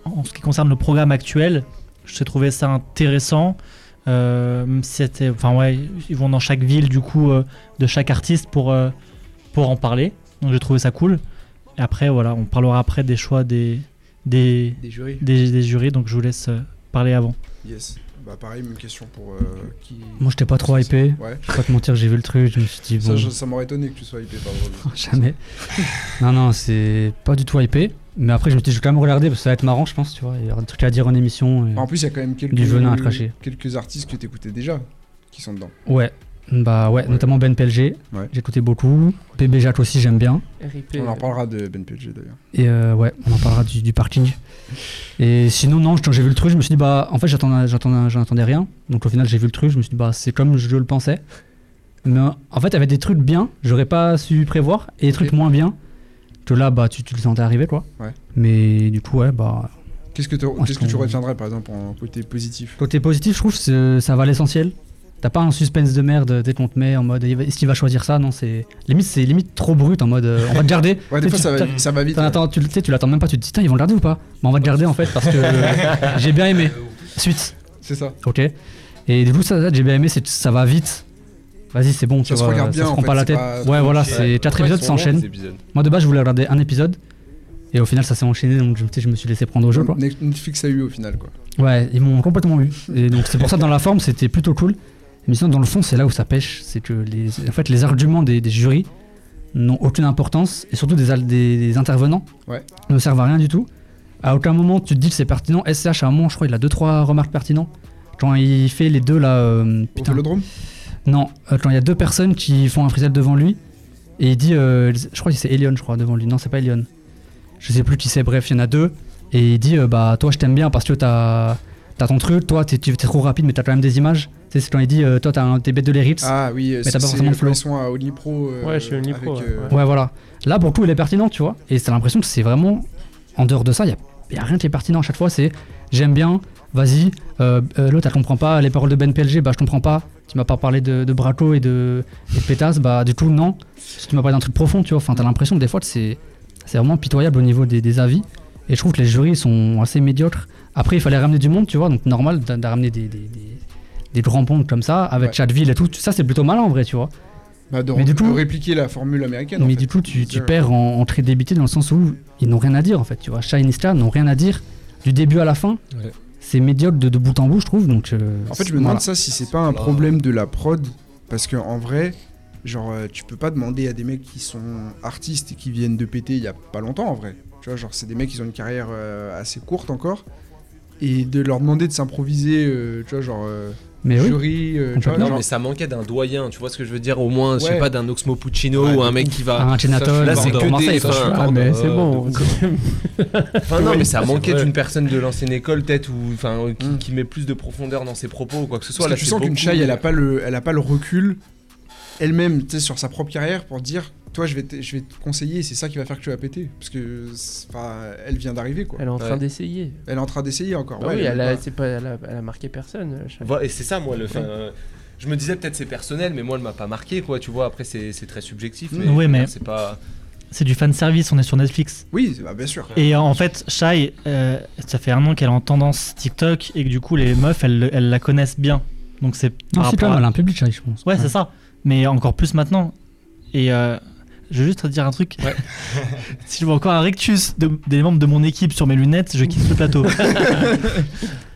Speaker 1: en ce qui concerne le programme actuel, j'ai trouvé ça intéressant. Euh, même si c'était, enfin ouais, ils vont dans chaque ville du coup euh, de chaque artiste pour, euh, pour en parler. Donc j'ai trouvé ça cool. Et après voilà, on parlera après des choix des, des,
Speaker 2: Des jurys
Speaker 1: des, des jurys, donc je vous laisse euh, parler avant.
Speaker 2: Yes. Bah pareil, même question pour euh, qui...
Speaker 3: Moi, j'étais pas trop hypé.
Speaker 2: Ouais.
Speaker 3: Je vais pas te mentir, j'ai vu le truc, je me suis dit,
Speaker 2: Ça,
Speaker 3: bon.
Speaker 2: je- ça m'aurait étonné que tu sois hypé par Roland.
Speaker 3: Jamais. non, non, c'est pas du tout hypé. Mais après, je me suis dit, je vais quand même regarder parce que ça va être marrant, je pense, tu vois. Il y aura des trucs à dire en émission. et-
Speaker 2: Bah, En plus, il y a quand même quelques,
Speaker 3: Du venin à cracher.
Speaker 2: quelques artistes que t'écoutais déjà qui sont dedans.
Speaker 3: Ouais. Bah ouais,
Speaker 2: Ouais.
Speaker 3: notamment Ben PLG.
Speaker 2: Ouais.
Speaker 3: J'écoutais beaucoup. PB Jacques aussi, j'aime bien.
Speaker 4: RIP.
Speaker 6: euh,
Speaker 2: On en reparlera de Ben PG d'ailleurs.
Speaker 3: Et euh, ouais, on en parlera du, du parking. Et sinon, non, quand j'ai vu le truc, je me suis dit, bah, en fait, j'attendais, j'attendais, j'attendais rien. Donc au final, j'ai vu le truc, je me suis dit, bah, c'est comme je le pensais. Mais euh, en fait, il y avait des trucs bien, j'aurais pas su prévoir, et des
Speaker 4: Ok.
Speaker 3: trucs moins bien, que là, bah, tu, tu le sentais arriver, quoi.
Speaker 2: Ouais.
Speaker 3: Mais du coup, ouais, bah.
Speaker 2: Qu'est-ce que, te-
Speaker 3: Moi, je
Speaker 2: qu'est-ce que tu
Speaker 3: trouve-
Speaker 2: retiendrais par exemple en côté positif
Speaker 3: Côté positif, je trouve que c'est- ça va à l'essentiel. T'as pas un suspense de merde dès qu'on te met en mode est-ce qu'il va choisir ça Non, c'est limite, c'est limite trop brut en mode euh, on va te garder.
Speaker 2: Ouais,
Speaker 3: Tu
Speaker 2: des fois,
Speaker 3: sais,
Speaker 2: ça
Speaker 3: tu-
Speaker 2: va, ça va vite.
Speaker 3: t'en attends- tu le- tu sais, tu l'attends même pas, tu te dis tiens, ils vont le garder ou pas Mais on va te garder en fait parce que euh, j'ai bien aimé. Suite,
Speaker 2: hein. C'est ça.
Speaker 3: ok. Et du coup, ça, ça, j'ai bien aimé, c'est- ça va vite. Vas-y, c'est bon,
Speaker 2: Ça
Speaker 3: tu
Speaker 2: se
Speaker 3: vois,
Speaker 2: regarde bien,
Speaker 3: ça se
Speaker 2: en
Speaker 3: prend
Speaker 2: fait,
Speaker 3: pas la
Speaker 2: c'est
Speaker 3: tête.
Speaker 2: pas trop
Speaker 3: ouais, voilà,
Speaker 2: compliqué.
Speaker 3: c'est quatre épisodes s'enchaînent. Moi de base je voulais regarder un épisode et au final ça s'est enchaîné donc je, tu sais, je me suis laissé prendre au jeu quoi.
Speaker 2: Net- Netflix a eu au final, quoi.
Speaker 3: Ouais, ils m'ont complètement eu. Et donc c'est pour ça dans la forme c'était plutôt cool. Mais sinon dans le fond c'est là où ça pêche, c'est que les, en fait les arguments des, des jurys n'ont aucune importance et surtout des, al- des, des intervenants
Speaker 2: Ouais.
Speaker 3: ne servent à rien du tout. À aucun moment tu te dis que c'est pertinent. SCH à un moment je crois il a deux trois remarques pertinentes. Quand il fait les deux là, euh,
Speaker 2: Au
Speaker 3: putain,
Speaker 2: Vélodrome
Speaker 3: non, euh, quand il y a deux personnes qui font un freestyle devant lui, et il dit, euh, je crois que c'est Elion, je crois, devant lui. Non, c'est pas Elion. Je sais plus qui c'est, bref, il y en a deux. Et il dit, euh, bah, toi, je t'aime bien parce que t'as as ton truc, toi, t'es t'es trop rapide, mais t'as quand même des images. Tu sais, c'est quand il dit, euh, toi, t'as un- t'es bête de l'Eritz.
Speaker 2: Ah oui, euh,
Speaker 3: Mais t'as
Speaker 2: c'est
Speaker 3: pas
Speaker 2: c'est
Speaker 3: forcément
Speaker 2: le
Speaker 3: le flow.
Speaker 2: poisson à Only Pro. euh,
Speaker 4: Ouais, chez Only
Speaker 2: avec,
Speaker 4: Pro, ouais,
Speaker 2: euh,
Speaker 4: ouais.
Speaker 3: Ouais, voilà. Là, pour le coup, elle est pertinente, tu vois. Et t'as l'impression que c'est vraiment. En dehors de ça, il n'y a, y a rien qui est pertinent. À chaque fois, c'est j'aime bien, vas-y. Euh, euh, L'autre, elle comprend pas. Les paroles de Ben PLG, bah, je comprends pas. Tu m'as pas parlé de, de Braco et de, et de Pétasse, bah, du coup, non. Si tu m'as parlé d'un truc profond, tu vois. Enfin, t'as l'impression que des fois, c'est c'est vraiment pitoyable au niveau des, des avis. Et je trouve que les jurys sont assez médiocres. Après, il fallait ramener du monde, tu vois. Donc, normal d'a- de ramener des, des, des, des grands ponts comme ça, avec
Speaker 2: Ouais.
Speaker 3: Chadville et tout. Ça, c'est plutôt malin en vrai, tu vois.
Speaker 2: bah, de,
Speaker 3: Mais du
Speaker 2: de
Speaker 3: coup-
Speaker 2: répliquer la formule américaine. en
Speaker 3: Mais
Speaker 2: fait.
Speaker 3: du coup, tu, tu
Speaker 2: C'est-
Speaker 3: perds en, en crédibilité dans le sens où ils n'ont rien à dire en fait. Tu vois, Shine et Star n'ont rien à dire du début à la fin.
Speaker 6: Ouais.
Speaker 3: C'est médiocre de, de bout en bout, je trouve. Donc, euh,
Speaker 2: En fait, je me
Speaker 3: voilà.
Speaker 2: demande ça si c'est pas un problème de la prod, parce que en vrai, genre, euh, tu peux pas demander à des mecs qui sont artistes et qui viennent de péter il y a pas longtemps, en vrai. Tu vois, genre, c'est des mecs qui ont une carrière euh, assez courte encore, et de leur demander de s'improviser, euh, tu vois, genre, euh,
Speaker 3: Mais oui,
Speaker 2: jury, euh, tu vois,
Speaker 6: Non,
Speaker 2: genre-
Speaker 6: mais ça manquait d'un doyen, tu vois ce que je veux dire Au moins, je
Speaker 2: Ouais.
Speaker 6: sais pas, d'un Oxmo Puccino ou un mec qui va.
Speaker 3: un Chenatol,
Speaker 6: là, c'est que
Speaker 3: comment Ah, ça,
Speaker 6: des-
Speaker 3: ils font
Speaker 6: enfin,
Speaker 3: ça
Speaker 4: Ah, mais c'est
Speaker 6: euh,
Speaker 4: bon.
Speaker 6: Enfin, non, mais ça manquait
Speaker 5: vrai.
Speaker 6: d'une personne de l'ancienne école, peut-être, ou enfin, euh, qui,
Speaker 2: Mm.
Speaker 6: qui met plus de profondeur dans ses propos ou quoi que ce soit.
Speaker 2: Parce que
Speaker 6: là,
Speaker 2: tu
Speaker 6: c'est
Speaker 2: sens qu'une
Speaker 6: beaucoup-
Speaker 2: chaille, elle a pas le, elle a pas le recul elle-même, tu sais, sur sa propre carrière pour dire, toi, je vais, te- je vais te conseiller, et c'est ça qui va faire que tu vas péter, parce que, c'est- enfin, elle vient d'arriver, quoi.
Speaker 4: Elle est en train
Speaker 6: Ouais.
Speaker 4: d'essayer.
Speaker 2: Elle est en train d'essayer encore.
Speaker 4: Bah
Speaker 2: ouais,
Speaker 4: oui,
Speaker 2: elle
Speaker 4: elle
Speaker 2: est
Speaker 4: a,
Speaker 2: pas-
Speaker 4: c'est pas, elle, a, elle a marqué personne. euh, Shine.
Speaker 6: Voilà, et c'est ça, moi, le. enfin, euh, je me disais peut-être c'est personnel, mais moi, elle m'a pas marqué, quoi. Tu vois, après, c'est c'est très subjectif. Mm. Mais
Speaker 1: Oui, mais-
Speaker 6: c'est pas.
Speaker 1: C'est du fan service, on est sur Netflix.
Speaker 2: Oui, bah, bien sûr.
Speaker 1: Et en fait, Shai, euh, ça fait un an qu'elle est en tendance TikTok et que du coup, les meufs, elles, elles la connaissent bien. Donc c'est
Speaker 3: Non,
Speaker 1: par
Speaker 3: c'est
Speaker 1: rapport
Speaker 3: quand
Speaker 1: à-
Speaker 3: même elle a un public, Shai, je pense.
Speaker 1: Ouais, c'est ça. Mais encore plus maintenant. Et euh, je vais juste te dire un truc. si je vois encore un rectus de- des membres de mon équipe sur mes lunettes, je quitte le plateau.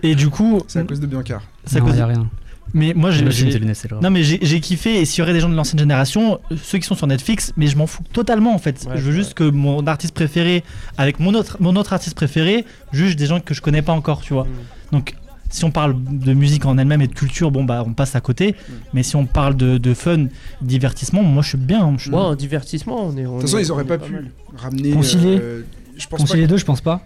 Speaker 1: et du coup,
Speaker 2: C'est à
Speaker 4: Mm.
Speaker 2: cause de Biancar.
Speaker 1: ça
Speaker 3: Non,
Speaker 1: cause-
Speaker 3: y a rien.
Speaker 1: mais moi j'ai-
Speaker 3: J'imagine tes
Speaker 1: j'ai.
Speaker 3: lunettes, c'est grave.
Speaker 1: Non mais j'ai j'ai kiffé et s'il y aurait des gens de l'ancienne génération, euh, ceux qui sont sur Netflix, mais je m'en fous totalement en fait.
Speaker 4: Ouais,
Speaker 1: je veux juste que mon artiste préféré, avec mon autre, mon autre artiste préféré, juge des gens que je connais pas encore, tu vois.
Speaker 4: Mm.
Speaker 1: Donc si on parle de musique en elle-même et de culture, bon bah on passe à côté. Mais si on parle de, de fun, divertissement, moi je suis bien. hein, je suis-
Speaker 4: Bon, en divertissement, on est.
Speaker 2: De toute façon, ils auraient pas pu ramener.
Speaker 3: Concilier.
Speaker 2: euh, je pense
Speaker 3: Concilier les deux, je pense pas.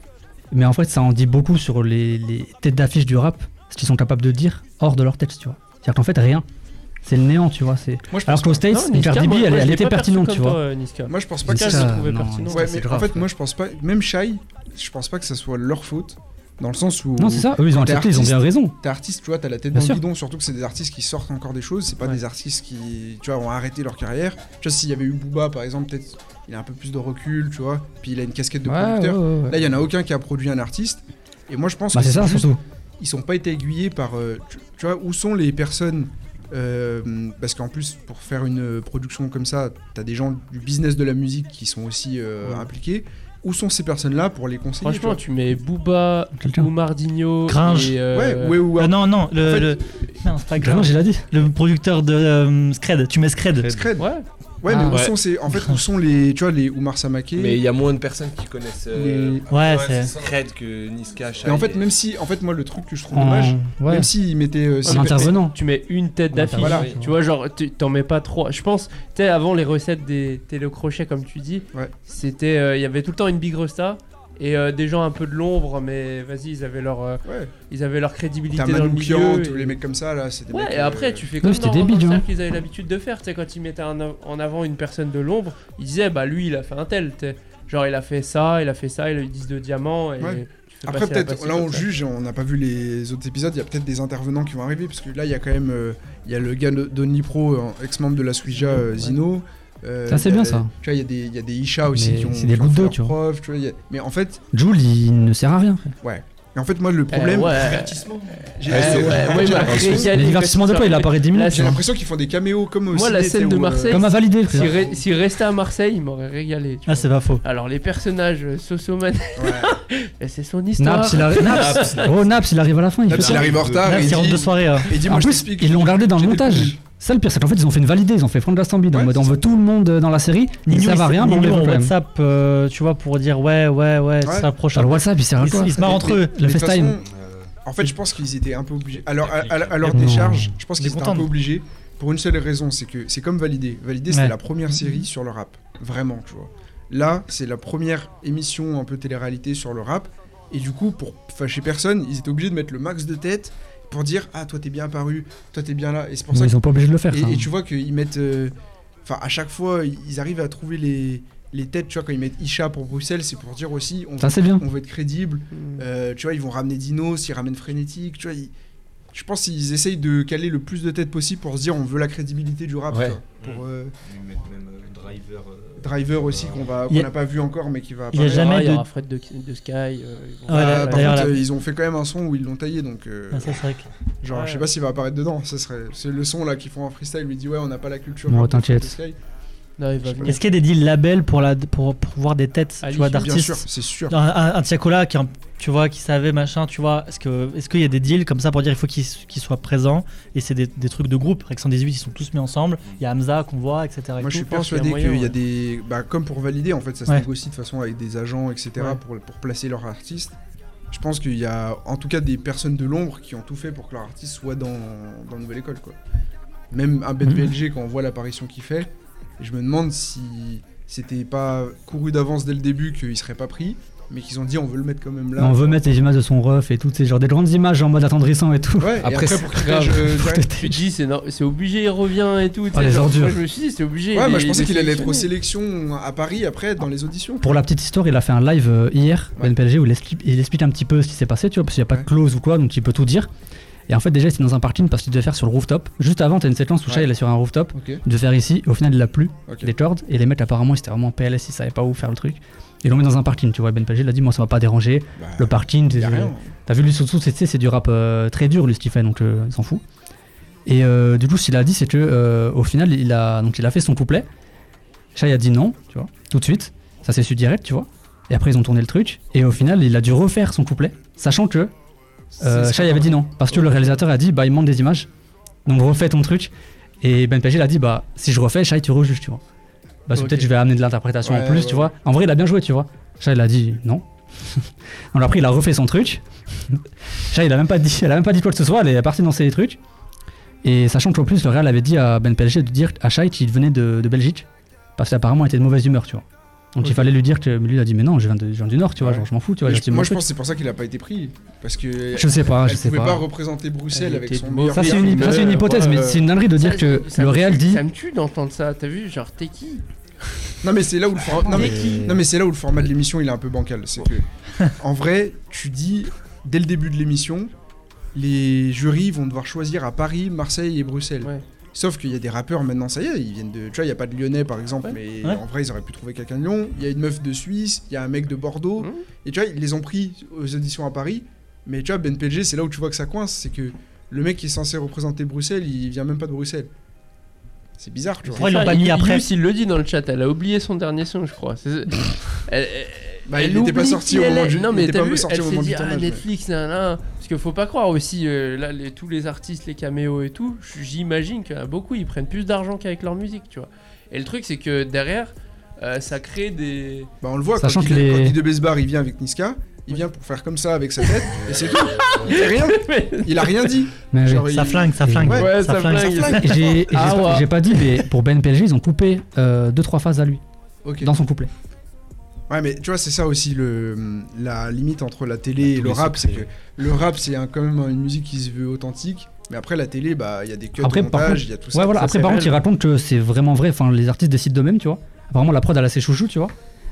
Speaker 3: Mais en fait, ça en dit beaucoup sur les, les têtes d'affiche du rap, ce qu'ils sont capables de dire hors de leur texte, tu vois. C'est-à-dire qu'en fait, rien. C'est le néant, tu vois. c'est-
Speaker 2: pas. Moi, je pense
Speaker 3: Alors qu'aux
Speaker 2: pas.
Speaker 3: States, Cardi B, elle, elle était pertinente, tu vois.
Speaker 2: Moi, je pense pas
Speaker 3: Mais
Speaker 2: que
Speaker 4: Niska,
Speaker 3: ça,
Speaker 4: je
Speaker 2: ça.
Speaker 4: le trouvais
Speaker 3: non,
Speaker 4: pertinent.
Speaker 3: ça,
Speaker 2: Ouais,
Speaker 3: c'est
Speaker 2: mais en
Speaker 3: grave,
Speaker 2: fait, moi, je pense pas. Même Shai, je pense pas que ça soit leur faute. Dans le sens où.
Speaker 3: Non, c'est ça, eux ils ont
Speaker 2: t'es
Speaker 3: accepté, ils ont bien raison.
Speaker 2: T'es artiste, tu vois, t'as la tête dans
Speaker 3: Bien
Speaker 2: le
Speaker 3: sûr.
Speaker 2: guidon, surtout que c'est des artistes qui sortent encore des choses, c'est pas
Speaker 4: Ouais.
Speaker 2: des artistes qui, tu vois, ont arrêté leur carrière. Tu vois, s'il y avait eu Booba, par exemple, peut-être il a un peu plus de recul, tu vois, puis il a une casquette de producteur. Là, il y en a aucun qui a produit un artiste. Et moi, je pense
Speaker 3: Bah,
Speaker 2: que
Speaker 3: c'est ça,
Speaker 2: juste-
Speaker 3: surtout.
Speaker 2: ils sont pas été aiguillés par euh, tu, tu vois où sont les personnes euh, parce qu'en plus pour faire une euh, production comme ça t'as des gens du business de la musique qui sont aussi euh,
Speaker 4: Ouais.
Speaker 2: impliqués où sont ces personnes là pour les conseiller
Speaker 4: Franchement, tu mets Booba,
Speaker 3: Quelqu'un.
Speaker 4: Boumardinho,
Speaker 1: Gringe.
Speaker 4: et,
Speaker 2: tu
Speaker 4: euh,
Speaker 2: vois ouais ouais ou
Speaker 1: Ah non, non, le.
Speaker 2: fait-
Speaker 1: le- Non, c'est pas
Speaker 3: Non,
Speaker 1: grave.
Speaker 3: j'ai l'a dit.
Speaker 1: Le producteur de euh, Scred, tu mets Scred.
Speaker 2: Scred. ouais,
Speaker 4: Ouais,
Speaker 2: mais
Speaker 1: Ah.
Speaker 2: où
Speaker 6: Ouais.
Speaker 2: sont ces en fait où sont les tu vois les Oumar Samaké
Speaker 6: Mais il y a moins de personnes qui connaissent. euh,
Speaker 2: Les-
Speaker 1: Ouais, c'est-
Speaker 6: Cred que Niska, Shai
Speaker 2: et en fait
Speaker 6: et-
Speaker 2: même si en fait moi le truc que je trouve
Speaker 3: En-
Speaker 2: dommage
Speaker 3: Ah, ouais,
Speaker 2: même s'ils mettaient euh,
Speaker 3: en
Speaker 2: ces-
Speaker 3: intervenant.
Speaker 4: tu mets une tête d'affiche.
Speaker 2: Voilà.
Speaker 4: Tu vois, genre, tu- t'en mets pas trois. Je pense, tu sais, avant les recettes des télécrochets, comme tu dis,
Speaker 2: Ouais.
Speaker 4: c'était. euh, Il y avait tout le temps une big resta et euh, des gens un peu de l'ombre, mais vas-y, ils avaient leur, euh,
Speaker 2: ouais
Speaker 4: ils avaient leur crédibilité
Speaker 2: t'as
Speaker 4: dans le
Speaker 2: Manu Pian
Speaker 4: milieu.
Speaker 2: tous
Speaker 4: et-
Speaker 2: les mecs comme ça là c'est des
Speaker 4: Ouais,
Speaker 2: mecs,
Speaker 4: et
Speaker 2: euh,
Speaker 4: après, tu fais comme
Speaker 3: c'était
Speaker 4: dans
Speaker 3: débile,
Speaker 4: Romanceur
Speaker 3: hein.
Speaker 4: qu'ils avaient l'habitude de faire. Tu sais, quand ils mettaient un av- en avant une personne de l'ombre, ils disaient, bah lui, il a fait un tel. tu sais. Genre, il a fait ça, il a fait ça, il a eu 10 de diamant. Et
Speaker 2: Ouais.
Speaker 4: tu sais pas
Speaker 2: Après,
Speaker 4: si elle va
Speaker 2: peut-être,
Speaker 4: passer
Speaker 2: là, on
Speaker 4: comme ça.
Speaker 2: juge, on n'a pas vu les autres épisodes, il y a peut-être des intervenants qui vont arriver, parce que là, il y a quand même euh, il y a le gars de- d'Only Pro, euh, ex-membre de la Suija, euh, Zino. euh,
Speaker 3: Ça, c'est
Speaker 2: il y a-
Speaker 3: bien, ça.
Speaker 2: Tu vois, il y a des- il y, a des Isha aussi
Speaker 3: Mais
Speaker 2: qui ont.
Speaker 3: c'est des
Speaker 2: qui ont
Speaker 3: gouttes
Speaker 2: fait
Speaker 3: d'eau,
Speaker 2: leur
Speaker 3: tu vois.
Speaker 2: preuve, tu vois, il y a- Mais en fait,
Speaker 3: Jules, il ne sert à rien. frère.
Speaker 2: et en fait, moi, le
Speaker 4: Euh,
Speaker 2: problème.
Speaker 4: ouais, Eh
Speaker 2: j'ai-
Speaker 4: ouais,
Speaker 2: j'ai-
Speaker 4: ouais, ouais,
Speaker 2: j'ai
Speaker 4: mais après,
Speaker 2: l'impression-
Speaker 4: il y a
Speaker 3: Le
Speaker 4: des
Speaker 3: divertissement de
Speaker 4: personnes-
Speaker 3: pas, il apparaît 10
Speaker 4: Là,
Speaker 3: minutes.
Speaker 4: c'est
Speaker 2: j'ai
Speaker 3: tu vois.
Speaker 2: l'impression qu'ils font des caméos comme au
Speaker 4: Moi,
Speaker 2: ciné,
Speaker 4: la
Speaker 2: tu sais,
Speaker 4: scène de
Speaker 2: où, euh,
Speaker 4: Marseille,
Speaker 3: Comme à valider,
Speaker 4: Si
Speaker 3: frère.
Speaker 4: re- S'il restait à Marseille, il m'aurait régalé. tu
Speaker 1: Ah,
Speaker 4: vois.
Speaker 1: c'est pas faux.
Speaker 4: Alors, les personnages, euh, Sosoman,
Speaker 2: ouais.
Speaker 4: eh, c'est son histoire.
Speaker 3: Naps, il arrive. Naps. Oh, Naps, il arrive à la fin. il
Speaker 2: Même
Speaker 3: fait
Speaker 2: s'il
Speaker 3: ça.
Speaker 2: arrive en retard,
Speaker 1: Là,
Speaker 2: Ah, il
Speaker 1: c'est rentre de
Speaker 2: dit,
Speaker 1: soirée. euh.
Speaker 2: il dit,
Speaker 3: En
Speaker 2: moi, je
Speaker 3: plus,
Speaker 2: t'explique.
Speaker 3: ils l'ont gardé dans le
Speaker 2: J'ai
Speaker 3: montage.
Speaker 2: des-
Speaker 3: Ça, le pire, c'est qu'en fait, ils ont fait une validée, ils ont fait Franck Lastambide. En
Speaker 2: Ouais,
Speaker 3: mode,
Speaker 2: c'est
Speaker 3: on
Speaker 2: ça.
Speaker 3: veut tout le monde euh, dans la série, mais
Speaker 1: Nino,
Speaker 3: ça
Speaker 1: il-
Speaker 3: va rien, mais on
Speaker 1: Nino
Speaker 3: les veut
Speaker 1: en
Speaker 3: quand même.
Speaker 1: WhatsApp, euh, tu vois, pour dire ouais, ouais, Ah, ouais, ça
Speaker 2: Ouais.
Speaker 1: se rapproche.
Speaker 3: Sur le WhatsApp, il sert à
Speaker 1: Ils
Speaker 3: quoi
Speaker 1: ils se marrent entre eux.
Speaker 2: Mais
Speaker 3: Le
Speaker 2: de toute
Speaker 3: FaceTime.
Speaker 2: façon,
Speaker 5: Euh,
Speaker 2: En fait, je pense qu'ils étaient un peu obligés. Alors, à,
Speaker 5: La clique.
Speaker 2: à- à leur
Speaker 3: Non.
Speaker 2: décharge, je pense qu'ils
Speaker 1: Des
Speaker 2: étaient un peu
Speaker 1: contentes.
Speaker 2: obligés pour une seule raison c'est que c'est comme Validé. Validé, c'était
Speaker 1: Ouais.
Speaker 2: la première série sur le rap. Vraiment, tu vois. Là, c'est la première émission un peu télé-réalité sur le rap. Et du coup, pour fâcher personne, ils étaient obligés de mettre le max de tête pour dire Ah, toi, t'es bien apparu, toi, t'es bien là. Et c'est pour
Speaker 3: Non,
Speaker 2: ça
Speaker 3: Ils sont pas obligés de le faire.
Speaker 2: et,
Speaker 3: ça.
Speaker 2: et tu vois qu'ils mettent. euh, Enfin, à chaque fois, ils arrivent à trouver les, les têtes. Tu vois, quand ils mettent Isha pour Bruxelles, c'est pour dire aussi on,
Speaker 3: Ça,
Speaker 2: veut,
Speaker 3: c'est bien.
Speaker 2: on veut être crédible.
Speaker 4: Hmm.
Speaker 2: Euh, tu vois, ils vont ramener Dino, s'ils ramènent Frénétique. Tu vois, ils- je pense qu'ils essayent de caler le plus de têtes possible pour se dire on veut la crédibilité du rap.
Speaker 6: Ouais.
Speaker 2: tu vois. Pour euh,
Speaker 5: Ils mettent même euh, Driver. euh,
Speaker 2: Driver aussi, qu'on va- qu'on
Speaker 1: Y a-
Speaker 2: n'a pas vu encore, mais qui va.
Speaker 1: Il y a
Speaker 2: apparaître.
Speaker 1: jamais
Speaker 4: Ah, il y
Speaker 1: de-
Speaker 4: aura Fred de, de Sky. euh, ils vont-
Speaker 1: Ah, ouais,
Speaker 2: Ah,
Speaker 1: là,
Speaker 2: par
Speaker 1: d'ailleurs,
Speaker 2: contre,
Speaker 1: là-
Speaker 2: euh, ils ont fait quand même un son où ils l'ont taillé, donc euh,
Speaker 1: Ah, ça, c'est vrai que-
Speaker 2: genre je sais
Speaker 4: Ouais.
Speaker 2: pas s'il va apparaître dedans. Ça serait c'est le son là qu'ils font en freestyle. Lui dit ouais, on n'a pas la culture.
Speaker 3: Non,
Speaker 2: rap de
Speaker 3: t'inquiète.
Speaker 2: Sky.
Speaker 4: Non, il va venir.
Speaker 1: Est-ce qu'il y a des deals labels pour, la, pour, pour voir des têtes
Speaker 4: Ah,
Speaker 1: tu vois,
Speaker 4: oui, bien
Speaker 2: Bien sûr,
Speaker 1: d'artistes
Speaker 2: c'est sûr.
Speaker 1: un, un, un Tiakola qui, est un- tu vois, qui savait machin, tu vois. Est-ce que est-ce qu'il y a des deals comme ça pour dire il faut qu'ils qu'ils soient présents Et c'est des, des trucs de groupe. Avec 118, ils sont tous mis ensemble. Il y a Hamza qu'on voit, etc. et
Speaker 2: Moi, je
Speaker 1: tout.
Speaker 2: suis
Speaker 4: pense qu'il y a
Speaker 2: persuadé qu'il y a,
Speaker 4: moyen, ouais.
Speaker 2: des. Bah, comme pour valider, en fait, ça se
Speaker 1: Ouais.
Speaker 2: négocie de façon avec des agents, etc.,
Speaker 4: Ouais.
Speaker 2: pour, pour placer leur artiste. Je pense qu'il y a, en tout cas, des personnes de l'ombre qui ont tout fait pour que leur artiste soit dans, dans Nouvelle École, quoi. Même un BetBLG, quand on voit l'apparition qu'il fait, je me demande si c'était pas couru d'avance dès le début qu'il serait pas pris, mais qu'ils ont dit on veut le mettre quand même là.
Speaker 3: On veut mettre les images de son ref et tout, c'est genre des grandes images en mode attendrissant et tout.
Speaker 2: Ouais, et
Speaker 6: Après,
Speaker 2: après,
Speaker 6: c'est
Speaker 2: pour qu'il
Speaker 4: grave.
Speaker 2: tèche, euh, direct-
Speaker 4: Tu te dis, c'est no- c'est obligé, il revient et tout. tu sais,
Speaker 3: Ah, les
Speaker 4: genre,
Speaker 3: ordures.
Speaker 4: Moi, je me suis dit, c'est obligé.
Speaker 2: Ouais,
Speaker 4: il
Speaker 2: moi,
Speaker 4: est-
Speaker 2: je pensais
Speaker 4: il est
Speaker 2: qu'il allait être aux
Speaker 4: sélectionné.
Speaker 2: sélections à Paris après, dans les auditions.
Speaker 3: Pour la petite histoire, il a fait un live euh, hier,
Speaker 2: Ouais.
Speaker 3: BNPLG, où il explique, il explique un petit peu ce qui s'est passé, tu vois, parce qu'il n'y a pas de
Speaker 2: Ouais.
Speaker 3: clause ou quoi, donc il peut tout dire. Et en fait, déjà, il était dans un parking parce qu'il devait faire sur le rooftop. Juste avant, t'as une séquence où
Speaker 2: Ouais.
Speaker 3: Shai, il est sur un rooftop,
Speaker 2: Ok,
Speaker 3: de faire ici, au final, il a plu,
Speaker 2: ok.
Speaker 3: des cordes, et les mecs, apparemment, ils étaient vraiment en PLS, ils savaient pas où faire le truc. Ils l'ont mis dans un parking, tu vois, et BNPLG, il a dit, moi, ça m'a pas dérangé,
Speaker 2: Bah,
Speaker 3: le parking,
Speaker 2: y a
Speaker 3: c'est-
Speaker 2: rien.
Speaker 3: T'as vu lui sous c'est tu sais, c'est du rap euh, très dur lui ce qu'il fait donc euh, il s'en fout. Et euh, du coup ce qu'il a dit c'est que euh, au final il a donc il a fait son couplet. Shai a dit non, tu vois, tout de suite, ça s'est su direct, tu vois. Et après ils ont tourné le truc et au final il a dû refaire son couplet, sachant que euh,
Speaker 2: C'est-
Speaker 3: Shai avait dit non parce que le réalisateur a dit bah il manque des images, donc refais ton truc. Et Ben Pagel a dit bah si je refais Shai tu rejuges, tu vois. Bah c'est
Speaker 4: Ok.
Speaker 3: peut-être je vais amener de l'interprétation
Speaker 2: Ouais,
Speaker 3: en plus,
Speaker 2: ouais,
Speaker 3: tu
Speaker 2: ouais.
Speaker 3: vois. En vrai il a bien joué, tu vois. Shai il a dit non. Alors après il a refait son truc. Chat, il a même pas dit, elle a même pas dit quoi que ce soit, elle est partie dans ses trucs. Et sachant qu'en plus, le Real avait dit à Ben Pelger de dire à Shai qu'il venait de, de Belgique, parce qu'apparemment il était de mauvaise humeur, tu vois. Donc il
Speaker 4: Ok.
Speaker 3: fallait lui dire que mais lui il a dit mais non, je viens, de- je viens du Nord, tu vois,
Speaker 2: Ouais.
Speaker 3: genre je m'en fous, tu vois.
Speaker 2: Mais
Speaker 3: j'ai
Speaker 2: je-
Speaker 3: dit,
Speaker 2: moi,
Speaker 3: mon
Speaker 2: je
Speaker 3: truc.
Speaker 2: pense que c'est pour ça qu'il a pas été pris. Parce que
Speaker 3: je sais pas, je
Speaker 2: elle
Speaker 3: sais
Speaker 2: pouvait pas.
Speaker 3: pas.
Speaker 2: représenter Bruxelles
Speaker 4: Elle
Speaker 2: avec
Speaker 4: était
Speaker 2: son
Speaker 4: de
Speaker 2: meilleur
Speaker 3: Ça c'est
Speaker 2: meilleur
Speaker 3: une, ça, c'est une
Speaker 2: humeur,
Speaker 3: hypothèse,
Speaker 2: euh,
Speaker 3: mais c'est une dinnerie de dire
Speaker 4: Ça,
Speaker 3: que
Speaker 4: ça
Speaker 3: le
Speaker 4: me
Speaker 3: Real
Speaker 4: tue-
Speaker 3: dit.
Speaker 4: Ça me tue d'entendre ça. T'as vu, genre, t'es qui
Speaker 2: Non mais c'est là où le for- non, mais... non, mais c'est là où le format de l'émission il est un peu bancal. C'est que en vrai, tu dis dès le début de l'émission, les jurys vont devoir choisir à Paris, Marseille et Bruxelles.
Speaker 4: Ouais.
Speaker 2: Sauf qu'il y a des rappeurs maintenant, ça y est, ils viennent de. Tu vois, il n'y a pas de Lyonnais par exemple,
Speaker 4: Ouais.
Speaker 2: mais
Speaker 1: Ouais.
Speaker 2: en vrai, ils auraient pu trouver quelqu'un de Lyon. Il y a une meuf de Suisse, il y a un mec de Bordeaux.
Speaker 4: Mhm.
Speaker 2: Et tu vois, ils les ont pris aux auditions à Paris. Mais tu vois, Ben PLG, c'est là où tu vois que ça coince. C'est que le mec qui est censé représenter Bruxelles, il vient même pas de Bruxelles. C'est bizarre, tu vois.
Speaker 1: Pourquoi ils l'ont pas mis après
Speaker 4: Yus, il le dit dans le chat, elle a oublié son dernier son, je crois. C'est- Elle- elle-
Speaker 2: Bah, il
Speaker 4: elle
Speaker 2: était
Speaker 4: oublie
Speaker 2: pas sorti
Speaker 4: qui
Speaker 2: au
Speaker 4: elle
Speaker 2: moment
Speaker 4: est.
Speaker 2: du-
Speaker 4: Non,
Speaker 2: il
Speaker 4: mais
Speaker 2: était
Speaker 4: t'as
Speaker 2: pas
Speaker 4: vu,
Speaker 2: sorti
Speaker 4: elle
Speaker 2: au
Speaker 4: s'est
Speaker 2: moment du
Speaker 4: dit, ah,
Speaker 2: tournage, mais-
Speaker 4: Netflix, nan, nan. Parce qu'il faut pas croire aussi, euh, là, les- tous les artistes, les caméos et tout, j'imagine qu'il y en a beaucoup, ils prennent plus d'argent qu'avec leur musique, tu vois. Et le truc, c'est que derrière, euh, ça crée des.
Speaker 2: Bah, on le voit,
Speaker 3: Sachant
Speaker 2: quand,
Speaker 3: que
Speaker 2: il,
Speaker 3: les-
Speaker 2: quand il de Besbar, il vient avec Niska, il vient pour faire comme ça avec sa tête, et c'est tout. Il fait rien, il a rien dit.
Speaker 3: Mais
Speaker 2: Genre,
Speaker 1: Ça
Speaker 2: il-
Speaker 1: flingue, ça flingue.
Speaker 2: Ouais,
Speaker 4: ça
Speaker 2: ça
Speaker 4: flingue.
Speaker 2: flingue.
Speaker 3: j'ai j'ai
Speaker 4: Ah,
Speaker 3: pas-
Speaker 4: ouais.
Speaker 3: j'ai pas dit, mais pour Ben Pelger, ils ont coupé euh, deux trois phases à lui
Speaker 2: Ok.
Speaker 3: dans son couplet.
Speaker 2: Ouais, mais tu vois, c'est ça aussi le, la limite entre la télé et
Speaker 5: tous
Speaker 2: le
Speaker 5: les
Speaker 2: rap, c'est
Speaker 5: secrets.
Speaker 2: que le rap, c'est un- quand même une musique qui se veut authentique, mais après la télé, bah il y a des cuts
Speaker 3: Après,
Speaker 2: au
Speaker 3: par
Speaker 2: montage, il y a tout ça.
Speaker 3: Ouais, voilà.
Speaker 4: ça,
Speaker 3: Après,
Speaker 4: c'est
Speaker 3: par
Speaker 4: réel.
Speaker 3: contre, ils racontent que c'est vraiment vrai. Enfin, les artistes décident d'eux-mêmes, tu vois. Apparemment, la prod, elle a ses chouchous, tu vois.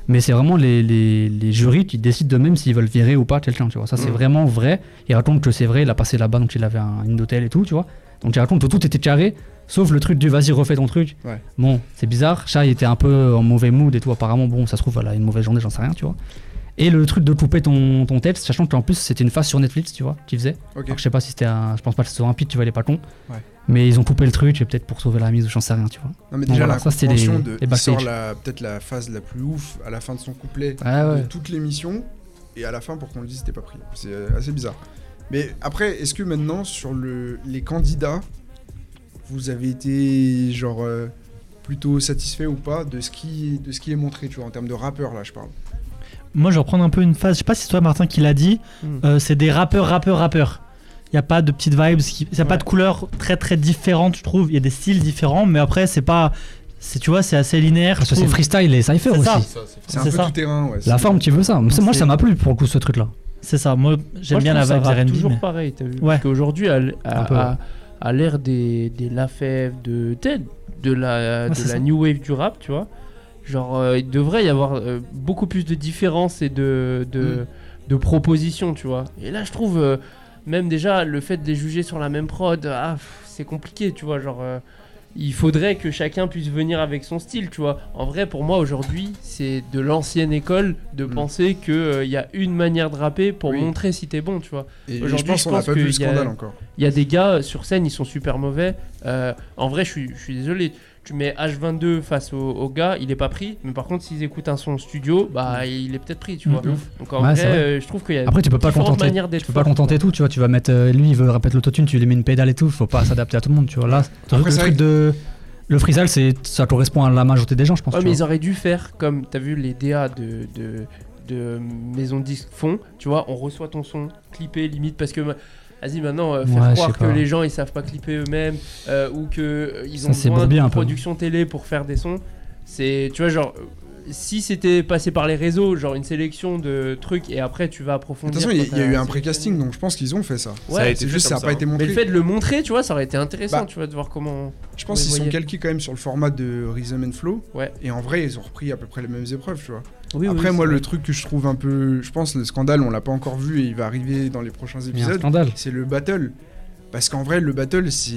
Speaker 3: mais c'est vraiment les, les, les jurys qui décident de même s'ils veulent virer ou pas quelqu'un, tu vois. Ça, c'est
Speaker 2: Mm.
Speaker 4: Mhm.
Speaker 3: vraiment vrai. Il raconte que c'est vrai, il a passé là-bas, donc il avait un, une hôtel et tout, tu vois. Donc il raconte que tout était carré, sauf le truc du vas-y, refais ton truc.
Speaker 2: Ouais.
Speaker 3: Bon, c'est bizarre. Chat, il était un peu en mauvais mood et tout, apparemment. Bon, ça se trouve, elle a une mauvaise journée, j'en sais rien, tu vois. Et le truc de couper ton, ton texte, sachant qu'en plus, c'était une phase sur Netflix, tu vois, qu'il faisait.
Speaker 2: Ok.
Speaker 3: Alors, je sais pas si c'était un. Je pense pas que ce soit un pitch, tu vois, il est pas con.
Speaker 2: Ouais.
Speaker 3: Mais ils ont coupé le truc, et peut-être pour sauver la mise ou j'en sais rien, tu vois.
Speaker 2: Non, mais
Speaker 3: Bon,
Speaker 2: déjà,
Speaker 3: voilà,
Speaker 2: la
Speaker 3: ça, c'était les-
Speaker 2: compréhension de.
Speaker 3: les
Speaker 2: il sort
Speaker 3: backstage.
Speaker 2: la- peut-être la phase la plus ouf à la fin de son couplet
Speaker 3: Ouais,
Speaker 2: de toute l'émission et à la fin pour qu'on le dise t'es pas pris. C'est euh, assez bizarre. Mais après, est-ce que maintenant sur le, les candidats, vous avez été genre euh, plutôt satisfait ou pas de ce qui de ce qui est montré, tu vois, en termes de rappeur là, je parle.
Speaker 1: Moi, je vais reprendre un peu une phase. Je sais pas si c'est toi, Martin, qui l'a dit.
Speaker 4: Hmm.
Speaker 1: Euh, c'est des rappeurs, rappeurs, rappeurs. Il n'y a pas de petites vibes, il n'y a pas
Speaker 4: Ouais.
Speaker 1: de couleurs très très différentes, je trouve. Il y a des styles différents, mais après, c'est pas. c'est- Tu vois, c'est assez linéaire.
Speaker 2: Ah,
Speaker 3: Parce
Speaker 1: je
Speaker 3: que c'est
Speaker 1: trouve.
Speaker 3: freestyle et cypher
Speaker 1: C'est ça.
Speaker 3: aussi.
Speaker 5: Ça, c'est
Speaker 2: C'est un
Speaker 1: C'est
Speaker 2: peu
Speaker 1: ça.
Speaker 2: tout terrain, ouais.
Speaker 3: La
Speaker 2: C'est-
Speaker 3: forme qui veut ça. Moi,
Speaker 1: C'est-
Speaker 3: ça m'a plu pour le coup, ce truc-là.
Speaker 1: C'est ça. Moi, j'aime
Speaker 4: Moi, je
Speaker 1: bien la
Speaker 4: trouve
Speaker 1: vibe
Speaker 4: ça rappe
Speaker 1: RB.
Speaker 4: toujours
Speaker 1: mais-
Speaker 4: pareil, t'as vu
Speaker 1: Ouais.
Speaker 4: Parce qu'aujourd'hui, à, l- à-
Speaker 3: Un peu, ouais.
Speaker 4: à- à l'ère des, des Lafèvre, de Ted, de la,
Speaker 1: Ouais,
Speaker 4: de
Speaker 1: c'est
Speaker 4: la
Speaker 1: ça.
Speaker 4: New Wave du rap, tu vois, genre, euh, il devrait y avoir euh, beaucoup plus de différences et de, de,
Speaker 1: Mm.
Speaker 4: de propositions, tu vois. Et là, je trouve, euh, même déjà, le fait de les juger sur la même prod, ah, pff, c'est compliqué, tu vois, genre... euh, il faudrait que chacun puisse venir avec son style, tu vois. En vrai, pour moi, aujourd'hui, c'est de l'ancienne école de
Speaker 2: Mm.
Speaker 4: penser qu'il y a une manière de rapper pour
Speaker 2: Oui.
Speaker 4: montrer si t'es bon, tu vois.
Speaker 2: Et, et je
Speaker 4: Aujourd'hui,
Speaker 2: pense
Speaker 4: je
Speaker 2: qu'on n'a
Speaker 4: pense
Speaker 2: pas vu
Speaker 4: que
Speaker 2: le
Speaker 4: y a-
Speaker 2: scandale encore.
Speaker 4: Il y a des gars euh, sur scène, ils sont super mauvais. Euh, en vrai, je suis, je suis désolé. Tu mets H22 face au, au gars, il est pas pris. Mais par contre, s'ils écoutent un son studio, bah il est peut-être pris, tu
Speaker 3: Mm,
Speaker 4: vois.
Speaker 3: de ouf.
Speaker 4: Donc en
Speaker 3: Ouais,
Speaker 4: vrai,
Speaker 3: c'est vrai.
Speaker 4: euh, je trouve qu'il y a
Speaker 3: Après, tu peux pas
Speaker 4: différentes
Speaker 3: contenter.
Speaker 4: manières d'être
Speaker 3: Tu peux pas
Speaker 4: fort.
Speaker 3: contenter tout, tu vois. Tu vas mettre. euh, lui, il veut répéter l'autotune, tu lui mets une pédale et tout. Faut pas s'adapter à tout le monde, tu vois. Là,
Speaker 2: Après,
Speaker 3: le
Speaker 2: c'est
Speaker 3: truc
Speaker 2: vrai
Speaker 3: de. Le freestyle, c'est- ça correspond à la majorité des gens, je pense.
Speaker 4: Ouais,
Speaker 3: tu
Speaker 4: mais
Speaker 3: vois.
Speaker 4: ils auraient dû faire comme t'as vu les DA de, de, de Maison de Disque font. Tu vois, on reçoit ton son, clippé limite parce que. ma- Vas-y maintenant, euh, faire
Speaker 3: Ouais, je sais
Speaker 4: croire que
Speaker 3: pas.
Speaker 4: les gens ils savent pas clipper eux-mêmes euh, ou que euh, ils
Speaker 3: Ça,
Speaker 4: ont
Speaker 3: c'est
Speaker 4: besoin
Speaker 3: bourbier un
Speaker 4: d'une
Speaker 3: peu.
Speaker 4: production télé pour faire des sons. C'est, tu vois, genre, euh, si c'était passé par les réseaux, genre une sélection de trucs et après tu vas
Speaker 2: De
Speaker 4: approfondir.
Speaker 2: toute façon, il y a-
Speaker 4: quand
Speaker 2: il y a
Speaker 4: t'as-
Speaker 2: eu un pré-casting, donc je pense qu'ils ont fait ça.
Speaker 5: Ça a
Speaker 4: Ouais,
Speaker 5: été
Speaker 2: C'est
Speaker 5: fait
Speaker 2: juste ça n'a
Speaker 5: comme
Speaker 2: pas
Speaker 6: hein.
Speaker 5: ça,
Speaker 2: été
Speaker 4: mais
Speaker 2: montré.
Speaker 4: le fait de le montrer, tu vois, ça aurait été intéressant,
Speaker 2: Bah.
Speaker 4: tu vois, de voir comment.
Speaker 2: Je pense
Speaker 4: Oui,
Speaker 2: qu'ils sont
Speaker 4: voyez.
Speaker 2: calqués quand même sur le format de Rhythm and Flow.
Speaker 4: Ouais.
Speaker 2: Et en vrai, ils ont repris à peu près les mêmes épreuves, tu vois.
Speaker 4: Oui,
Speaker 2: Après, moi, le truc que je trouve un peu. Je pense le scandale, on l'a pas encore vu et il va arriver dans les prochains
Speaker 3: Il y a un
Speaker 2: épisodes.
Speaker 3: scandale.
Speaker 2: C'est le battle. Parce qu'en vrai, le battle, c'est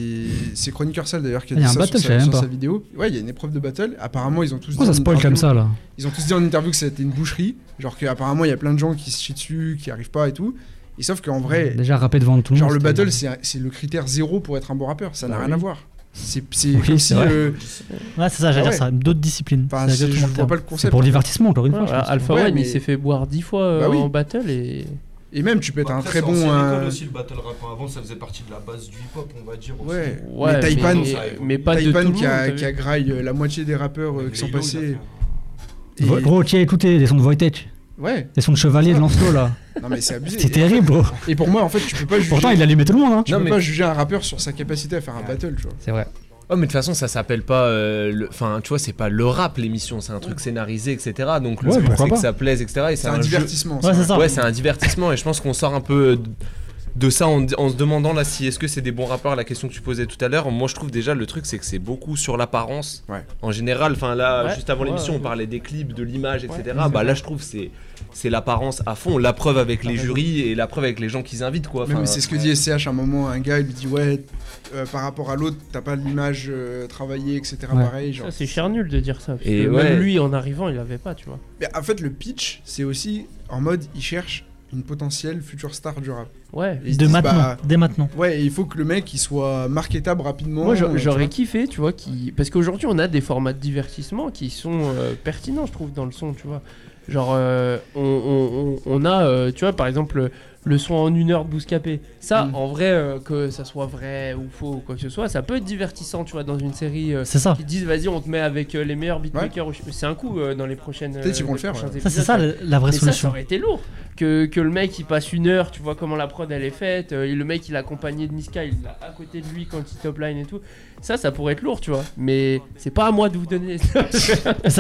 Speaker 2: c'est Chroniqueur Sale d'ailleurs qui a
Speaker 3: Il y
Speaker 2: dit
Speaker 3: a un
Speaker 2: ça
Speaker 3: battle, je
Speaker 2: sur, sa,
Speaker 3: savais
Speaker 2: sur
Speaker 3: même pas.
Speaker 2: sa vidéo. Ouais, il y a une épreuve de battle. Apparemment, ils ont tous
Speaker 3: Pourquoi ça
Speaker 2: dit en
Speaker 3: spoil
Speaker 2: interview-
Speaker 3: comme ça là
Speaker 2: Ils ont tous dit en interview que ça a été une boucherie. Genre qu'apparemment, il y a plein de gens qui se chient dessus, qui arrivent pas et tout. Et sauf qu'en vrai,
Speaker 3: Déjà rappé devant tout le monde.
Speaker 2: genre le
Speaker 3: c'était-
Speaker 2: battle, c'est c'est le critère zéro pour être un bon rappeur. Ça n'a
Speaker 4: Bah
Speaker 2: rien
Speaker 4: oui.
Speaker 2: à voir. C'est c'est
Speaker 3: Oui,
Speaker 2: comme si.
Speaker 3: c'est vrai.
Speaker 2: euh,
Speaker 1: Ouais, c'est ça, j'allais
Speaker 2: Ah
Speaker 1: dire ça. D'autres disciplines.
Speaker 2: enfin,
Speaker 1: C'est
Speaker 2: c'est- je
Speaker 1: exactement le
Speaker 2: vois
Speaker 1: terme.
Speaker 2: pas le
Speaker 3: C'est
Speaker 2: concept.
Speaker 3: pour le divertissement encore une fois.
Speaker 4: Ouais,
Speaker 3: je pense.
Speaker 4: Alpha
Speaker 2: Ouais,
Speaker 4: One,
Speaker 2: mais-
Speaker 4: il s'est fait boire 10 fois euh,
Speaker 2: Bah oui.
Speaker 4: en battle et.
Speaker 2: Et même, tu peux être un
Speaker 5: Bah, Après,
Speaker 2: très
Speaker 5: c'est
Speaker 2: bon.
Speaker 5: ancienne
Speaker 2: euh,
Speaker 5: école aussi, le battle rap. Avant, ça faisait partie de la base du hip-hop, on va dire. aussi.
Speaker 2: Ouais.
Speaker 4: Ouais,
Speaker 2: mais Taipan,
Speaker 4: mais, mais pas de tout
Speaker 2: Taipan
Speaker 4: le
Speaker 2: qui, a,
Speaker 4: monde,
Speaker 2: qui
Speaker 4: t'as
Speaker 2: a
Speaker 4: vu.
Speaker 2: graille euh, la moitié des rappeurs euh,
Speaker 5: Même
Speaker 2: qui sont
Speaker 5: Lilo, il a fait
Speaker 2: passés.
Speaker 3: Vo-
Speaker 2: Et-
Speaker 3: Gros, tiens, écoutez, les sons de Wojtek,
Speaker 2: Ouais,
Speaker 3: les sons de Chevalier de Lancelot là.
Speaker 2: non mais c'est abusé.
Speaker 3: C'était terrible, bro.
Speaker 2: Et- Et pour moi, en fait, tu peux pas juger,
Speaker 3: Pourtant, il allumait tout le monde, hein.
Speaker 2: tu
Speaker 6: Non,
Speaker 2: peux
Speaker 6: mais-
Speaker 2: pas juger un rappeur sur sa capacité à faire un battle, tu vois.
Speaker 3: C'est vrai.
Speaker 6: Oh mais de toute façon ça s'appelle pas euh, le- enfin tu vois c'est pas le rap l'émission c'est un truc scénarisé etc donc le
Speaker 3: Ouais,
Speaker 6: but
Speaker 3: pourquoi
Speaker 6: c'est que
Speaker 3: pas.
Speaker 6: ça plaise etc
Speaker 2: C'est
Speaker 6: et Mm. c'est
Speaker 2: un
Speaker 6: jeu-
Speaker 2: divertissement.
Speaker 1: Ouais, c'est ça.
Speaker 6: ouais c'est un divertissement et je pense qu'on sort un peu de- de ça en, en se demandant là si est-ce que c'est des bons rappeurs la question que tu posais tout à l'heure moi je trouve déjà le truc c'est que c'est beaucoup sur l'apparence
Speaker 2: Ouais.
Speaker 6: en général enfin là
Speaker 4: Ouais,
Speaker 6: juste avant
Speaker 4: ouais,
Speaker 6: l'émission
Speaker 4: ouais.
Speaker 6: on parlait des clips de l'image
Speaker 4: Ouais,
Speaker 6: etc
Speaker 4: c'est
Speaker 6: bah
Speaker 4: vrai.
Speaker 6: là je trouve c'est c'est l'apparence à fond la preuve avec les
Speaker 4: raison.
Speaker 6: jurys et la preuve avec les gens qu'ils invitent quoi
Speaker 2: Mais,
Speaker 6: Enfin,
Speaker 2: mais c'est ce que dit SCH à un moment, un gars il lui dit ouais, euh, par rapport à l'autre, t'as pas l'image euh, travaillée, etc.
Speaker 3: Ouais.
Speaker 2: Pareil, genre.
Speaker 4: Ça, c'est cher nul de dire ça. Parce
Speaker 6: Et
Speaker 4: que
Speaker 6: ouais.
Speaker 4: Même lui, en arrivant, il avait pas, tu vois.
Speaker 2: Mais en fait, le pitch, c'est aussi en mode, il cherche une potentielle future star du rap.
Speaker 4: Ouais.
Speaker 2: Et ils se
Speaker 1: De
Speaker 2: disent,
Speaker 1: maintenant,
Speaker 2: bah,
Speaker 1: dès maintenant.
Speaker 2: ouais, il faut que le mec il soit marketable rapidement.
Speaker 4: Moi,
Speaker 2: euh,
Speaker 4: j'a-
Speaker 2: tu vois.
Speaker 4: j'aurais kiffé, tu vois, qui... parce qu'aujourd'hui, on a des formats de divertissement qui sont euh, pertinents, je trouve, dans le son, tu vois. Genre, euh, on, on- on- on a, euh, tu vois, par exemple, le son en une heure de Bouscapé. Ça,
Speaker 2: Mm.
Speaker 4: en vrai, euh, que ça soit vrai ou faux ou quoi que ce soit, ça peut être divertissant, tu vois, dans une série. euh,
Speaker 1: C'est ça.
Speaker 4: qui disent vas-y on te met avec euh, les meilleurs beatmakers ou- c'est un coup euh, dans les prochaines
Speaker 2: Peut-être qu'ils vont le faire,
Speaker 4: prochains
Speaker 2: ouais.
Speaker 1: Ça, c'est
Speaker 4: épisodes,
Speaker 1: ça
Speaker 4: ouais.
Speaker 1: la, la vraie
Speaker 4: mais ça, ça
Speaker 1: solution.
Speaker 4: aurait été lourd que, que le mec il passe une heure tu vois comment la prod elle est faite euh, et le mec il est accompagné de Niska il est à côté de lui quand il top line et tout ça ça pourrait être lourd tu vois mais c'est pas à moi de vous donner
Speaker 1: Ça,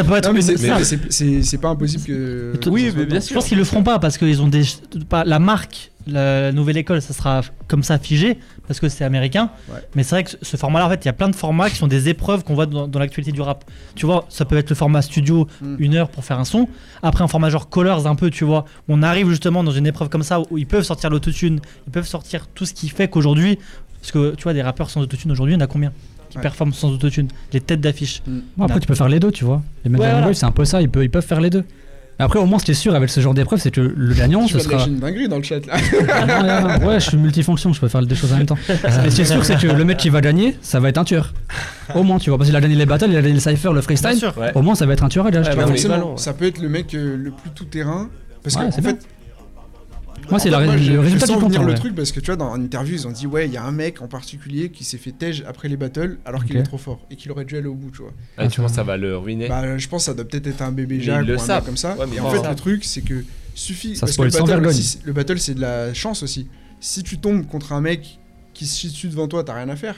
Speaker 1: peut
Speaker 3: Ah,
Speaker 1: être
Speaker 2: Non, mais c'est-
Speaker 1: ça.
Speaker 2: mais c'est- c'est c'est pas impossible que.
Speaker 1: Oui,
Speaker 2: que ça soit
Speaker 4: mais bien
Speaker 2: dedans.
Speaker 1: Je pense qu'ils le feront pas parce qu'ils ont des pas la marque la nouvelle école, ça sera comme ça figé parce que c'est américain.
Speaker 2: Ouais.
Speaker 1: Mais c'est vrai que ce- ce format-là, en fait, il y a plein de formats qui sont des épreuves qu'on voit dans, dans l'actualité du rap. Tu vois, ça peut être le format studio,
Speaker 2: Mm.
Speaker 1: une heure pour faire un son. Après, un format genre Colors, un peu, tu vois, où on arrive justement dans une épreuve comme ça où ils peuvent sortir l'autotune, ils peuvent sortir tout ce qui fait qu'aujourd'hui, parce que tu vois, des rappeurs sans autotune aujourd'hui, il y en a combien qui
Speaker 2: Ouais.
Speaker 1: performent sans autotune Les têtes d'affiche.
Speaker 3: Bon, après,
Speaker 1: Non.
Speaker 3: tu peux faire les deux, tu vois. Les mecs
Speaker 1: Ouais,
Speaker 3: de la
Speaker 1: voilà.
Speaker 3: rue, c'est un peu ça, ils peuvent, ils peuvent faire les deux. Après, au moins, ce qui est sûr avec ce genre d'épreuve, c'est que le gagnant,
Speaker 2: Tu
Speaker 3: ce
Speaker 2: vas me
Speaker 3: sera.
Speaker 2: lâcher une dinguerie dans le chat là.
Speaker 3: Ah, ouais, ouais, ouais, je suis multifonction, je peux faire les deux choses en même temps. Mais ce qui est sûr, c'est que le mec qui va gagner, ça va être un tueur. Au moins, tu vois, parce qu'il a gagné les battles, il a gagné le cypher, le freestyle.
Speaker 1: sûr.
Speaker 6: Ouais.
Speaker 4: Oh,
Speaker 3: Au moins, ça va être un tueur à gage.
Speaker 4: Ouais,
Speaker 3: tu
Speaker 2: Bah,
Speaker 4: mais-
Speaker 3: vois.
Speaker 2: forcément,
Speaker 4: ballon, ouais.
Speaker 2: ça peut être le mec euh, le plus tout terrain. Parce
Speaker 3: Ouais,
Speaker 2: qu'en
Speaker 3: c'est
Speaker 2: fait,
Speaker 3: bien. Moi, c'est
Speaker 2: En
Speaker 3: la-
Speaker 2: fait, moi, je-
Speaker 3: le
Speaker 2: je
Speaker 3: résultat
Speaker 2: sens
Speaker 3: qui compte.
Speaker 2: venir
Speaker 3: en
Speaker 2: le
Speaker 3: vrai.
Speaker 2: truc parce que tu vois dans une interview ils ont dit ouais il y a un mec en particulier qui s'est fait tège après les battles alors qu'il
Speaker 3: Ok.
Speaker 2: est trop fort et qu'il aurait dû aller au bout tu vois.
Speaker 6: Ah, tu penses ça va le ruiner
Speaker 2: Bah euh, je pense que ça doit peut-être être un bébé
Speaker 6: Mais
Speaker 2: Jacques
Speaker 6: ils le
Speaker 2: ou un mec
Speaker 6: savent.
Speaker 2: comme ça.
Speaker 6: Ouais, mais
Speaker 2: et
Speaker 6: ils
Speaker 2: en fait
Speaker 6: le savent.
Speaker 2: le truc c'est que suffit
Speaker 3: Ça
Speaker 2: parce que
Speaker 3: spoil
Speaker 2: le
Speaker 3: sans
Speaker 2: battle,
Speaker 3: vergogne.
Speaker 2: si- le battle c'est de la chance aussi. Si tu tombes contre un mec qui se situe devant toi t'as rien à faire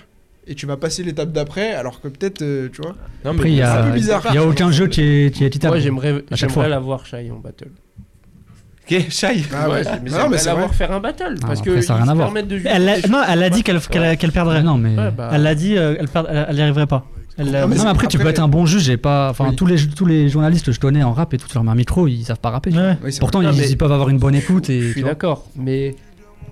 Speaker 2: et tu vas passer l'étape d'après alors que peut-être euh, tu vois.
Speaker 6: Non,
Speaker 3: Après, il y
Speaker 2: c'est un
Speaker 3: a,
Speaker 2: peu bizarre.
Speaker 3: il y a aucun jeu qui est, qui est équitable.
Speaker 4: Moi, j'aimerais
Speaker 3: à chaque fois.
Speaker 4: j'aimerais l'avoir, Shai, en battle.
Speaker 6: Ok, Shai
Speaker 2: Ah ouais.
Speaker 4: mais
Speaker 2: Non, mais
Speaker 4: j'aimerais
Speaker 2: c'est vrai.
Speaker 4: l'avoir faire un battle.
Speaker 3: Ah,
Speaker 4: parce
Speaker 3: après,
Speaker 4: que
Speaker 3: ça a
Speaker 4: ils
Speaker 3: rien à
Speaker 4: se
Speaker 3: voir.
Speaker 4: permettent de juger.
Speaker 1: Elle a-
Speaker 4: des
Speaker 1: non, elle a
Speaker 4: choses.
Speaker 1: dit qu'elle qu'elle- qu'elle perdrait.
Speaker 3: Non, mais.
Speaker 4: Ouais, bah,
Speaker 1: Elle l'a dit, euh, elle, perd- elle, elle y arriverait pas. Elle,
Speaker 2: Ah,
Speaker 1: euh,
Speaker 2: mais
Speaker 3: Non, mais après, tu peux
Speaker 2: Après-
Speaker 3: être un bon juge et pas. Enfin,
Speaker 2: Oui.
Speaker 3: tous, les, tous les journalistes que je connais en rap et tout, fermer un micro, ils savent pas rapper. tu vois.
Speaker 1: ouais.
Speaker 2: Oui, c'est
Speaker 3: Pourtant,
Speaker 4: Non,
Speaker 3: ils,
Speaker 4: mais-
Speaker 3: ils peuvent avoir une bonne écoute et.
Speaker 4: Je
Speaker 3: tu
Speaker 4: suis
Speaker 3: vois.
Speaker 4: d'accord, mais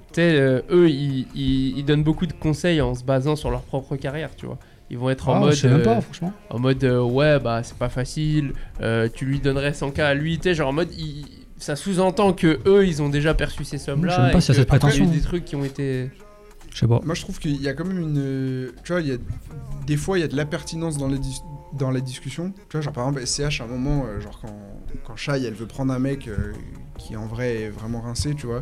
Speaker 4: tu sais, euh, eux, ils, ils- ils donnent beaucoup de conseils en se basant sur leur propre carrière, tu vois. Ils vont être en
Speaker 3: Ah,
Speaker 4: mode,
Speaker 3: je sais même
Speaker 4: euh,
Speaker 3: pas, franchement.
Speaker 4: en mode euh, ouais, bah c'est pas facile, euh, tu lui donnerais 100K à lui, tu sais, genre en mode, il- ça sous-entend que eux, ils ont déjà perçu ces sommes-là.
Speaker 3: Je sais même pas
Speaker 4: et
Speaker 3: s'il y a
Speaker 4: que
Speaker 3: cette
Speaker 4: après, Il y a eu
Speaker 3: prétention.
Speaker 4: des trucs qui ont été.
Speaker 3: Je sais pas.
Speaker 2: Moi, je trouve qu'il y a quand même une. euh, Tu vois, il y a, des fois, il y a de la pertinence dans les, dis- dans les discussions. Tu vois, genre par exemple, SCH, à un moment, euh, genre quand, quand Shai, elle veut prendre un mec euh, qui en vrai est vraiment rincé, tu vois.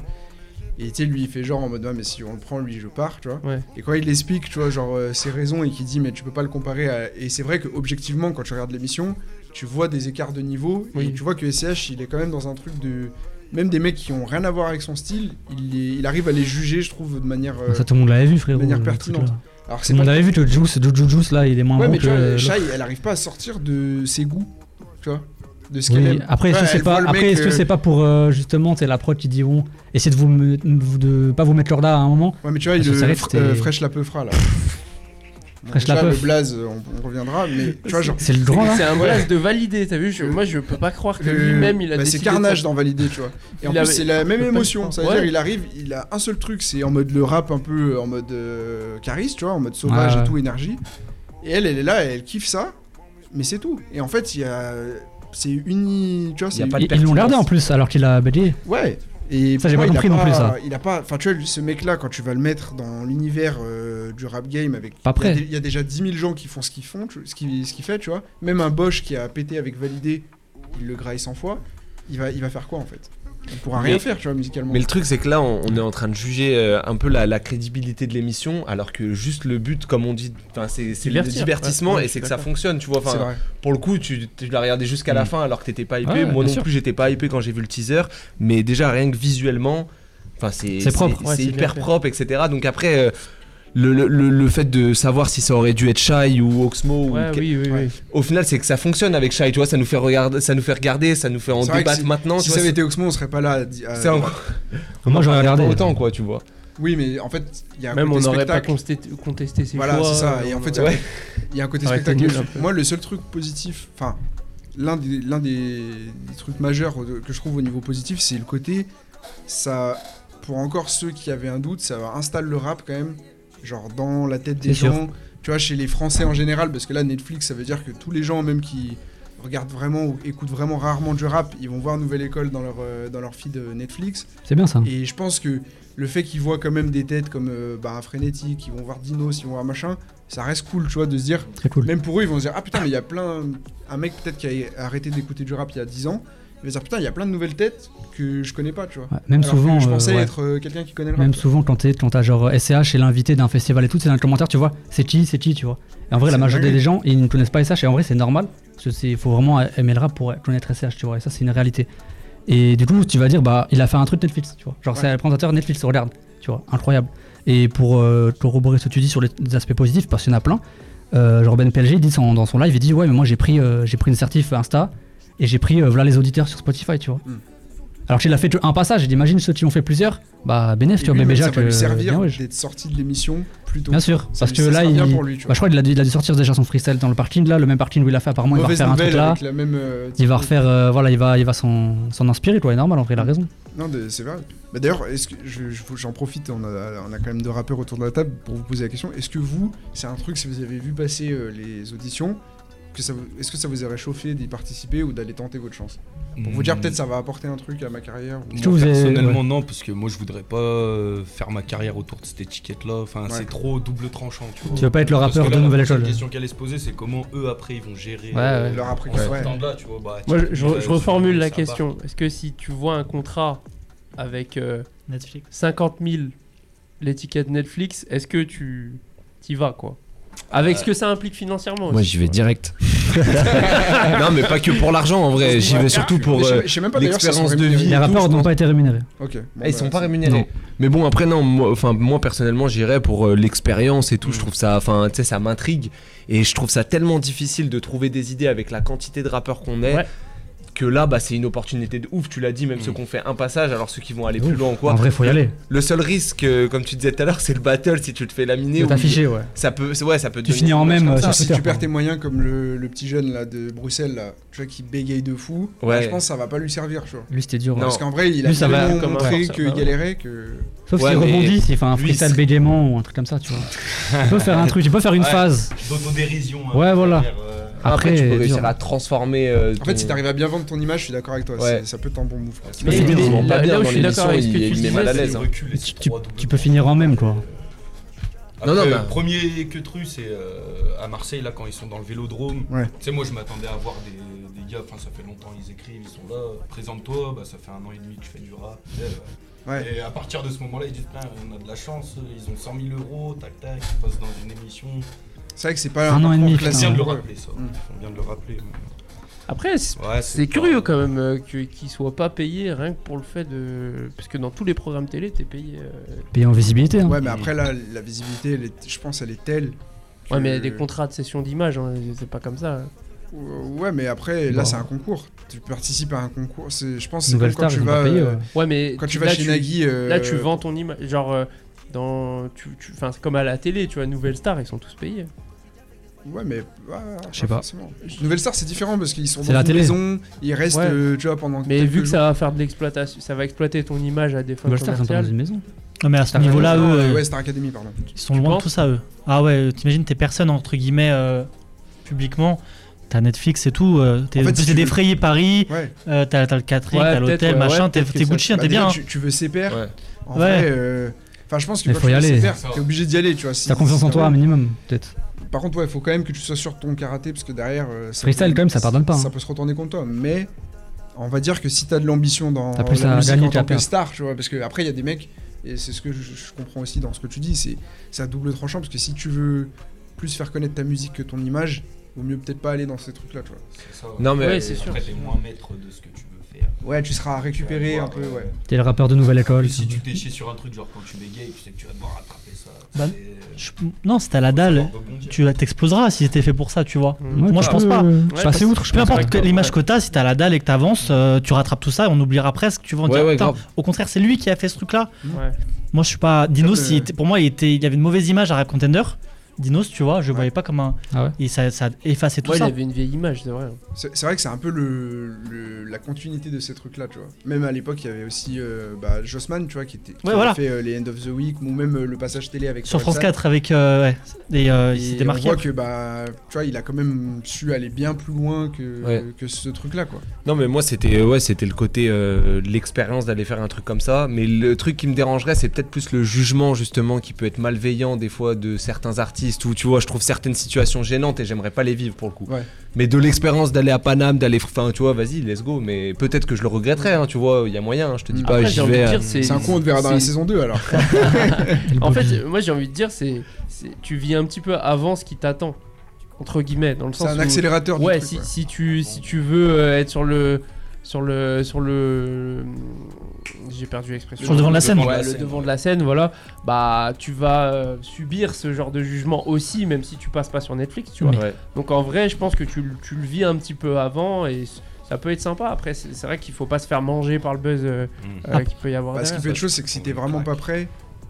Speaker 2: Et tu sais, lui, il fait genre en mode, ouais, mais si on le prend, lui, je pars, tu vois.
Speaker 4: Ouais.
Speaker 2: Et quand il explique, tu vois, genre euh, ses raisons et qu'il dit, mais tu peux pas le comparer à. Et c'est vrai que objectivement, quand tu regardes l'émission, tu vois des écarts de niveau et
Speaker 4: Oui.
Speaker 2: tu vois que SCH, il est quand même dans un truc de. Même des mecs qui ont rien à voir avec son style, il, les- il arrive à les juger, je trouve, de manière. euh,
Speaker 3: Ça, tout le monde l'avait vu, frérot.
Speaker 2: manière
Speaker 3: le
Speaker 2: pertinente.
Speaker 3: truc-là.
Speaker 2: Alors,
Speaker 3: Tout le monde
Speaker 2: pas-
Speaker 3: avait vu que Juice, de Jujuce, là, il est moins
Speaker 2: Ouais,
Speaker 3: bon
Speaker 2: mais
Speaker 3: que.
Speaker 2: tu vois,
Speaker 3: l'autre.
Speaker 2: Shai, elle arrive pas à sortir de ses goûts, tu vois, de ce qu'elle
Speaker 3: Oui,
Speaker 2: aime.
Speaker 3: Après, est-ce
Speaker 2: Ouais,
Speaker 3: que c'est
Speaker 2: elle
Speaker 3: pas,
Speaker 2: voit le
Speaker 3: après,
Speaker 2: mec,
Speaker 3: est-ce que
Speaker 2: euh,
Speaker 3: c'est pas pour euh, justement, c'est la prod qui dit bon, essayez de vous, me- vous- de pas vous mettre l'orda à un moment.
Speaker 2: Ouais, mais tu vois,
Speaker 3: Parce
Speaker 2: il
Speaker 3: que Ah, ça
Speaker 2: le
Speaker 3: reste,
Speaker 2: fr- euh,
Speaker 3: t'es-
Speaker 2: Fresh la peufra, là. Bon,
Speaker 3: Fresh
Speaker 2: déjà,
Speaker 3: la Peuf.
Speaker 2: Le blaze, euh, on, on reviendra, mais tu vois, genre.
Speaker 3: C'est le grand là.
Speaker 4: C'est un
Speaker 2: Ouais.
Speaker 4: blast de valider, t'as vu je- Moi, je peux pas croire que
Speaker 2: le-
Speaker 4: lui-même, il
Speaker 2: bah,
Speaker 4: a décidé.
Speaker 2: c'est
Speaker 4: de-
Speaker 2: carnage d'en valider, tu vois. Et en
Speaker 4: Il
Speaker 2: plus,
Speaker 4: avait-
Speaker 2: c'est la même
Speaker 4: peut pas
Speaker 2: émotion.
Speaker 4: le
Speaker 2: Ça veut
Speaker 4: prendre.
Speaker 2: dire,
Speaker 4: Ouais.
Speaker 2: il arrive, il a un seul truc, c'est en mode le rap un peu en mode euh, Caris, tu vois, en mode sauvage
Speaker 3: Ouais.
Speaker 2: et tout, énergie. Et elle, elle est là, elle kiffe ça, mais c'est tout. Et en fait, il y a. C'est uni. Tu vois,
Speaker 6: Il y a
Speaker 2: c'est
Speaker 6: pas de
Speaker 3: Ils ils l'ont gardé en plus alors qu'il a bégayé.
Speaker 2: Ouais. Et
Speaker 3: Ça, j'ai
Speaker 2: pour moi,
Speaker 3: pas
Speaker 2: il a
Speaker 3: compris non plus, ça.
Speaker 2: Il a pas. Enfin, tu vois, ce mec-là, quand tu vas le mettre dans l'univers euh, du rap game avec.
Speaker 3: Pas
Speaker 2: Il y a
Speaker 3: prêt.
Speaker 2: des- il y, a déjà 10 000 gens qui font ce qu'ils font, tu- ce qu'il ce qu'il fait, tu vois. Même un Bosch qui a pété avec Validé, il le graille 100 fois. Il va, il va faire quoi en fait Il pourra
Speaker 6: Mais-
Speaker 2: rien faire, tu vois, musicalement.
Speaker 6: Mais le truc, c'est que là, on, on est en train de juger euh, un peu la, la crédibilité de l'émission, alors que juste le but, comme on dit, enfin, c'est c'est le
Speaker 4: Divertir,
Speaker 6: divertissement
Speaker 4: ouais, ouais,
Speaker 6: et
Speaker 4: je suis
Speaker 6: c'est que ça
Speaker 4: d'accord.
Speaker 6: fonctionne, tu vois.
Speaker 2: c'est
Speaker 6: Enfin,
Speaker 2: vrai.
Speaker 6: pour le coup, tu, tu l'as regardé jusqu'à la
Speaker 3: Mm.
Speaker 6: fin alors que t'étais pas hypé.
Speaker 3: Ouais,
Speaker 6: Moi
Speaker 3: bien
Speaker 6: non
Speaker 3: sûr.
Speaker 6: plus, j'étais pas hypé quand j'ai vu le teaser, mais déjà rien que visuellement, enfin,
Speaker 3: C'est
Speaker 6: c'est
Speaker 3: propre.
Speaker 6: c'est
Speaker 4: Ouais, c'est bien
Speaker 6: hyper
Speaker 4: fait.
Speaker 6: propre, etc. Donc après. euh, le, le- le- le fait de savoir si ça aurait dû être Shai ou Oxmo ou
Speaker 4: Ouais,
Speaker 6: que-
Speaker 4: oui, oui, oui.
Speaker 2: Ouais.
Speaker 6: au final c'est que ça fonctionne avec Shai tu vois ça nous fait regarder ça nous fait regarder ça nous fait en
Speaker 2: C'est vrai que
Speaker 6: débattre maintenant
Speaker 2: Si
Speaker 6: tu
Speaker 2: ça
Speaker 6: vois,
Speaker 2: avait été Oxmo, on serait pas là. à di- à-
Speaker 6: c'est- c'est un-
Speaker 3: Moi, j'aurais
Speaker 6: on en parle
Speaker 3: regardé.
Speaker 6: pas autant quoi tu vois
Speaker 2: Oui, mais en fait, il y a un
Speaker 4: Même on
Speaker 2: côté
Speaker 4: n'aurait pas
Speaker 2: spectacle.
Speaker 4: contesté, contesté ses
Speaker 2: Voilà,
Speaker 4: choix.
Speaker 2: c'est ça. Et
Speaker 4: euh,
Speaker 2: en
Speaker 4: on
Speaker 2: fait, il y a-
Speaker 4: aurait-
Speaker 2: il y, a un côté
Speaker 4: Ouais, t'es
Speaker 2: spectaculaire.
Speaker 4: nul, un peu.
Speaker 2: Moi, le seul truc positif, enfin, l'un des, l'un des, des trucs majeurs de- que je trouve au niveau positif, c'est le côté, ça, pour encore ceux qui avaient un doute, ça installe le rap quand même, genre dans la tête des
Speaker 3: C'est sûr.
Speaker 2: gens, tu vois, chez les Français en général, parce que là, Netflix, ça veut dire que tous les gens, même qui regardent vraiment ou écoutent vraiment rarement du rap, ils vont voir Nouvelle École dans leur, euh, dans leur feed euh, Netflix.
Speaker 3: C'est bien ça.
Speaker 2: Et je pense que le fait qu'ils voient quand même des têtes comme euh, bah, un Frénétique, ils vont voir Dinos, ils vont voir machin, ça reste cool, tu vois, de se dire,
Speaker 3: Très cool.
Speaker 2: même pour eux, ils vont se dire, ah putain, mais il y a plein. Un mec peut-être qui a arrêté d'écouter du rap il y a 10 ans, il va se dire, putain, il y a plein de nouvelles têtes que je connais pas, tu vois.
Speaker 3: Ouais, Même
Speaker 2: Alors que
Speaker 3: souvent.
Speaker 2: je
Speaker 3: euh,
Speaker 2: pensais
Speaker 3: ouais.
Speaker 2: être euh, quelqu'un qui connaît le rap.
Speaker 3: Même souvent quand t'es- quand t'as genre euh, SCH et l'invité d'un festival et tout, c'est dans le commentaire, tu vois, c'est qui, c'est qui, tu vois. Et en vrai, la
Speaker 2: C'est
Speaker 3: majorité
Speaker 2: dingue.
Speaker 3: des gens, ils ne connaissent pas SCH et en vrai, c'est normal, parce que c'est faut vraiment euh, aimer le rap pour connaître SCH, tu vois, et ça, c'est une réalité. Et du coup, tu vas dire, bah, il a fait un truc Netflix, tu vois. Genre, c'est
Speaker 2: Ouais.
Speaker 3: un présentateur Netflix, regarde, tu vois, incroyable. Et pour euh, corroborer ce que tu dis sur les les aspects positifs, parce qu'il y en a plein, euh, genre Ben PLG, il dit son- dans son live, il
Speaker 2: Hmm.
Speaker 3: dit, ouais, mais moi, j'ai pris, euh, j'ai pris une certif Insta et j'ai pris, euh, voilà, les auditeurs sur Spotify, tu vois. Alors qu'il a fait qu'un passage, et imagine ceux qui l'ont fait plusieurs, bah bénéf,
Speaker 2: Et
Speaker 3: tu vois,
Speaker 2: lui,
Speaker 3: mais
Speaker 2: même,
Speaker 3: déjà
Speaker 2: ça va
Speaker 3: que.
Speaker 2: lui servir
Speaker 3: bien, ouais, je-
Speaker 2: d'être sorti de l'émission plus tôt.
Speaker 3: bien sûr,
Speaker 2: Ça
Speaker 3: parce
Speaker 2: lui-
Speaker 3: que
Speaker 2: ça
Speaker 3: là,
Speaker 2: sera
Speaker 3: il,
Speaker 2: bien pour lui, tu vois.
Speaker 3: bah, je crois qu'il a, dû- il a dû sortir déjà son freestyle dans le parking, là, le même parking où il a fait apparemment, il va
Speaker 2: Mauvaise
Speaker 3: refaire un truc
Speaker 2: nouvelle
Speaker 3: là.
Speaker 2: avec la même. euh,
Speaker 3: Il va
Speaker 2: typo.
Speaker 3: refaire, euh, voilà, il va, il va s'en s'en inspirer, quoi. Et normal, en vrai, il a raison.
Speaker 2: Non, de- c'est vrai. Bah, D'ailleurs, est-ce que je- je- j'en profite, on a, on a quand même deux rappeurs autour de la table pour vous poser la question. Est-ce que vous, c'est un truc, si vous avez vu passer euh, les auditions, que ça vous- est-ce que ça vous aurait chauffé d'y participer ou d'aller tenter votre chance Pour
Speaker 5: Mm.
Speaker 2: vous dire, peut-être ça va apporter un truc à ma carrière. ou-
Speaker 3: Est-ce que
Speaker 5: Moi,
Speaker 3: vous avez-
Speaker 5: personnellement non parce que moi je voudrais pas euh, faire ma carrière autour de cette étiquette là enfin
Speaker 2: Ouais.
Speaker 5: c'est trop double tranchant tu vois
Speaker 3: Tu veux pas être le
Speaker 5: Parce que
Speaker 3: rappeur
Speaker 5: là,
Speaker 3: de
Speaker 5: la
Speaker 3: Nouvelle
Speaker 5: prochaine
Speaker 3: École.
Speaker 5: question qu'elle allait se poser c'est comment eux après ils vont gérer
Speaker 3: Ouais, ouais.
Speaker 2: Leur après-
Speaker 5: en
Speaker 2: ouais.
Speaker 5: sortant de là, tu vois, bah,
Speaker 4: Moi, je,
Speaker 5: tiens,
Speaker 4: je-
Speaker 5: euh,
Speaker 4: je reformule la
Speaker 5: ça
Speaker 4: question. Est-ce que si tu vois un contrat avec euh,
Speaker 1: Netflix.
Speaker 4: 50 000 l'étiquette Netflix, est-ce que tu t'y vas quoi
Speaker 2: Euh,
Speaker 4: Avec ce que ça implique financièrement
Speaker 6: Moi,
Speaker 4: aussi,
Speaker 6: j'y vais
Speaker 4: tu vois.
Speaker 6: direct. non, mais pas que pour l'argent en vrai. J'y vais surtout
Speaker 2: Mais
Speaker 6: pour.
Speaker 2: je sais-
Speaker 6: euh,
Speaker 2: je sais même pas d'ailleurs si elles sont
Speaker 6: l'expérience de
Speaker 2: rémunérées.
Speaker 6: vie.
Speaker 3: Les
Speaker 6: tout,
Speaker 3: rappeurs
Speaker 6: je
Speaker 3: n'ont
Speaker 5: hein
Speaker 6: pense.
Speaker 3: pas été rémunérés.
Speaker 2: Ok. bon,
Speaker 6: Ah, ils
Speaker 2: bah,
Speaker 6: sont pas
Speaker 2: c'est-
Speaker 6: rémunérés.
Speaker 3: Non.
Speaker 6: Mais bon, après, non, moi, enfin, moi personnellement, j'irais pour euh, l'expérience et tout. Je trouve ça, enfin, tu sais, ça m'intrigue. Et je trouve ça tellement difficile de trouver des idées avec la quantité de rappeurs qu'on est.
Speaker 4: Ouais.
Speaker 6: Que là, bah, c'est une opportunité de ouf, tu l'as dit, même
Speaker 5: Mm.
Speaker 6: ceux qu'on fait un passage, alors ceux qui vont aller
Speaker 3: De
Speaker 6: plus
Speaker 3: ouf.
Speaker 6: loin ou quoi.
Speaker 3: En vrai, faut y aller.
Speaker 6: Le seul risque, euh, comme tu disais tout à l'heure, c'est le battle si tu te fais laminer.
Speaker 3: Faut
Speaker 6: ou-
Speaker 3: t'afficher, ouais.
Speaker 6: Ça peut, ouais, ça peut te
Speaker 3: Tu
Speaker 6: donner
Speaker 3: finis
Speaker 6: une
Speaker 3: en
Speaker 6: image
Speaker 3: même,
Speaker 6: comme
Speaker 3: euh, sur
Speaker 6: ça.
Speaker 2: Si
Speaker 3: Twitter,
Speaker 2: tu perds
Speaker 3: quoi.
Speaker 2: tes moyens comme le, le petit jeune là de Bruxelles là, tu vois qui bégaye de fou,
Speaker 6: Ouais.
Speaker 2: bah, je pense que ça va pas lui servir, tu vois.
Speaker 3: Lui, c'était dur.
Speaker 6: Non.
Speaker 2: Parce qu'en vrai, il a
Speaker 3: Lui, ça va
Speaker 2: tellement
Speaker 4: comme un
Speaker 2: montré
Speaker 4: forceur,
Speaker 2: qu'il
Speaker 4: ouais.
Speaker 2: galérait que.
Speaker 3: Sauf
Speaker 6: Ouais,
Speaker 3: s'il
Speaker 6: mais
Speaker 3: rebondit, s'il fait un
Speaker 6: lui,
Speaker 3: freestyle
Speaker 6: c'est-
Speaker 3: bégaiement ou un truc comme ça, tu vois. Il peut faire un truc, il peut faire une
Speaker 5: Ouais.
Speaker 3: phase.
Speaker 5: va. d'autodérision hein,
Speaker 3: Ouais,
Speaker 5: pour
Speaker 3: voilà.
Speaker 5: faire, euh,
Speaker 6: Après,
Speaker 3: Après,
Speaker 6: tu peux
Speaker 3: euh,
Speaker 6: réussir
Speaker 3: dur.
Speaker 6: à transformer. euh,
Speaker 2: En fait,
Speaker 6: ton-
Speaker 2: si t'arrives à bien vendre ton image, je suis d'accord avec toi,
Speaker 6: Ouais.
Speaker 2: c'est- ça peut être un bon move. quoi.
Speaker 6: Mais
Speaker 3: Mais
Speaker 6: il
Speaker 3: là-
Speaker 6: est vraiment pas
Speaker 4: là
Speaker 6: bien
Speaker 4: où
Speaker 6: dans
Speaker 4: je suis
Speaker 6: l'émission,
Speaker 4: d'accord avec ce que
Speaker 6: il
Speaker 4: tu
Speaker 6: il met
Speaker 4: disais,
Speaker 6: mal à
Speaker 4: c'est
Speaker 6: l'aise.
Speaker 5: le
Speaker 6: hein.
Speaker 5: recul et
Speaker 3: Tu,
Speaker 5: c'est
Speaker 3: tu-
Speaker 5: trois doubles
Speaker 3: tu peux
Speaker 5: tranchants.
Speaker 3: finir en même, quoi.
Speaker 5: Après,
Speaker 6: Non, non,
Speaker 5: euh,
Speaker 6: bah-
Speaker 5: premier que tru, c'est euh, à Marseille, là, quand ils sont dans le vélodrome.
Speaker 2: Ouais.
Speaker 5: Tu sais, moi, je m'attendais à voir des, des gars, enfin, ça fait longtemps, ils écrivent, ils sont là, présente-toi, bah, ça fait un an et demi que je fais du rap. tu sais, bah.
Speaker 2: Ouais.
Speaker 5: Et à partir de ce moment-là, ils disent, putain, on a de la chance, ils ont 100 000 euros, tac, tac, ils passent dans une émission.
Speaker 2: C'est vrai que c'est pas
Speaker 3: Un an et
Speaker 2: parcours
Speaker 3: demi,
Speaker 5: Ils font
Speaker 3: putain,
Speaker 5: bien de le
Speaker 2: pour eux.
Speaker 5: rappeler, ça.
Speaker 2: Mm.
Speaker 5: Ils font bien de le rappeler. mais-
Speaker 4: Après, c'est
Speaker 5: Ouais,
Speaker 4: C'est curieux
Speaker 5: pas-
Speaker 4: quand même euh, que- qu'ils soient pas payés rien que pour le fait de. Parce que dans tous les programmes télé, t'es payé. euh,
Speaker 3: Payer en visibilité. hein.
Speaker 2: Ouais, mais après là, la visibilité, elle est- je pense, elle est telle. que-
Speaker 4: Ouais, mais des contrats de session d'image, hein, c'est pas comme ça.
Speaker 2: Ouais, mais après, là,
Speaker 3: Bon.
Speaker 2: c'est un concours. Tu participes à un concours. c'est- Je pense que c'est
Speaker 3: Nouvelle
Speaker 2: comme quand
Speaker 3: star,
Speaker 2: tu
Speaker 3: ils ont
Speaker 2: vas,
Speaker 3: pas payé.
Speaker 2: euh,
Speaker 3: ouais.
Speaker 4: Ouais, mais
Speaker 2: quand tu
Speaker 4: là,
Speaker 2: vas chez Nagui. euh,
Speaker 4: Là, tu vends ton image. Genre, euh, dans. Tu, tu- enfin, c'est comme à la télé, tu vois, Nouvelle Star, ils sont tous payés.
Speaker 2: Ouais, mais. ah,
Speaker 3: Je sais pas.
Speaker 2: forcément. Nouvelle Star, c'est différent parce qu'ils sont
Speaker 3: C'est
Speaker 2: dans
Speaker 3: la
Speaker 2: une
Speaker 3: télé.
Speaker 2: maison, ils restent,
Speaker 4: Ouais.
Speaker 2: euh, tu vois, pendant.
Speaker 4: Mais
Speaker 2: quelques
Speaker 4: vu que
Speaker 2: jours.
Speaker 4: ça va faire de l'exploitation, ça va exploiter ton image à des fins
Speaker 3: Nouvelle Star, c'est dans
Speaker 4: commerciales.
Speaker 3: une maison.
Speaker 1: Non, mais à ce
Speaker 3: Star
Speaker 1: niveau-là, eux,
Speaker 2: Euh,
Speaker 1: euh,
Speaker 2: ouais, Star Academy, pardon.
Speaker 1: ils sont loin de
Speaker 4: penses
Speaker 1: tout ça, eux. Ah ouais, euh, t'imagines, t'es personne, entre guillemets, euh, publiquement. T'as Netflix et tout. euh, t'es
Speaker 2: En fait,
Speaker 1: en plus,
Speaker 2: si
Speaker 1: t'es
Speaker 2: tu-
Speaker 1: défrayé Paris.
Speaker 2: Ouais.
Speaker 1: euh, t'as t'as le catering,
Speaker 4: Ouais,
Speaker 1: t'as l'hôtel,
Speaker 4: peut-être, ouais,
Speaker 1: machin.
Speaker 4: ouais,
Speaker 1: t'es
Speaker 4: peut-être que
Speaker 1: t'es
Speaker 4: ça-
Speaker 1: Gucci, hein,
Speaker 2: Bah,
Speaker 1: t'es
Speaker 2: déjà,
Speaker 1: bien. hein.
Speaker 2: Tu, tu veux CPR
Speaker 6: Ouais.
Speaker 2: En
Speaker 1: Ouais.
Speaker 2: vrai. euh, Enfin, je pense que
Speaker 3: Mais
Speaker 2: quand
Speaker 3: faut
Speaker 2: tu
Speaker 3: y
Speaker 2: veux
Speaker 3: aller.
Speaker 2: CPR, t'es obligé d'y aller, tu vois. si-
Speaker 3: T'as confiance en
Speaker 2: si-
Speaker 3: toi, un minimum, peut-être.
Speaker 2: Par contre, ouais, faut quand même que tu sois sur ton karaté parce que derrière. euh, ça
Speaker 3: Freestyle,
Speaker 2: peut-
Speaker 3: quand même, ça pardonne pas,
Speaker 2: Ça
Speaker 3: hein.
Speaker 2: peut se retourner contre toi. Mais on va dire que si t'as de l'ambition dans
Speaker 3: T'as plus
Speaker 2: la
Speaker 3: à
Speaker 2: musique
Speaker 3: gagner
Speaker 2: en
Speaker 3: qu'à
Speaker 2: tant que
Speaker 3: perdre.
Speaker 2: star, tu vois, parce que après, il y a des mecs, et c'est ce que je, je comprends aussi dans ce que tu dis, c'est c'est à double tranchant parce que si tu veux plus faire connaître ta musique que ton image, vaut mieux peut-être pas aller dans ces trucs-là, tu vois.
Speaker 5: C'est ça.
Speaker 6: Non, mais.
Speaker 4: Ouais, c'est sûr.
Speaker 5: Après, t'es moins maître de ce que tu veux faire.
Speaker 2: Ouais, tu seras récupéré
Speaker 5: Ouais,
Speaker 2: un peu, ouais.
Speaker 3: T'es le rappeur de Nouvelle École.
Speaker 5: Et si tu t'échis sur un truc, genre quand tu bégayes, tu sais que tu vas devoir rattraper ça.
Speaker 1: Bah,
Speaker 5: c'est-
Speaker 1: Je- Non, c'était à la dalle.
Speaker 5: Faut savoir rebondir.
Speaker 1: Tu t'exploseras si c'était fait pour ça, tu vois.
Speaker 4: Mm.
Speaker 1: Moi, je pense pas.
Speaker 4: Ouais,
Speaker 3: Je passais
Speaker 4: parce-
Speaker 3: outre, je
Speaker 1: Peu
Speaker 3: pense.
Speaker 1: importe
Speaker 4: ouais.
Speaker 1: que l'image
Speaker 4: Ouais.
Speaker 1: que t'as, si t'as la dalle et que t'avances, euh, tu rattrapes tout ça et on oubliera presque. Tu vas en
Speaker 6: Ouais,
Speaker 1: dire,
Speaker 6: ouais,
Speaker 1: putain,
Speaker 6: grave.
Speaker 1: au contraire, c'est lui qui a fait ce truc-là.
Speaker 4: Ouais.
Speaker 1: Moi, je suis pas. Dinos,
Speaker 2: Comme,
Speaker 1: il
Speaker 2: euh,
Speaker 1: était- pour moi, il, était... il y avait une mauvaise image à Rap Contender. Dinos, tu vois, je le
Speaker 2: Ouais.
Speaker 1: voyais pas comme un.
Speaker 3: Ah ouais.
Speaker 1: Et ça, ça effaçait tout
Speaker 4: Ouais, il
Speaker 1: ça.
Speaker 4: avait une vieille image, c'est vrai. hein.
Speaker 2: C'est c'est vrai que c'est un peu le, le- la continuité de ces trucs-là, tu vois. Même à l'époque, il y avait aussi euh, bah, Jossman, tu vois, qui, était, qui
Speaker 1: Ouais,
Speaker 2: avait
Speaker 1: voilà.
Speaker 2: fait euh, les End of the Week ou même euh, le passage télé avec
Speaker 1: Sur France
Speaker 2: Orelsan.
Speaker 1: 4 avec. euh, ouais. Et euh, il
Speaker 2: Et
Speaker 1: s'était
Speaker 2: on
Speaker 1: marqué.
Speaker 2: voit que bah, tu vois, il a quand même su aller bien plus loin que,
Speaker 6: Ouais.
Speaker 2: que ce truc-là, quoi.
Speaker 6: Non mais moi c'était ouais c'était le côté euh, l'expérience d'aller faire un truc comme ça mais le truc qui me dérangerait c'est peut-être plus le jugement justement qui peut être malveillant des fois de certains artistes ou tu vois je trouve certaines situations gênantes et j'aimerais pas les vivre pour le coup
Speaker 2: Ouais.
Speaker 6: mais de l'expérience d'aller à Paname d'aller enfin tu vois vas-y let's go mais peut-être que je le regretterais hein, tu vois il y a moyen hein, je te dis
Speaker 2: Mm.
Speaker 6: pas
Speaker 4: Après, j'ai
Speaker 6: j'y
Speaker 4: envie
Speaker 6: vais
Speaker 4: de
Speaker 6: euh,
Speaker 4: dire, c'est.
Speaker 2: C'est un coup, on te verra dans la
Speaker 4: c'est-
Speaker 2: saison 2, alors.
Speaker 4: En fait, euh, moi j'ai envie de dire, c'est, c'est- tu vis un petit peu avant ce qui t'attend, entre guillemets, dans le
Speaker 2: C'est
Speaker 4: sens
Speaker 2: un
Speaker 4: où-
Speaker 2: accélérateur du
Speaker 4: Ouais,
Speaker 2: truc,
Speaker 4: si,
Speaker 2: ouais.
Speaker 4: si tu si tu veux euh, être sur le sur le sur le j'ai perdu l'expression.
Speaker 1: Sur le devant de la scène.
Speaker 4: Ouais,
Speaker 5: Ouais,
Speaker 4: le
Speaker 5: c'est-
Speaker 4: devant de la scène, voilà. Bah, tu vas euh, subir ce genre de jugement aussi, même si tu passes pas sur Netflix, tu vois.
Speaker 6: ouais.
Speaker 4: Donc en vrai, je pense que tu, le- tu le vis un petit peu avant et c- ça peut être sympa. Après, c'est c'est vrai qu'il faut pas se faire manger par le buzz euh, euh,
Speaker 1: Ah,
Speaker 4: qu'il peut y avoir.
Speaker 2: Bah, ce qui
Speaker 4: derrière.
Speaker 2: fait de chose, c'est que si t'es vraiment pas prêt,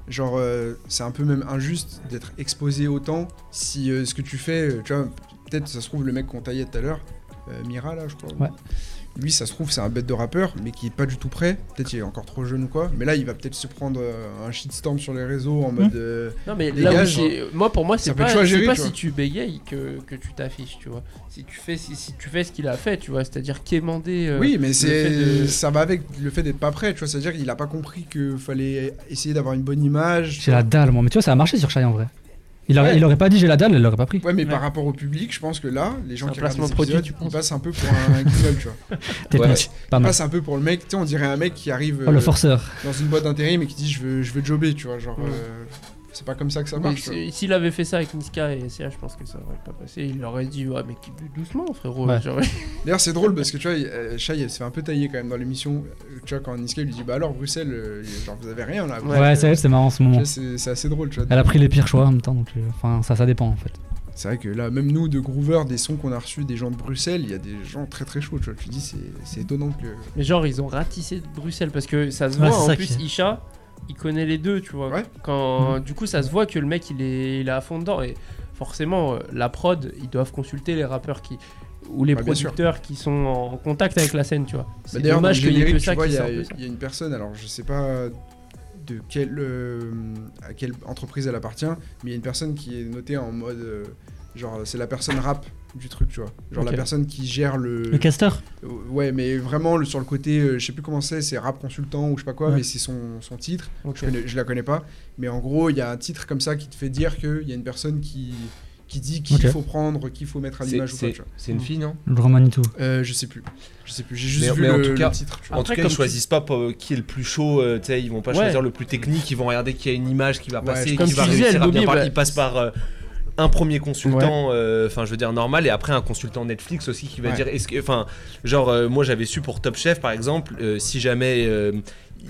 Speaker 2: genre, euh, c'est un peu même injuste d'être exposé autant si euh, ce que tu fais, euh, tu vois, peut-être ça se trouve le mec qu'on taillait tout à l'heure, euh, Mira là, je crois.
Speaker 3: Ouais.
Speaker 2: Lui, ça se trouve, c'est un bête de rappeur, mais qui est pas du tout prêt. Peut-être qu'il est encore trop jeune ou quoi. Mais là, il va peut-être se prendre euh, un shitstorm sur les réseaux
Speaker 4: Hmm.
Speaker 2: en mode. euh,
Speaker 4: Non mais
Speaker 2: Les
Speaker 4: là où
Speaker 2: gages, hein.
Speaker 4: j'ai- moi pour moi c'est
Speaker 2: ça peut
Speaker 4: pas,
Speaker 2: être choix à
Speaker 4: c'est
Speaker 2: gérer,
Speaker 4: pas
Speaker 2: tu
Speaker 4: si
Speaker 2: vois.
Speaker 4: tu bégayes que, que tu t'affiches tu vois si tu fais si, si tu fais ce qu'il a fait tu vois c'est-à-dire quémander euh,
Speaker 2: Oui, mais
Speaker 4: le
Speaker 2: c'est
Speaker 4: fait de-
Speaker 2: ça va avec le fait d'être pas prêt, tu vois. C'est-à-dire qu'il a pas compris qu'il fallait essayer d'avoir une bonne image.
Speaker 3: J'ai la dalle, moi. Mais tu vois, ça a marché sur Shai en vrai. Il, aurait-
Speaker 2: Ouais.
Speaker 3: il aurait pas dit j'ai la dalle, elle l'aurait pas pris.
Speaker 2: Ouais, mais
Speaker 4: Ouais.
Speaker 2: par rapport au public, je pense que là, les gens
Speaker 4: Un
Speaker 2: qui regardent
Speaker 4: placement
Speaker 2: les
Speaker 4: produit,
Speaker 2: épisodes,
Speaker 4: tu
Speaker 2: ils
Speaker 4: penses
Speaker 2: passent un peu pour un guignol, tu vois.
Speaker 3: Technique, pas
Speaker 2: Ils
Speaker 3: mal.
Speaker 2: passent un peu pour le mec, tu sais, on dirait un mec qui arrive
Speaker 3: Oh, le
Speaker 2: euh,
Speaker 3: forceur.
Speaker 2: dans une boîte d'intérim et qui dit je veux, je veux jobber, tu vois. Genre,
Speaker 4: Ouais.
Speaker 2: euh, c'est pas comme ça que ça
Speaker 4: Mais
Speaker 2: marche. tu vois.
Speaker 4: c'est- s'il avait fait ça avec Niska et SCH, je pense que ça aurait pas passé. Il aurait dit, ouais, mais qui- doucement, frérot.
Speaker 3: Ouais.
Speaker 4: Genre,
Speaker 2: D'ailleurs, c'est drôle parce que tu vois, euh, Shai il s'est fait un peu tailler quand même dans l'émission. Euh, Tu vois, quand Niska lui dit bah alors Bruxelles, euh, genre vous avez rien là.
Speaker 4: Ouais.
Speaker 3: Ouais, c'est elle, c'est marrant en ce
Speaker 2: Tu
Speaker 3: moment.
Speaker 2: vois, C'est c'est assez drôle, tu vois.
Speaker 3: Elle a pris les pires choix en même temps, donc euh, enfin, ça, ça dépend en fait.
Speaker 2: C'est vrai que là, même nous, de Groover, des sons qu'on a reçus des gens de Bruxelles, il y a des gens très très chauds, tu vois. Tu dis, c'est, c'est étonnant que.
Speaker 4: Mais genre, ils ont ratissé de Bruxelles parce que ça se
Speaker 1: Ouais,
Speaker 4: voit.
Speaker 1: c'est
Speaker 4: en
Speaker 1: ça
Speaker 4: plus,
Speaker 1: qui- Mm.
Speaker 4: Isha, il connaît les deux, tu vois.
Speaker 2: Ouais.
Speaker 4: Quand, Du coup, ça se voit que le mec, il est, il est à fond dedans. Et forcément, euh, la prod, ils doivent consulter les rappeurs qui ou les
Speaker 2: Bah, bien sûr.
Speaker 4: producteurs qui sont en contact avec la scène, tu vois.
Speaker 2: Bah,
Speaker 4: C'est
Speaker 2: d'ailleurs,
Speaker 4: dommage
Speaker 2: dans le
Speaker 4: qu'il y ait que
Speaker 2: générique,
Speaker 4: ça
Speaker 2: tu vois,
Speaker 4: qui
Speaker 2: il y, a-
Speaker 4: sorte de ça.
Speaker 2: il y a une personne, alors je sais pas de quelle, euh, à quelle entreprise elle appartient, mais il y a une personne qui est notée en mode. euh, genre, c'est la personne rap du truc, tu vois. Genre
Speaker 4: Ok.
Speaker 2: la personne qui gère le.
Speaker 1: Le caster
Speaker 2: Euh, Ouais, mais vraiment, le, sur le côté, euh, je sais plus comment c'est, c'est rap consultant ou je sais pas quoi,
Speaker 1: Ouais.
Speaker 2: mais c'est son, son titre.
Speaker 4: Ok.
Speaker 2: Je, connais- je la connais pas, mais en gros, il y a un titre comme ça qui te fait dire qu'il y a une personne qui, qui dit qu'il
Speaker 3: Ok.
Speaker 2: faut prendre, qu'il faut mettre à
Speaker 6: C'est-
Speaker 2: l'image ou pas.
Speaker 6: c'est-
Speaker 2: tu vois.
Speaker 6: C'est une fille, non
Speaker 3: Le grand Manitou.
Speaker 2: Euh, je sais plus. Je sais plus. J'ai juste
Speaker 6: Mais-
Speaker 2: vu
Speaker 6: mais en
Speaker 2: le,
Speaker 6: tout
Speaker 2: le
Speaker 6: cas-
Speaker 2: titre. tu vois.
Speaker 6: En
Speaker 4: Après,
Speaker 6: tout cas,
Speaker 4: comme
Speaker 6: ils
Speaker 4: tu-
Speaker 6: choisissent pas pour- qui est le plus chaud, euh, tu sais, ils vont pas
Speaker 4: Ouais.
Speaker 6: choisir le plus technique, ils vont regarder qui a une image qui va
Speaker 2: Ouais,
Speaker 6: passer,
Speaker 2: je-
Speaker 4: comme
Speaker 6: qui va
Speaker 4: tu disais,
Speaker 6: réussir à
Speaker 4: Adobe,
Speaker 6: bien parler.
Speaker 4: bah,
Speaker 6: Ils passent par euh, un premier consultant, euh, enfin, je veux dire, normal, et après un consultant Netflix aussi qui va
Speaker 2: Ouais.
Speaker 6: dire, est-ce que, enfin, genre, euh, moi j'avais su pour Top Chef, par exemple, euh, si jamais. euh,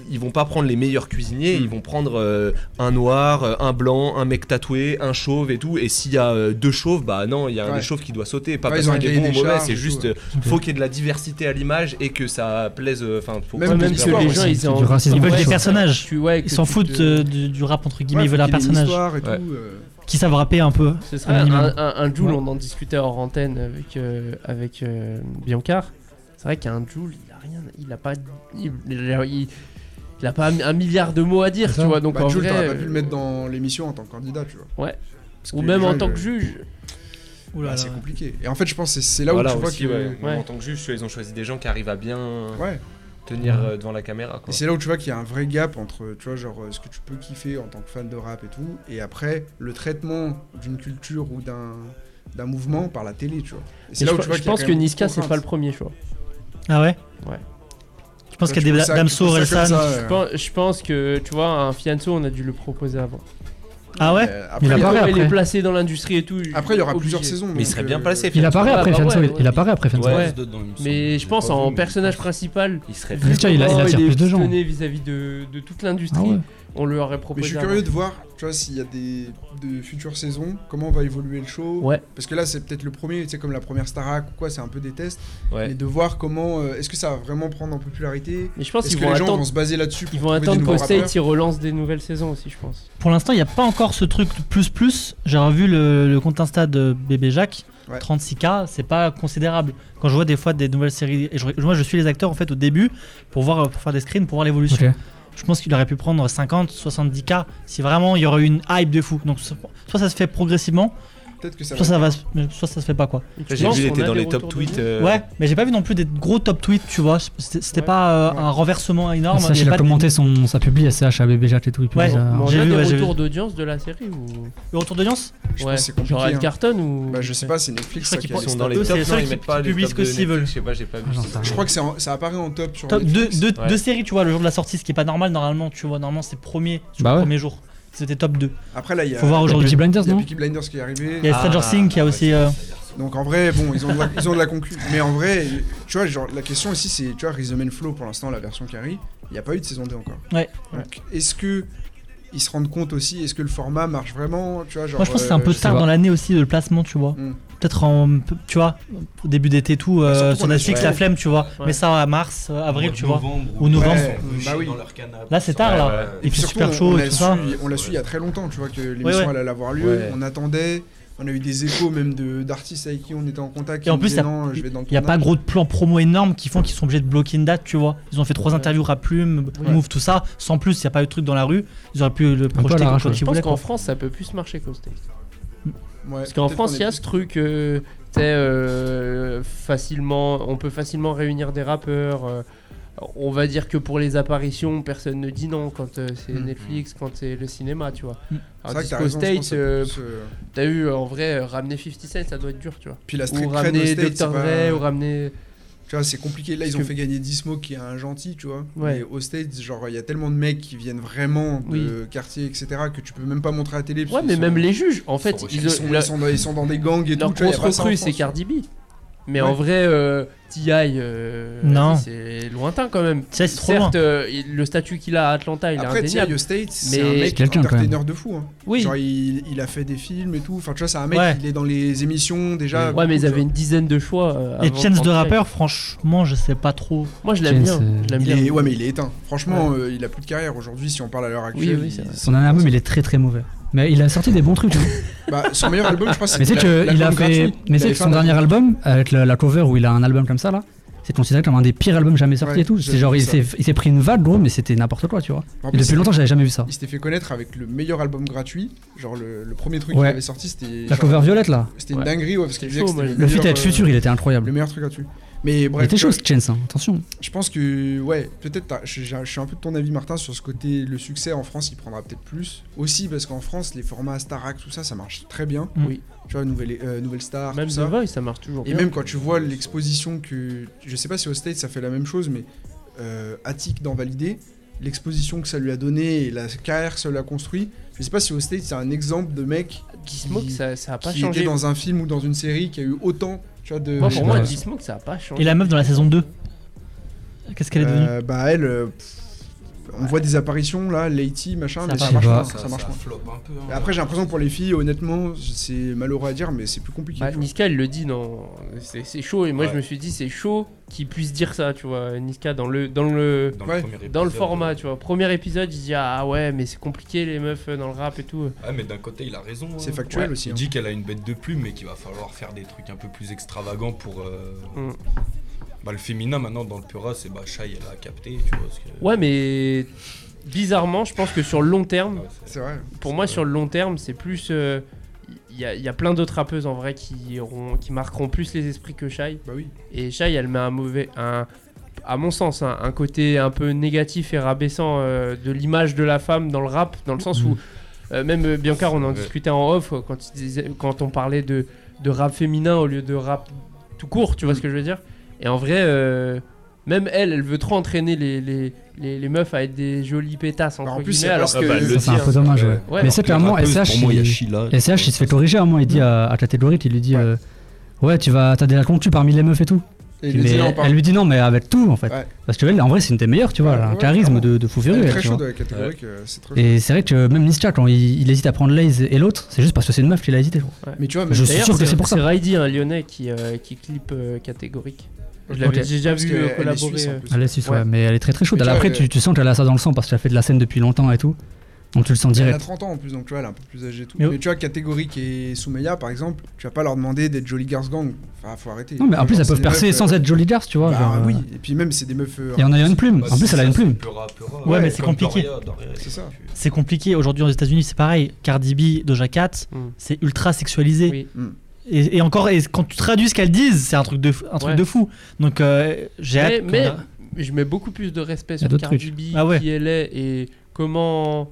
Speaker 6: ils vont pas prendre les meilleurs cuisiniers,
Speaker 2: Mm.
Speaker 6: ils vont prendre euh, un noir, euh, un blanc, un mec tatoué, un chauve et tout. Et s'il y a euh, deux chauves, bah non, il y a un
Speaker 2: Ouais.
Speaker 6: des chauves qui doit sauter. Pas
Speaker 2: Ouais,
Speaker 6: parce
Speaker 2: ils ont
Speaker 6: qu'il
Speaker 2: un
Speaker 6: est
Speaker 2: cahier
Speaker 6: bon ou
Speaker 2: des
Speaker 6: mauvais,
Speaker 2: charges
Speaker 6: c'est
Speaker 2: et
Speaker 6: juste
Speaker 2: tout, ouais.
Speaker 6: faut qu'il y ait de la diversité à l'image et que ça plaise. euh, Enfin, faut
Speaker 2: Même
Speaker 4: Ouais,
Speaker 2: pour
Speaker 4: même
Speaker 2: le
Speaker 4: que
Speaker 2: sport,
Speaker 4: les
Speaker 2: ouais,
Speaker 4: gens,
Speaker 2: c'est-
Speaker 4: ils,
Speaker 3: c'est
Speaker 4: en-
Speaker 3: du racisme.
Speaker 4: ils
Speaker 1: Ils veulent
Speaker 4: veulent
Speaker 1: des
Speaker 4: que
Speaker 1: personnages.
Speaker 4: tu- ouais, que
Speaker 1: Ils s'en
Speaker 4: tu
Speaker 1: foutent
Speaker 4: te-
Speaker 1: euh, du, du rap entre guillemets,
Speaker 2: Ouais,
Speaker 1: ils veulent
Speaker 2: faut
Speaker 1: un
Speaker 2: qu'il y ait une
Speaker 1: personnage
Speaker 2: histoire et
Speaker 6: Ouais.
Speaker 2: tout, euh.
Speaker 1: qui savent rapper un peu.
Speaker 4: Ce serait
Speaker 1: Un
Speaker 4: un,
Speaker 1: minimum.
Speaker 4: Ah, un, un Joule,
Speaker 1: Ouais.
Speaker 4: on en discutait hors antenne avec, euh, avec euh, Biancar. C'est vrai qu'un Joule, il a rien, il a pas, il, il a- il- il a pas un, un milliard de mots à dire,
Speaker 3: C'est ça.
Speaker 4: tu vois. Donc
Speaker 2: Bah,
Speaker 4: en
Speaker 2: Jules,
Speaker 4: vrai,
Speaker 2: t'aurais pas pu
Speaker 4: euh,
Speaker 2: le mettre dans l'émission en tant que candidat, tu vois.
Speaker 4: Ouais.
Speaker 2: Parce euh,
Speaker 4: ou
Speaker 2: les
Speaker 4: même
Speaker 2: gens,
Speaker 4: en
Speaker 2: ils-
Speaker 4: tant que juge.
Speaker 1: Ouh là
Speaker 2: bah,
Speaker 1: là.
Speaker 2: c'est compliqué. Et en fait, je pense que c'est c'est là
Speaker 6: voilà
Speaker 2: où tu vois
Speaker 6: aussi,
Speaker 2: que.
Speaker 6: ouais.
Speaker 4: Ouais.
Speaker 6: En tant que juge, tu vois, ils ont choisi des gens qui arrivent à bien
Speaker 2: Ouais.
Speaker 6: tenir euh, devant la caméra.
Speaker 2: Et
Speaker 6: Quoi.
Speaker 2: c'est là où tu vois qu'il y a un vrai gap entre, tu vois, genre euh, ce que tu peux kiffer en tant que fan de rap et tout, et après le traitement d'une culture ou d'un d'un mouvement par la télé, tu vois. Et c'est là
Speaker 4: Mais je
Speaker 2: où
Speaker 4: pe-
Speaker 2: tu vois
Speaker 4: je
Speaker 2: qu'il y a
Speaker 4: pense
Speaker 2: quand
Speaker 4: que
Speaker 2: même
Speaker 4: Niska,
Speaker 2: beaucoup de
Speaker 4: c'est pas le
Speaker 2: contraintes.
Speaker 4: premier choix.
Speaker 1: Ah ouais
Speaker 4: Ouais.
Speaker 1: Je pense
Speaker 2: Ouais,
Speaker 1: qu'il y a
Speaker 2: trouve
Speaker 1: des
Speaker 2: ça-
Speaker 1: Damso,
Speaker 2: je trouve ça comme
Speaker 1: Relsan.
Speaker 2: ça,
Speaker 4: Je
Speaker 2: euh,
Speaker 4: pense, je pense que, tu vois, un Fianso, on a dû le proposer avant.
Speaker 1: Ah ouais
Speaker 2: euh, Après,
Speaker 3: Il
Speaker 2: il
Speaker 3: a
Speaker 2: y aura-
Speaker 3: pas-
Speaker 4: Après,
Speaker 3: après.
Speaker 4: il est placé dans l'industrie et tout.
Speaker 2: après, il y aura
Speaker 4: obligé.
Speaker 2: plusieurs saisons.
Speaker 6: Mais il
Speaker 2: donc,
Speaker 6: serait
Speaker 2: euh,
Speaker 6: bien placé.
Speaker 3: Il apparaît
Speaker 4: Ouais,
Speaker 3: après
Speaker 4: bah
Speaker 3: Fianso,
Speaker 4: ouais,
Speaker 3: il-
Speaker 4: ouais.
Speaker 3: il apparaît après Fianso.
Speaker 6: Ouais.
Speaker 4: Ouais.
Speaker 5: Dedans, il me semble.
Speaker 4: Mais je
Speaker 5: l'ai
Speaker 4: pense
Speaker 5: pas vu,
Speaker 4: en
Speaker 5: mais-
Speaker 4: personnage principal.
Speaker 6: Il serait
Speaker 3: Mais tiens, il a- il attire
Speaker 4: est
Speaker 3: plus de gens.
Speaker 4: positionné vis-à-vis de, de toute l'industrie.
Speaker 3: Ah ouais.
Speaker 4: On lui aurait
Speaker 2: Mais
Speaker 4: proposé.
Speaker 2: je suis
Speaker 4: avant.
Speaker 2: curieux de voir, tu vois, s'il y a des de futures saisons, comment va évoluer le show.
Speaker 4: Ouais.
Speaker 2: Parce que là, c'est peut-être le premier, tu sais, comme la première Starac ou quoi, c'est un peu des tests.
Speaker 6: Ouais.
Speaker 2: Mais de voir comment, euh, est-ce que ça va vraiment prendre en popularité
Speaker 4: Mais je pense
Speaker 2: Est-ce
Speaker 4: qu'ils
Speaker 2: que
Speaker 4: vont
Speaker 2: les gens
Speaker 4: attendre.
Speaker 2: vont se baser là-dessus pour
Speaker 4: Ils vont
Speaker 2: trouver des
Speaker 4: attendre
Speaker 2: nouveaux
Speaker 4: qu'au State
Speaker 2: rappeurs
Speaker 4: ils relancent des nouvelles saisons aussi, je pense.
Speaker 1: Pour l'instant, il n'y a pas encore ce truc de plus plus. J'ai revu le, le compte Insta de bébé Jacques.
Speaker 2: Ouais.
Speaker 1: 36K, c'est pas considérable. Quand je vois des fois des nouvelles séries, et je- moi je suis les acteurs en fait au début pour voir, pour faire des screens, pour voir l'évolution.
Speaker 3: Ok.
Speaker 1: Je pense qu'il aurait pu prendre 50, 70K si vraiment il y aurait eu une hype de fou. Donc so- soit ça se fait progressivement,
Speaker 2: Peut-être que ça
Speaker 1: soit
Speaker 2: va.
Speaker 1: ça va, se- soit ça se fait pas quoi.
Speaker 6: J'ai
Speaker 4: Non,
Speaker 6: vu, il
Speaker 4: on
Speaker 6: était
Speaker 4: a
Speaker 6: dans
Speaker 4: des
Speaker 6: les top
Speaker 4: retours de
Speaker 6: tweets.
Speaker 4: nous.
Speaker 6: euh,
Speaker 1: Ouais, mais j'ai pas vu non plus des gros top tweets, tu vois. C'était c'était
Speaker 4: Ouais.
Speaker 1: pas euh,
Speaker 2: Ouais.
Speaker 1: un renversement énorme.
Speaker 3: SH,
Speaker 1: J'ai
Speaker 3: il a
Speaker 1: pas-
Speaker 3: commenté son, sa publi SH à Bébé Jacques et tout. il publie
Speaker 1: Ouais.
Speaker 3: ça.
Speaker 4: Mais on
Speaker 1: J'ai
Speaker 4: a
Speaker 1: vu,
Speaker 4: des
Speaker 1: ouais, j'ai
Speaker 4: retours d'audience de la série ou
Speaker 1: Le retour d'audience
Speaker 2: Je
Speaker 4: ouais.
Speaker 2: pense que c'est compliqué.
Speaker 4: genre elle
Speaker 2: hein.
Speaker 4: cartonne ou
Speaker 2: Bah, je sais pas, c'est Netflix.
Speaker 1: Je crois
Speaker 2: ça,
Speaker 1: qu'ils
Speaker 2: qui a
Speaker 6: Ils
Speaker 2: les
Speaker 6: sont dans
Speaker 2: stats.
Speaker 6: les
Speaker 1: Eux, c'est les
Speaker 6: tops, non,
Speaker 1: seuls
Speaker 6: ils
Speaker 1: qui
Speaker 6: mettent pas les
Speaker 1: publient
Speaker 6: tops
Speaker 1: ce que
Speaker 6: de
Speaker 1: s'ils veulent.
Speaker 6: Netflix, Je sais pas, j'ai pas vu.
Speaker 3: Ah, j'en sais rien.
Speaker 2: Je crois que c'est en- ça apparaît en top sur.
Speaker 1: Top- deux,
Speaker 2: Netflix.
Speaker 1: deux-
Speaker 6: Ouais.
Speaker 1: deux séries, tu vois, le jour de la sortie, ce qui est pas normal normalement, tu vois. Normalement, c'est premier, sur
Speaker 3: Bah
Speaker 1: le
Speaker 3: ouais.
Speaker 1: premier jour. C'était top 2.
Speaker 2: Après, là, il y a.
Speaker 1: Faut voir
Speaker 3: Il y a
Speaker 1: aujourd'hui.
Speaker 3: Peaky Blinders,
Speaker 2: il y a
Speaker 3: non
Speaker 2: Peaky Blinders qui est arrivé.
Speaker 1: Il y a Stranger
Speaker 6: Ah,
Speaker 1: Things qui a
Speaker 6: ouais,
Speaker 1: aussi. euh,
Speaker 2: Donc en vrai, bon, ils ont de la, ils ont de la concu. Mais en vrai, tu vois, genre, la question aussi, c'est, tu vois, Rhythm and Flow, pour l'instant, la version qui arrive, il n'y a pas eu de saison 2 encore.
Speaker 1: Ouais.
Speaker 2: Donc, est-ce que ils se rendent compte aussi, est-ce que le format marche vraiment tu vois, genre,
Speaker 1: Moi, je pense que c'est un
Speaker 2: euh,
Speaker 1: peu tard
Speaker 3: pas.
Speaker 1: dans l'année aussi le placement, tu vois.
Speaker 2: Mm.
Speaker 1: Peut-être en, tu vois, au début d'été et tout, euh,
Speaker 2: surtout
Speaker 1: sur
Speaker 2: qu'on est
Speaker 1: Netflix,
Speaker 2: sur-
Speaker 1: la flemme, tu vois.
Speaker 4: Ouais.
Speaker 1: Mais ça, à mars, euh, avril, tu vois. Ou
Speaker 5: Ou
Speaker 1: novembre.
Speaker 5: novembre.
Speaker 2: Ouais, bah oui.
Speaker 1: Là, c'est tard, là.
Speaker 6: ouais.
Speaker 1: Il
Speaker 2: Puis
Speaker 1: fait
Speaker 2: surtout,
Speaker 1: super
Speaker 2: on-
Speaker 1: chaud
Speaker 2: on
Speaker 1: et
Speaker 2: l'a
Speaker 1: tout ça.
Speaker 2: su- On l'a su il y a très longtemps, tu vois, que l'émission
Speaker 1: ouais.
Speaker 2: allait avoir lieu.
Speaker 6: Ouais.
Speaker 2: On attendait. On a eu des échos même de d'artistes avec qui on était en contact. qui
Speaker 1: Et en
Speaker 2: nous
Speaker 1: plus,
Speaker 2: disaient,
Speaker 1: y a-
Speaker 2: non, je vais dans le
Speaker 1: Il n'y a pas
Speaker 2: tournage.
Speaker 1: gros de plans promo énormes qui font qu'ils sont obligés de bloquer une date, tu vois. Ils ont fait trois interviews rap plume,
Speaker 4: Ouais.
Speaker 1: move, tout ça. Sans plus, il n'y a pas eu de truc dans la rue. Ils auraient pu le
Speaker 3: peu à
Speaker 1: projeter
Speaker 3: l'arrache,
Speaker 1: quand
Speaker 3: ouais.
Speaker 1: ils
Speaker 4: Je pense
Speaker 1: voulaient.
Speaker 4: qu'en
Speaker 1: quoi.
Speaker 4: France, ça peut plus marcher qu'aux States.
Speaker 2: Ouais,
Speaker 4: Parce qu'en
Speaker 2: peut-être qu'on
Speaker 4: France,
Speaker 2: est
Speaker 4: il y a
Speaker 2: plus-
Speaker 4: ce truc, euh, tu sais, euh, facilement, on peut facilement réunir des rappeurs. euh, on va dire que pour les apparitions, personne ne dit non quand euh, c'est
Speaker 2: Mm.
Speaker 4: Netflix, quand c'est le cinéma, tu vois.
Speaker 1: Mm.
Speaker 2: Hmm. C'est
Speaker 4: Alors,
Speaker 2: vrai que t'as
Speaker 4: qu'aux
Speaker 2: raison, je pense
Speaker 4: States,
Speaker 2: que ça
Speaker 4: euh,
Speaker 2: peut se-
Speaker 4: t'as eu euh, en vrai euh, ramener 50 Cent, ça doit être dur, tu vois.
Speaker 2: Puis la street
Speaker 4: Ou
Speaker 2: cred aux
Speaker 4: ramener
Speaker 2: States, c'est
Speaker 4: Dr.
Speaker 2: pas-
Speaker 4: Dre, ou ramener.
Speaker 2: Tu vois, c'est compliqué. Là,
Speaker 4: Parce
Speaker 2: ils ont
Speaker 4: que-
Speaker 2: fait gagner Dismo, qui est un gentil, tu vois.
Speaker 4: Ouais.
Speaker 2: Mais aux States, genre, il y a tellement de mecs qui viennent vraiment de quartiers, etc., que tu peux même pas montrer à la télé. parce
Speaker 4: Ouais,
Speaker 2: qu'ils
Speaker 4: mais
Speaker 2: sont-
Speaker 4: même les juges, en fait,
Speaker 5: sont
Speaker 4: ils,
Speaker 2: Ils sont,
Speaker 4: la-
Speaker 2: ils sont dans, ils sont dans des gangs et
Speaker 4: leur
Speaker 2: tout. tu vois, y
Speaker 4: grosse
Speaker 2: a pas ça en
Speaker 4: recrue, c'est
Speaker 2: France.
Speaker 4: Cardi B. Mais
Speaker 2: Ouais.
Speaker 4: en vrai, euh, T.I. euh,
Speaker 1: Non.
Speaker 4: c'est lointain quand même.
Speaker 1: Ça, c'est trop
Speaker 4: Certes, euh, il- le statut qu'il a à Atlanta, il est
Speaker 2: Après, Thierry
Speaker 4: indéniable.
Speaker 2: aux States, c'est
Speaker 4: Mais-
Speaker 2: un
Speaker 4: C'est
Speaker 2: mec
Speaker 3: quelqu'un, quand
Speaker 2: entertainer de fou. hein.
Speaker 4: Oui,
Speaker 2: Genre, il, il a fait des films et tout. Enfin, tu vois, c'est un mec,
Speaker 1: Ouais.
Speaker 2: il est dans les émissions déjà.
Speaker 4: ouais, mais ils
Speaker 2: beaucoup,
Speaker 4: avaient
Speaker 2: tu
Speaker 4: une dizaine de choix. euh,
Speaker 1: Et
Speaker 4: avant
Speaker 1: Chance de
Speaker 4: Frank
Speaker 1: rappeur, franchement, je sais pas trop.
Speaker 4: Knight. Moi, je l'aime bien.
Speaker 3: Chance, euh,
Speaker 4: Je l'aime
Speaker 2: vois.
Speaker 4: bien.
Speaker 2: Il est- ouais, mais il est éteint. Franchement, euh, il a plus de carrière aujourd'hui si on parle à l'heure actuelle.
Speaker 4: oui, c'est
Speaker 2: il-
Speaker 4: vrai.
Speaker 3: Son dernier album, il est très très mauvais. Mais il a sorti des bons trucs. hein.
Speaker 2: Bah, son meilleur album, je pense,
Speaker 3: Mais tu sais que il a fait. Mais tu sais que son dernier album, avec la, la cover où il a un album comme ça là, c'est considéré comme un des pires albums jamais sortis
Speaker 2: Ouais,
Speaker 3: et tout.
Speaker 2: j'ai
Speaker 3: C'est genre
Speaker 2: vu
Speaker 3: il
Speaker 2: ça.
Speaker 3: s'est il s'est pris une vague gros, mais c'était n'importe quoi, tu vois. Et depuis longtemps, j'avais jamais vu ça.
Speaker 2: Il s'était fait connaître avec le meilleur album gratuit. Genre, le, le premier truc
Speaker 3: Ouais.
Speaker 2: qu'il avait sorti, c'était.
Speaker 3: La
Speaker 2: genre,
Speaker 3: cover violette là,
Speaker 2: C'était une
Speaker 4: Ouais.
Speaker 2: dinguerie, ouais, parce
Speaker 4: C'était
Speaker 2: qu'il disait
Speaker 4: chaud,
Speaker 2: que
Speaker 4: moi,
Speaker 2: c'était
Speaker 4: j'ai-
Speaker 3: le feat
Speaker 2: meilleur,
Speaker 3: avec
Speaker 2: euh,
Speaker 3: Future, il était
Speaker 2: Le
Speaker 3: incroyable.
Speaker 2: meilleur truc gratuit. Mais
Speaker 3: Il
Speaker 2: bref,
Speaker 3: était
Speaker 2: tu
Speaker 3: chaud,
Speaker 2: vois,
Speaker 3: ce Chance, hein, attention.
Speaker 2: je pense que, ouais, peut-être, t'as- je, je- je suis un peu de ton avis, Martin, sur ce côté, le succès en France, il prendra peut-être plus. Aussi, parce qu'en France, les formats Starac, tout ça, ça marche très bien.
Speaker 1: Mm.
Speaker 4: Oui.
Speaker 2: Tu vois, Nouvelle, euh, nouvelle Star,
Speaker 4: Même
Speaker 2: tout
Speaker 4: The
Speaker 2: ça.
Speaker 4: Voice, ça marche toujours.
Speaker 2: Et
Speaker 4: bien.
Speaker 2: même quand tu vois l'exposition que. Je sais pas si au States ça fait la même chose, mais euh, Attic dans Validé, l'exposition que ça lui a donnée et la carrière que ça lui a construit, je sais pas si au States c'est un exemple de mec
Speaker 4: Gizmo, que ça, ça a pas
Speaker 2: qui
Speaker 4: changé.
Speaker 2: était dans un film ou dans une série qui a eu autant. Tu vois, de...
Speaker 4: Moi,
Speaker 3: Je
Speaker 4: pour
Speaker 3: sais
Speaker 4: moi,
Speaker 3: pas.
Speaker 4: Gizmo, que ça a pas changé.
Speaker 1: Et la meuf dans la saison 2 Qu'est-ce qu'elle est devenue
Speaker 2: Euh, bah elle, euh, pff, on voit des apparitions là, Lady, machin,
Speaker 1: Ça
Speaker 2: mais ça
Speaker 1: marche
Speaker 2: marche
Speaker 3: pas.
Speaker 2: pas.
Speaker 5: Ça,
Speaker 2: Ça marche pas.
Speaker 5: floppe un peu. hein.
Speaker 2: Et Après j'ai l'impression pour les filles, honnêtement, c'est malheureux à dire, mais c'est plus compliqué.
Speaker 4: Bah,
Speaker 2: tu vois.
Speaker 4: Niska, il le dit, non, c'est c'est chaud. Et moi,
Speaker 5: Ouais.
Speaker 4: je me suis dit, c'est chaud qu'il puisse dire ça, tu vois. Niska, dans le, dans le,
Speaker 5: Dans,
Speaker 2: Ouais.
Speaker 5: le premier
Speaker 4: dans le
Speaker 5: épisode,
Speaker 4: format,
Speaker 5: euh,
Speaker 4: tu vois. Premier épisode, il dit, ah ouais, mais c'est compliqué les meufs euh, dans le rap et tout.
Speaker 5: Ah, mais d'un côté, il a raison.
Speaker 2: C'est
Speaker 5: hein.
Speaker 2: factuel
Speaker 4: Ouais.
Speaker 2: aussi.
Speaker 5: Il
Speaker 2: hein.
Speaker 5: dit qu'elle a une bête de plume, mais qu'il va falloir faire des trucs un peu plus extravagants pour. euh,
Speaker 4: Mm.
Speaker 5: Bah, le féminin maintenant dans le Pura, c'est bah, Shai, elle a capté, tu vois. Parce que...
Speaker 4: Ouais, mais bizarrement, je pense que sur le long terme,
Speaker 5: Ouais, c'est-
Speaker 2: C'est vrai.
Speaker 4: Pour
Speaker 5: Ah, C'est
Speaker 4: moi,
Speaker 5: vrai.
Speaker 4: sur le long terme, c'est plus. euh, Il y, a- y a plein d'autres rappeuses en vrai qui, auront- qui marqueront plus les esprits que Shai.
Speaker 2: Bah oui.
Speaker 4: Et Shai, elle met un mauvais. Un, à mon sens, hein, un côté un peu négatif et rabaissant euh, de l'image de la femme dans le rap, dans le sens
Speaker 3: Mm.
Speaker 4: où. euh, même euh, Bianca, on en
Speaker 5: Ouais.
Speaker 4: discutait en off euh, quand, il disait- quand on parlait de, de rap féminin au lieu de rap tout court,
Speaker 3: Mm.
Speaker 4: tu vois ce que je veux dire Et en vrai, euh, même elle, elle veut trop entraîner les, les, les, les meufs à être des jolies pétasses, entre
Speaker 2: Alors, en plus,
Speaker 4: guillemets,
Speaker 2: c'est
Speaker 4: alors euh,
Speaker 2: parce
Speaker 4: que...
Speaker 2: que- Ah bah, le
Speaker 3: Ça, c'est un peu dommage, ouais.
Speaker 4: Ouais,
Speaker 3: Mais
Speaker 4: alors
Speaker 3: c'est
Speaker 5: Les
Speaker 3: clairement
Speaker 5: rappeuses,
Speaker 3: SH.
Speaker 5: Pour moi, il y a
Speaker 3: il-
Speaker 5: Sheila.
Speaker 3: Et SH, il se fait corriger à un moment, il dit à, à Catégorie, il lui dit
Speaker 2: Ouais.
Speaker 3: euh, Ouais, tu vas, t'as des racontes parmi les meufs et tout.
Speaker 2: Et
Speaker 3: mais
Speaker 2: Lady, là, on
Speaker 3: elle,
Speaker 2: parle-
Speaker 3: lui dit non, mais avec tout en fait.
Speaker 2: Ouais.
Speaker 3: Parce que elle, en vrai, c'est une des meilleures, tu vois,
Speaker 2: Ouais,
Speaker 3: elle a un
Speaker 2: ouais,
Speaker 3: charisme
Speaker 2: clairement.
Speaker 3: de, de fou
Speaker 2: elle
Speaker 3: furieux.
Speaker 2: est
Speaker 3: elle,
Speaker 2: très
Speaker 3: tu vois.
Speaker 2: chaude, la catégorique, euh, c'est très
Speaker 3: Et c'est vrai que même Niska, quand il, il hésite à prendre Laze et l'autre, c'est juste parce que c'est une meuf qu'il a hésité. je crois.
Speaker 2: Mais tu vois,
Speaker 3: Je suis
Speaker 4: D'ailleurs,
Speaker 3: sûr que c'est pour ça.
Speaker 4: C'est Raidi, un lyonnais qui, euh, qui clip euh, catégorique. Je l'avais
Speaker 3: Ok.
Speaker 4: déjà
Speaker 2: parce
Speaker 4: vu
Speaker 2: que
Speaker 4: euh,
Speaker 2: elle est
Speaker 4: collaborer.
Speaker 2: suisse, en
Speaker 4: euh,
Speaker 2: plus.
Speaker 3: Elle est suisse, ouais,
Speaker 4: Ouais.
Speaker 3: mais elle est très très chaude.
Speaker 2: Mais tu
Speaker 3: Alors
Speaker 2: vois,
Speaker 3: après,
Speaker 2: elle-
Speaker 3: tu, tu sens qu'elle a ça dans le sang parce qu'elle a fait de la scène depuis longtemps et tout. Donc tu le sens
Speaker 2: Elle a
Speaker 3: direct.
Speaker 2: 30 ans en plus, donc tu vois, elle est un peu plus âgée et tout.
Speaker 1: Mais-
Speaker 2: Mais, tu vois, catégorique et Soumeya, par exemple, tu vas pas leur demander d'être Jolly Girls Gang. Enfin, faut arrêter.
Speaker 3: Non, mais en plus,
Speaker 2: Genre,
Speaker 3: elles
Speaker 2: c'est
Speaker 3: peuvent
Speaker 2: des
Speaker 3: percer
Speaker 2: meufs,
Speaker 3: sans
Speaker 2: euh,
Speaker 3: être jolies girls, tu vois.
Speaker 2: bah,
Speaker 3: genre, euh,
Speaker 2: oui, et puis même, c'est des meufs. euh,
Speaker 3: Et on a une plume.
Speaker 5: Bah,
Speaker 3: En plus,
Speaker 5: c'est
Speaker 3: elle a
Speaker 5: ça,
Speaker 3: une
Speaker 5: c'est
Speaker 3: plume.
Speaker 5: Pura, Pura.
Speaker 1: Ouais, mais c'est
Speaker 5: comme
Speaker 1: compliqué.
Speaker 5: Doria, Doria,
Speaker 2: C'est ça.
Speaker 5: plus-
Speaker 1: C'est compliqué. Aujourd'hui, aux États-Unis, c'est pareil. Cardi B, Doja Cat,
Speaker 4: Mm.
Speaker 1: c'est ultra sexualisé.
Speaker 4: Oui.
Speaker 2: Mm.
Speaker 1: Et, et encore, et quand tu traduis ce qu'elles disent, c'est un truc de, fou- un truc
Speaker 4: Ouais.
Speaker 1: de fou. Donc, euh, j'ai
Speaker 4: Mais,
Speaker 1: hâte. qu'on
Speaker 4: mais
Speaker 1: a-
Speaker 4: je mets beaucoup plus de respect
Speaker 3: y a
Speaker 4: sur
Speaker 3: d'autres
Speaker 4: Cardi
Speaker 3: trucs.
Speaker 4: B,
Speaker 1: Ah ouais.
Speaker 4: qui elle est et comment.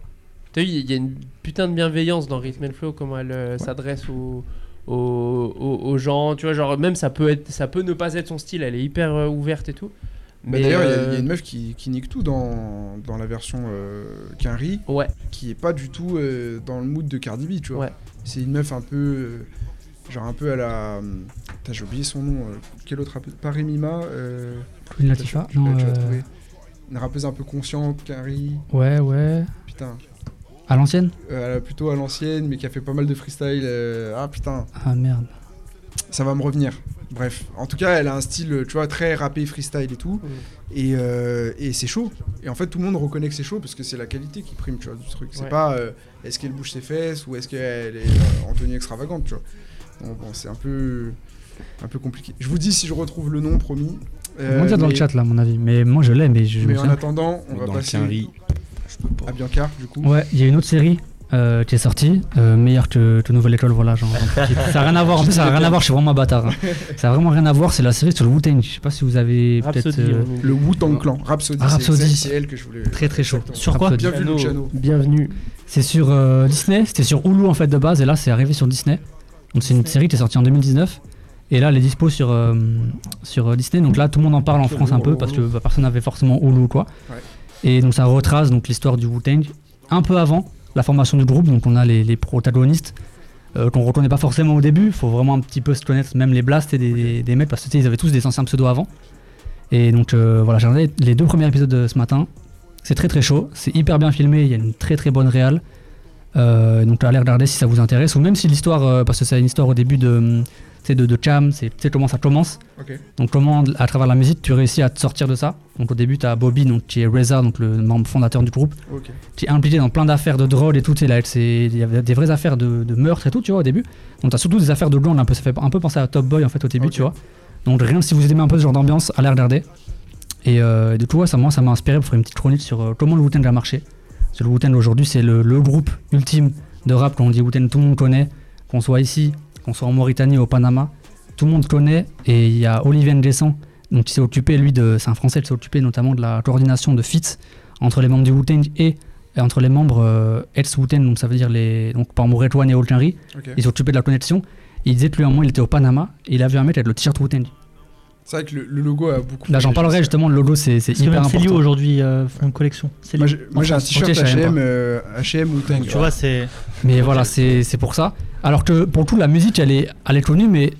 Speaker 4: T'as vu, il y a une putain de bienveillance dans Rhythm and Flow, comment elle euh, s'adresse aux, aux, aux- aux gens. Tu vois, genre, même ça peut, être, ça peut ne pas être son style, elle est hyper euh, ouverte et tout.
Speaker 2: Bah,
Speaker 4: Mais
Speaker 2: D'ailleurs, il y a- il y,
Speaker 4: euh,
Speaker 2: a une meuf qui, qui nique tout dans, dans la version euh, Quinry,
Speaker 4: Ouais,
Speaker 2: qui est pas du tout euh, dans le mood de Cardi B, tu vois.
Speaker 4: Ouais.
Speaker 2: C'est une meuf un peu. euh, genre un peu à la. hum, Putain, j'ai oublié son nom. euh, quel autre rappeur Pas Rémi Ma, euh,
Speaker 3: Queen Latifah,
Speaker 2: tu, vas-
Speaker 3: non,
Speaker 2: tu vas
Speaker 3: euh,
Speaker 2: trouver. Une rappeuse un peu consciente, Quinry.
Speaker 3: Ouais, ouais.
Speaker 2: Putain.
Speaker 3: À l'ancienne
Speaker 2: euh, plutôt à l'ancienne, mais qui a fait pas mal de freestyle. euh, Ah putain,
Speaker 3: Ah merde.
Speaker 2: ça va me revenir. Bref, en tout cas, elle a un style, euh, tu vois, très rappé, freestyle et tout. Et, euh, et c'est chaud. Et en fait, tout le monde reconnaît que c'est chaud parce que c'est la qualité qui prime, tu vois, du truc. C'est
Speaker 4: Ouais.
Speaker 2: pas euh, est-ce qu'elle bouge ses fesses ou est-ce qu'elle est euh, Anthony extravagante, tu vois. Bon, bon, c'est un peu, un peu compliqué. Je vous dis si je retrouve le nom, promis.
Speaker 3: On va
Speaker 2: Euh,
Speaker 3: dire dans
Speaker 2: mais-
Speaker 3: le chat là, à mon avis. Mais moi je l'aime mais je. je me
Speaker 2: Mais en
Speaker 3: souviens.
Speaker 2: attendant, on va
Speaker 5: Dans le
Speaker 2: passer
Speaker 5: Quinri. Je peux pas.
Speaker 2: à Bianca, du coup.
Speaker 3: Ouais, il y a une autre série euh, qui est sortie, euh, meilleure que, que Nouvelle École, voilà. Genre, ça n'a rien à voir, en plus ça n'a rien à voir, je suis vraiment un bâtard. hein. Ça n'a vraiment rien à voir, c'est la série sur le Wu-Tang. Je sais pas si vous avez peut-être.
Speaker 4: Rhapsody. hein,
Speaker 3: euh,
Speaker 4: on est-
Speaker 2: Le Wu-Tang Clan, Rhapsody.
Speaker 3: Ah,
Speaker 2: c'est
Speaker 3: Rhapsody.
Speaker 2: exact- C'est elle que je voulais.
Speaker 3: Très très chaud.
Speaker 2: Exactement.
Speaker 1: Sur quoi
Speaker 3: Rhapsody.
Speaker 2: Bienvenue,
Speaker 4: Luciano.
Speaker 2: Luciano.
Speaker 4: Bienvenue.
Speaker 3: C'est sur euh, Disney, c'était sur Hulu en fait de base, et là c'est arrivé sur Disney. Donc c'est une série qui est sortie en 2019, et là elle est dispo sur, euh, sur euh, Disney, donc là tout le monde en parle en France un peu, parce que bah, personne n'avait forcément Hulu ou quoi.
Speaker 2: Ouais.
Speaker 3: Et donc ça retrace donc l'histoire du Wu-Tang, un peu avant la formation du groupe, donc on a les, les protagonistes. euh, qu'on reconnaît pas forcément au début, faut vraiment un petit peu se connaître, même les blasts et des, des- des mecs, parce que tu sais, ils avaient tous des anciens pseudos avant. Et donc euh, voilà, j'ai regardé les deux premiers épisodes de ce matin, c'est très très chaud, c'est hyper bien filmé, il y a une très très bonne réal. Euh, donc allez regarder si ça vous intéresse, ou même si l'histoire, euh, parce que c'est une histoire au début de, hum, tu sais, de, de Cham, c'est tu sais comment ça commence.
Speaker 2: Ok.
Speaker 3: Donc comment à travers la musique tu réussis à te sortir de ça. Donc au début tu as Bobby, donc, qui est Reza, donc le membre fondateur du groupe,
Speaker 2: Ok.
Speaker 3: qui est impliqué dans plein d'affaires de drôle et tout. tu sais, là, c'est- Il y avait des vraies affaires de, de meurtre et tout, tu vois, au début. Donc t'as surtout des affaires de gang, un peu, ça fait un peu penser à Top Boy en fait au début,
Speaker 2: Ok.
Speaker 3: tu vois. Donc rien que si vous aimez un peu ce genre d'ambiance, allez regarder. Et euh, du coup, ouais, ça, moi, ça m'a inspiré pour faire une petite chronique sur euh, comment le Wu-Tang a marché. Parce que le Wu-Tang aujourd'hui, c'est le, le groupe ultime de rap. Quand on dit Wu-Tang, tout le monde connaît. Qu'on soit ici, qu'on soit en Mauritanie, au Panama, tout le monde connaît. Et il y a Olivier Ndesson, donc qui s'est occupé, lui, de, c'est un Français qui s'est occupé notamment de la coordination de FIT entre les membres du Wu-Tang et, et entre les membres euh, ex-Wu-Tang, donc ça veut dire les, donc par Moretouane et Olkinri.
Speaker 2: Ok.
Speaker 3: Ils s'occupaient de la connexion. Et Il disait que lui, un moment, il était au Panama et il a vu un mec avec le t-shirt Wu-Tang.
Speaker 2: C'est vrai que le, le logo a beaucoup.
Speaker 3: Là, j'en
Speaker 2: changé,
Speaker 3: parlerai
Speaker 2: ça.
Speaker 3: justement, le logo, c'est c'est
Speaker 1: Parce que
Speaker 3: hyper
Speaker 1: même Célio
Speaker 3: important.
Speaker 1: aujourd'hui euh, font une collection. Célio.
Speaker 2: Moi, j'ai- Moi, j'ai un
Speaker 3: France,
Speaker 2: t-shirt
Speaker 3: ok, je savais
Speaker 2: HM,
Speaker 3: pas.
Speaker 2: euh, HM ou Tank.
Speaker 1: Tu vois, c'est.
Speaker 3: Mais voilà, c'est c'est pour ça. Alors que pour le coup, la musique, elle est, elle est connue, mais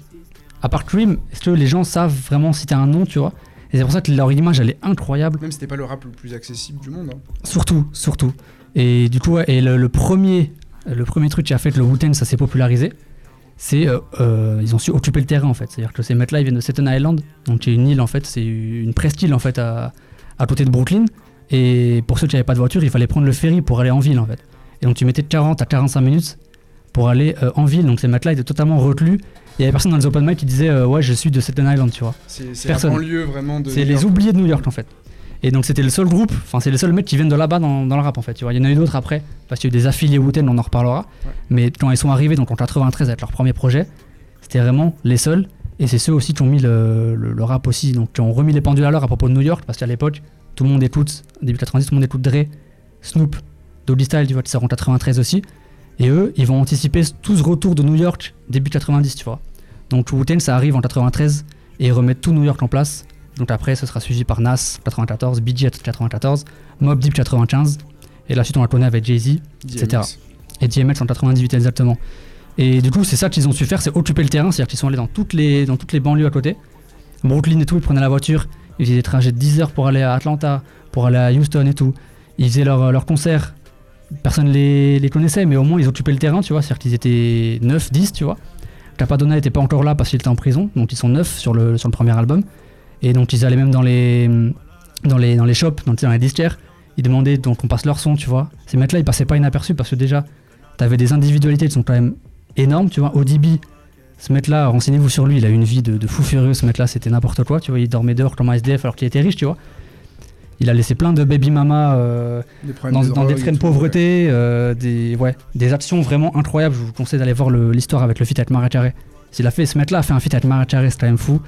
Speaker 3: à part Cream, est-ce que les gens savent vraiment si t'as un nom, tu vois Et c'est pour ça que leur image, elle est incroyable.
Speaker 2: Même c'était pas le rap le plus accessible du monde. hein.
Speaker 3: Surtout, surtout. Et du coup, ouais, et le, le premier, le premier truc qui a fait que le Wu-Tang, ça s'est popularisé, c'est euh, euh, ils ont su occuper le terrain en fait. C'est-à-dire que ces mecs-là, ils viennent de Staten Island, donc qui est une île en fait, c'est une presqu'île en fait à, à côté de Brooklyn. Et pour ceux qui n'avaient pas de voiture, il fallait prendre le ferry pour aller en ville en fait. Et donc tu mettais de 40 à 45 minutes pour aller euh, en ville. Donc ces mecs-là étaient totalement reclus. Il y avait personne dans les open mic qui disait euh, ouais je suis de Staten Island, tu vois.
Speaker 2: C'est c'est la
Speaker 3: Personne.
Speaker 2: banlieue vraiment de.
Speaker 3: C'est les oubliés de New York en fait. Et donc c'était le seul groupe, enfin c'est les seuls mecs qui viennent de là-bas dans, dans le rap en fait. Tu vois, il y en a eu d'autres après, parce qu'il y a eu des affiliés Wu-Tang, on en reparlera.
Speaker 2: Ouais.
Speaker 3: Mais quand ils sont arrivés, donc en 93 avec leur premier projet, c'était vraiment les seuls. Et c'est ceux aussi qui ont mis le, le- le rap aussi, donc qui ont remis les pendules à l'heure à propos de New York, parce qu'à l'époque, tout le monde écoute, début 90, tout le monde écoute Dre, Snoop, Doggy Style, tu vois, qui sort en 93 aussi. Et eux, ils vont anticiper tout ce retour de New York début 90, tu vois. Donc Wu-Tang, ça arrive en 93 et ils remettent tout New York en place. Donc après, ce sera suivi par Nas 94, Bee Gees 94, Mob Deep 95, et la suite on la connaît avec Jay-Z
Speaker 2: DMX.
Speaker 3: etc. et DMX en 98 exactement. Et du coup, c'est ça qu'ils ont su faire, c'est occuper le terrain, c'est-à-dire qu'ils sont allés dans toutes les, dans toutes les banlieues à côté. Brooklyn et tout, ils prenaient la voiture, ils faisaient des trajets de 10 heures pour aller à Atlanta, pour aller à Houston et tout. Ils faisaient leurs leur concerts, personne les, les connaissait, mais au moins ils occupaient le terrain, tu vois, c'est-à-dire qu'ils étaient 9, 10, tu vois. Capadonna n'était pas encore là parce qu'il était en prison, donc ils sont 9 sur le, sur le premier album. Et donc ils allaient même dans les, dans les, dans les shops, dans, dans les disquaires, ils demandaient donc on passe leur son, tu vois. Ces mecs-là, ils passaient pas inaperçus parce que déjà, t'avais des individualités qui sont quand même énormes, tu vois. ODB, ce mec-là, renseignez-vous sur lui, il a eu une vie de, de fou furieux, ce mec-là, c'était n'importe quoi, tu vois. Il dormait dehors comme un SDF alors qu'il était riche, tu vois. Il a laissé plein de baby mamas euh,
Speaker 2: Des problèmes
Speaker 3: dans,
Speaker 2: de
Speaker 3: dans des
Speaker 2: drogue et
Speaker 3: traits de
Speaker 2: tout, ouais.
Speaker 3: pauvreté, euh, des, ouais, des actions vraiment incroyables. Je vous conseille d'aller voir le- l'histoire avec le feat avec Mariah Carey. S'il a fait ce mec-là, a fait un feat avec Mariah Carey, c'est quand même fou.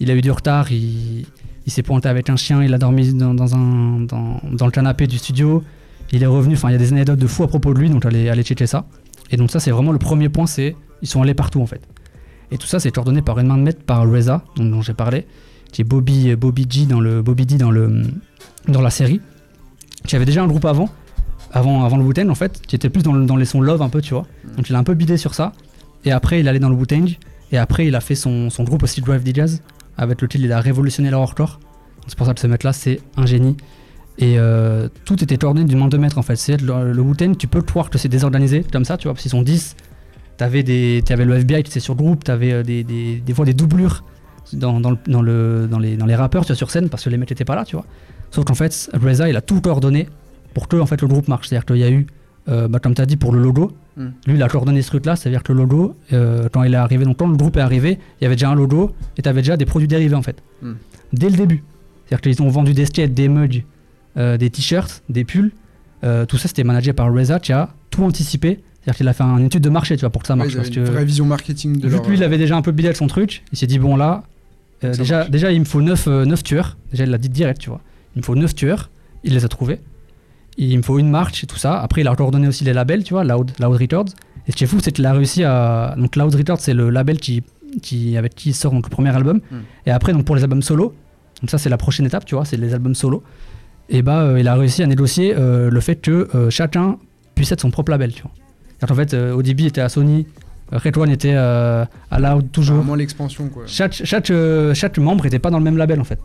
Speaker 3: Il a eu du retard, il, il s'est pointé avec un chien, il a dormi dans, dans un, dans, dans le canapé du studio. Il est revenu, enfin il y a des anecdotes de fou à propos de lui, donc allez, allez checker ça. Et donc ça c'est vraiment le premier point, c'est ils sont allés partout en fait. Et tout ça c'est coordonné par une main de maître, par Reza, dont, dont j'ai parlé, qui est Bobby, Bobby G dans le Bobby D dans le dans la série, qui avait déjà un groupe avant, avant, avant le Wu-Tang en fait, qui était plus dans, le- dans les sons love un peu, tu vois. Donc il a un peu bidé sur ça. Et après il allait dans le Wu-Tang, et après il a fait son, son groupe aussi Drive the Jazz, avec lequel il a révolutionné leur hardcore. C'est pour ça que ce mec là c'est un génie. Et euh, tout était coordonné d'une main de maître en fait. C'est le, le Wu-Tang, tu peux le voir que c'est désorganisé comme ça, tu vois, parce qu'ils sont 10. T'avais, des, t'avais le FBI qui était sur le groupe, t'avais euh, des, des, des fois des doublures dans, dans le, dans, le, dans, les, dans les rappeurs tu vois, sur scène parce que les mecs étaient pas là, tu vois. Sauf qu'en fait, Reza il a tout coordonné pour que en fait, le groupe marche. C'est-à-dire qu'il y a eu, euh, bah, comme tu as dit, pour le logo,
Speaker 2: Mm.
Speaker 3: lui il a coordonné ce truc-là, c'est-à-dire que le logo, euh, quand il est arrivé, donc quand le groupe est arrivé, il y avait déjà un logo et tu avais déjà des produits dérivés en fait.
Speaker 2: Mm.
Speaker 3: Dès le début. C'est-à-dire qu'ils ont vendu des skates, des mugs, euh, des t-shirts, des pulls. Euh, tout ça c'était managé par Reza qui a tout anticipé. C'est-à-dire qu'il a fait une étude de marché, tu vois, pour que ça
Speaker 2: Ouais,
Speaker 3: marche.
Speaker 2: ils
Speaker 3: parce
Speaker 2: avaient
Speaker 3: que-
Speaker 2: une vraie vision marketing de
Speaker 3: Vu
Speaker 2: leur. euh,
Speaker 3: que lui, il avait déjà un peu bidé son truc, il s'est dit bon là, euh,
Speaker 2: Ça
Speaker 3: déjà,
Speaker 2: marche.
Speaker 3: déjà il me faut 9, tueurs. Déjà il l'a dit direct, tu vois. Il me faut 9 tueurs, il les a trouvés. Il me faut une marche et tout ça. Après il a coordonné aussi les labels, tu vois, Loud, Loud Records. Et ce qui est fou, c'est qu'il a réussi à. Donc Loud Records, c'est le label qui, qui, avec qui il sort donc, le premier album.
Speaker 2: Mm.
Speaker 3: Et après, donc pour les albums solo, donc ça c'est la prochaine étape, tu vois, c'est les albums solo. Et bah euh, il a réussi à négocier euh, le fait que euh, chacun puisse être son propre label, tu vois. En fait, euh, ODB était à Sony, euh, Red One était euh, à Loud toujours.
Speaker 2: Vraiment l'expansion quoi.
Speaker 3: Chaque, chaque, euh, chaque membre n'était pas dans le même label en fait.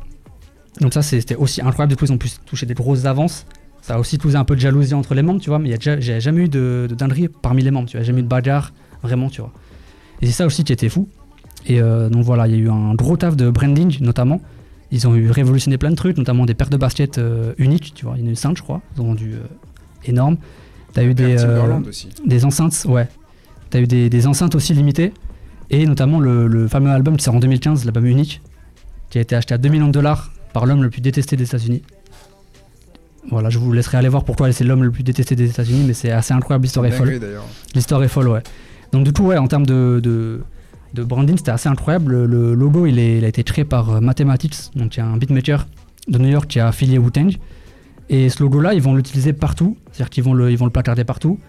Speaker 3: Donc ça c'est- c'était aussi incroyable, du coup ils ont pu toucher des grosses avances. Ça a aussi causé un peu de jalousie entre les membres, tu vois, mais il y a déjà- j'ai jamais eu de, de dinguerie parmi les membres, tu vois, jamais eu de bagarre, vraiment, tu vois. Et c'est ça aussi qui était fou. Et euh, donc voilà, il y a eu un gros taf de branding notamment. Ils ont eu révolutionné plein de trucs, notamment des paires de baskets euh, uniques, tu vois, il y en a eu 5 je crois, ils ont rendu euh, énorme. T'as eu des... euh,
Speaker 2: Timberland aussi.
Speaker 3: des enceintes, ouais. T'as eu des, des enceintes aussi limitées, et notamment le, le fameux album qui sort en 2015, l'album unique, qui a été acheté à 2 millions de dollars par l'homme le plus détesté des États-Unis. Voilà, je vous laisserai aller voir pourquoi c'est l'homme le plus détesté des États-Unis, mais c'est assez incroyable, l'histoire est folle.
Speaker 2: Dinguerie, d'ailleurs.
Speaker 3: L'histoire est folle, ouais. Donc du coup, ouais, en termes de, de, de branding, c'était assez incroyable. Le, le logo, il, est- il a été créé par euh, Mathematics, donc il y a un beatmaker de New York qui a affilié Wu-Tang. Et ce logo-là, ils vont l'utiliser partout, c'est-à-dire qu'ils vont le, ils vont le placarder partout.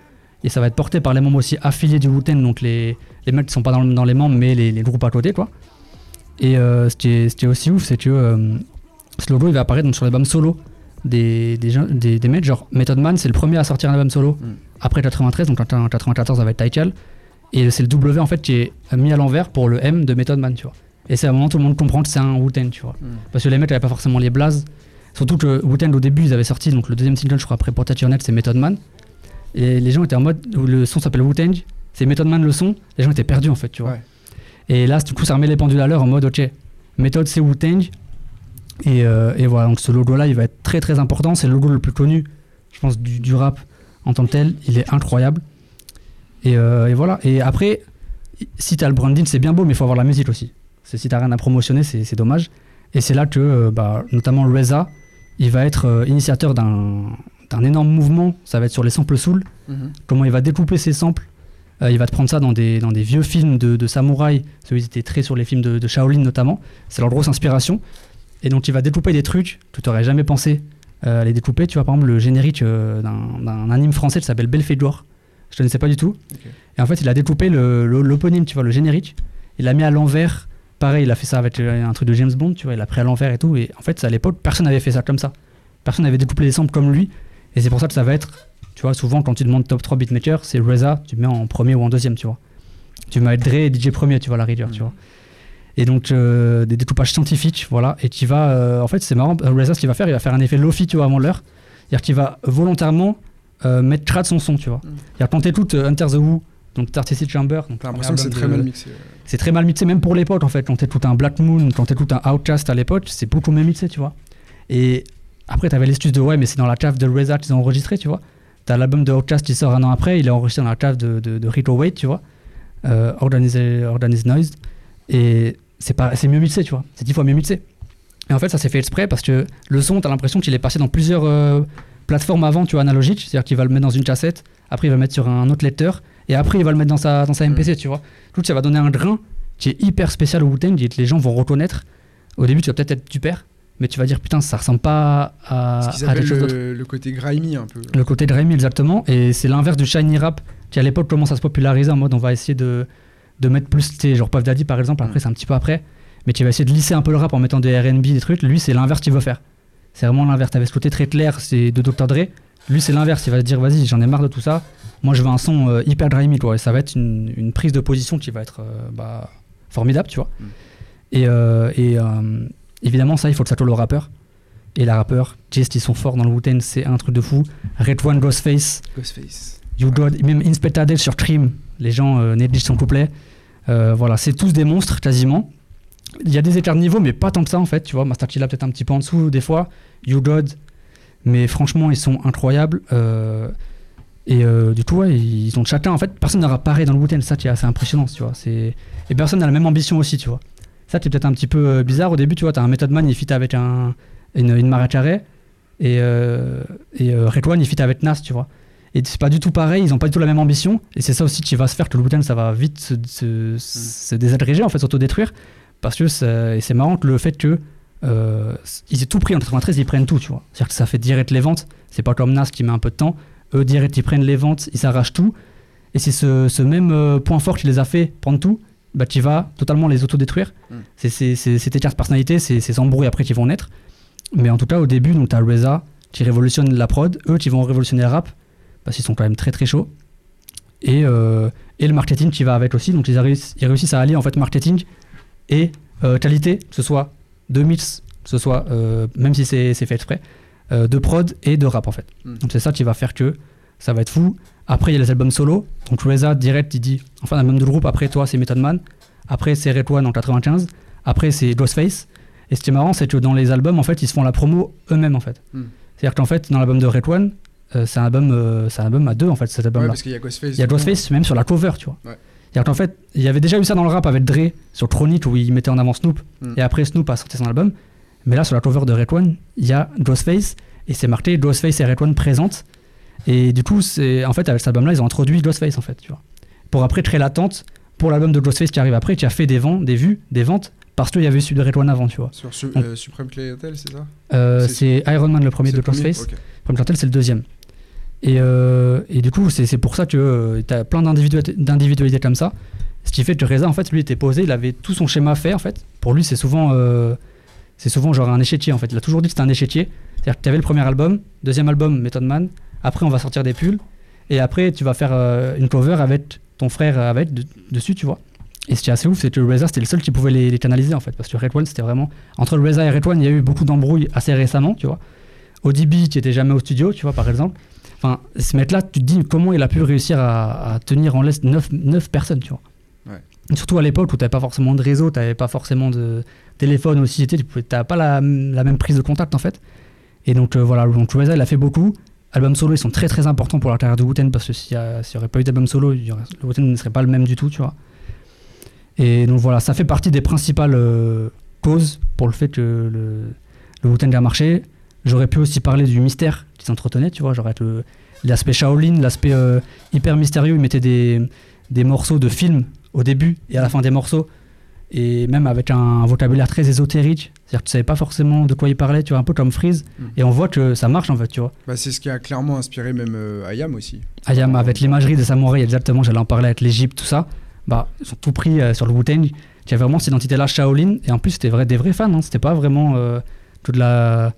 Speaker 3: Et ça va être porté par les membres aussi affiliés du Wu-Tang, donc les, les mecs qui sont pas dans, le- dans les membres, mais les, les groupes à côté, quoi. Et euh, ce, qui est, ce qui est aussi ouf, c'est que euh, ce logo, il va apparaître donc, sur l'album solo des, des, gens- des, des mecs, genre Method Man, c'est le premier à sortir un album solo
Speaker 2: Mm.
Speaker 3: après 93, donc en 94 avec Title. Et c'est le W en fait qui est mis à l'envers pour le M de Method Man, tu vois. Et c'est à un moment tout le monde comprend que c'est un Wu-Tang, tu vois.
Speaker 2: Mm.
Speaker 3: Parce que les mecs n'avaient pas forcément les blazes. Surtout que Wu-Tang au début, ils avaient sorti donc le deuxième single, je crois, après Portage Your Net, c'est Method Man. Et les gens étaient en mode, où le son s'appelle Wu-Tang, c'est Method Man le son, les gens étaient perdus en fait, tu vois.
Speaker 2: Ouais.
Speaker 3: Et là, du coup, ça remet les pendules à l'heure en mode, ok, méthode c'est Wu-Tang. Et, euh, et voilà, donc ce logo-là, il va être très très important. C'est le logo le plus connu, je pense, du, du rap en tant que tel. Il est incroyable. Et, euh, et voilà. Et après, si t'as le branding, c'est bien beau, mais il faut avoir la musique aussi. C'est si t'as rien à promotionner, c'est c'est dommage. Et c'est là que, euh, bah, notamment Reza, il va être euh, initiateur d'un d'un énorme mouvement. Ça va être sur les samples soul
Speaker 2: Mhm.
Speaker 3: comment il va découper ses samples. Euh, il va te prendre ça dans des, dans des vieux films de, de samouraï, ceux qui étaient très sur les films de, de Shaolin notamment. C'est leur grosse inspiration. Et donc il va découper des trucs que tu n'aurais jamais pensé euh, à les découper. Tu vois, par exemple, le générique euh, d'un d'un anime français qui s'appelle Belfegor. Je ne sais pas du tout. Et en fait, il a découpé le- le- l'opening, tu vois, le générique. Il l'a mis à l'envers. Pareil, il a fait ça avec euh, un truc de James Bond, tu vois, il l'a pris à l'envers et tout. Et en fait, à l'époque, personne n'avait fait ça comme ça. Personne n'avait découpé les samples comme lui. Et c'est pour ça que ça va être tu vois, souvent quand tu demandes top 3 beatmaker, c'est Reza, tu mets en premier ou en deuxième, tu vois. Tu mets Dre et DJ premier, tu vois, la rigueur, tu vois. Et donc, euh, des découpages scientifiques, voilà. Et qui va, euh, en fait, c'est marrant, euh, Reza, ce qu'il va faire, il va faire un effet lofi, tu vois, avant l'heure. C'est-à-dire qu'il va volontairement euh, mettre crade son son, tu vois. C'est-à-dire quand t'écoutes euh, Enter the Who, donc Tartistic Chamber, donc
Speaker 2: T'as
Speaker 3: le
Speaker 2: l'impression que c'est
Speaker 3: album
Speaker 2: très
Speaker 3: de-
Speaker 2: mal mixé. ouais.
Speaker 3: c'est très mal mixé, même pour l'époque en fait. Quand t'écoutes un Black Moon, quand t'écoutes un Outcast à l'époque, c'est beaucoup mieux mixé, tu vois. Et après, t'avais l'excuse de ouais, mais c'est dans la cave de Reza qu'ils ont enregistré, tu vois. T'as l'album de Outcast qui sort un an après, il est enregistré dans la cave de, de, de Rico Wade, tu vois. Euh, Organized, Organized Noise. Et c'est pas- c'est mieux mixé, tu vois. C'est dix fois mieux mixé. Et en fait, ça s'est fait exprès parce que le son, t'as l'impression qu'il est passé dans plusieurs euh, plateformes avant, tu vois, analogiques. C'est-à-dire qu'il va le mettre dans une cassette, après il va le mettre sur un autre lecteur, et après il va le mettre dans sa, dans sa MPC, tu vois. Tout ça va donner un grain qui est hyper spécial au Wu-Tang et que les gens vont reconnaître. Au début, tu vas peut-être être super, mais tu vas dire putain, ça ressemble pas à,
Speaker 2: Ce qu'ils
Speaker 3: à Ah,
Speaker 2: appellent
Speaker 3: quelque chose d'autre.
Speaker 2: le, le côté grimy un peu.
Speaker 3: Le côté de Rémi, exactement. Et c'est l'inverse du shiny rap qui, à l'époque, commence à se populariser en mode on va essayer de, de mettre plus. tu sais, Genre Puff Daddy, par exemple, après, c'est un petit peu après. Mais tu vas essayer de lisser un peu le rap en mettant des RB, des trucs. Lui, c'est l'inverse qu'il veut faire. C'est vraiment l'inverse. T'avais ce côté très clair c'est de Dr. Dre. Lui, c'est l'inverse. Il va se dire vas-y, j'en ai marre de tout ça. Moi, je veux un son euh, hyper grimy, quoi. Et ça va être une, une prise de position qui va être euh, bah, formidable, tu vois.
Speaker 2: Mm.
Speaker 3: Et, euh, et, euh, évidemment, ça, il faut que ça colle au rappeur. et la rappeur. Just, ils sont forts dans le Wu-Tang, c'est un truc de fou. Red One, Ghostface,
Speaker 2: Ghostface.
Speaker 3: You God, même Inspector Dead sur Trim, les gens euh, négligent son couplet. Euh, voilà, c'est tous des monstres quasiment. Il y a des écarts de niveau, mais pas tant que ça en fait, tu vois. Master Chief là peut-être un petit peu en dessous des fois. You God, mais franchement, ils sont incroyables. euh, et euh, du coup, ouais, ils sont chacun en fait. Personne n'aura pareil dans le Wu-Tang, ça qui est assez impressionnant, tu vois. C'est et personne n'a la même ambition aussi, tu vois. Ça, c'est peut-être un petit peu euh, bizarre au début, tu vois. T'as un Method Man, il fit avec un une, une Mariah Carey. et euh, et euh, Red One, il fit avec Nas, tu vois. Et c'est pas du tout pareil, ils ont pas du tout la même ambition. Et c'est ça aussi qui va se faire que le Wu-Tang, ça va vite se, se, se désagréger, en fait, s'autodétruire. Parce que c'est et c'est marrant que le fait que. euh, ils aient tout pris en 93, ils prennent tout, tu vois. C'est-à-dire que ça fait direct les ventes. C'est pas comme Nas qui met un peu de temps. Eux, direct, ils prennent les ventes, ils s'arrachent tout. Et c'est ce, ce même euh, point fort qui les a fait prendre tout, bah, qui va totalement les autodétruire.
Speaker 2: Mm.
Speaker 3: C'est c'est- c'est- cet écart de personnalité, c'est ces embrouilles après qui vont naître. Mais en tout cas, au début, donc, t'as Reza qui révolutionne la prod, eux qui vont révolutionner le rap, parce qu'ils sont quand même très très chauds. Et, euh, et le marketing qui va avec aussi. Donc, ils, arrivent- ils réussissent à allier en fait marketing et euh, qualité, que ce soit de mix, que ce soit, euh, même si c'est c'est fait exprès, euh, de prod et de rap en fait.
Speaker 2: Mm.
Speaker 3: Donc c'est ça qui va faire que ça va être fou. Après, il y a les albums solo. Donc Reza, direct, il dit, enfin, l'album de groupe, après toi, c'est Method Man. Après, c'est Red One en 95. Après, c'est Ghostface. Et ce qui est marrant, c'est que dans les albums, en fait, ils se font la promo eux-mêmes en fait.
Speaker 2: Mm.
Speaker 3: C'est-à-dire qu'en fait, dans l'album de Red One, euh, c'est un, album, euh, c'est un album à deux en fait, cet
Speaker 2: Ouais,
Speaker 3: album-là.
Speaker 2: parce qu'il y a Ghostface.
Speaker 3: Il y a Ghostface même sur la cover, tu vois.
Speaker 2: Ouais.
Speaker 3: C'est-à-dire qu'en fait, il y avait déjà eu ça dans le rap avec Dre sur Chronic où il mettait en avant Snoop
Speaker 2: Mm.
Speaker 3: et après Snoop a sorti son album. Mais là, sur la cover de Red One, il y a Ghostface et c'est marqué Ghostface et Red One présente. Et du coup, c'est en fait avec cet album-là, ils ont introduit Ghostface en fait, tu vois. Pour après créer l'attente pour l'album de Ghostface qui arrive après, qui a fait des ventes, des vues, des ventes parce qu'il y avait eu celui de Red One avant, tu vois.
Speaker 2: Sur su- euh, Supreme Clientele, c'est ça
Speaker 3: Euh,
Speaker 2: C'est-
Speaker 3: c'est Iron Man le premier
Speaker 2: C'est
Speaker 3: de
Speaker 2: le premier
Speaker 3: Ghostface.
Speaker 2: Ok.
Speaker 3: Prime Cartel, c'est le deuxième. Et, euh, et du coup, c'est c'est pour ça que euh, t'as plein d'individu- d'individualités comme ça. Ce qui fait que Reza, en fait, lui était posé, il avait tout son schéma fait, en fait. Pour lui, c'est souvent, euh, c'est souvent genre un échétier, en fait. Il a toujours dit que c'était un échétier. C'est-à-dire que tu avais le premier album, deuxième album, Method Man. Après, on va sortir des pulls. Et après, tu vas faire euh, une cover avec ton frère euh, avec de- dessus, tu vois. Et ce qui est assez ouf, c'est que Reza, c'était le seul qui pouvait les, les canaliser, en fait. Parce que Red One, c'était vraiment. Entre Reza et Red One, il y a eu beaucoup d'embrouilles assez récemment, tu vois. ODB qui était jamais au studio, tu vois, par exemple. Enfin, ce mec-là, tu te dis comment il a pu réussir à, à tenir en laisse 9, personnes, tu vois.
Speaker 2: Ouais.
Speaker 3: Surtout à l'époque où t'avais pas forcément de réseau, t'avais pas forcément de téléphone aussi, tu sais, tu pouvais- t'avais pas la, la même prise de contact en fait. Et donc euh, voilà, donc Reza, il a fait beaucoup. Albums solo, ils sont très très importants pour la carrière de Wooten parce que s'il y, a- s'il y aurait pas eu d'album solo, il y aurait- le Wooten ne serait pas le même du tout, tu vois. Et donc voilà, ça fait partie des principales euh, causes pour le fait que le, le Wooten a marché. J'aurais pu aussi parler du mystère qui s'entretenait, tu vois, genre avec le- l'aspect Shaolin, l'aspect euh, hyper mystérieux, ils mettaient des, des morceaux de films au début et à la fin des morceaux, et même avec un vocabulaire très ésotérique, c'est-à-dire que tu savais pas forcément de quoi ils parlaient, tu vois, un peu comme Freeze,
Speaker 2: Mm.
Speaker 3: et on voit que ça marche en fait, tu vois.
Speaker 2: Bah, c'est ce qui a clairement inspiré même euh, Ayam aussi.
Speaker 3: Ayam, avec l'imagerie des samouraïs, exactement, j'allais en parler avec l'Égypte, tout ça, bah, ils sont tout pris euh, sur le Wu-Tang, qui a vraiment cette identité-là Shaolin, et en plus, c'était vrai, des vrais fans, hein, c'était pas vraiment euh, tout de la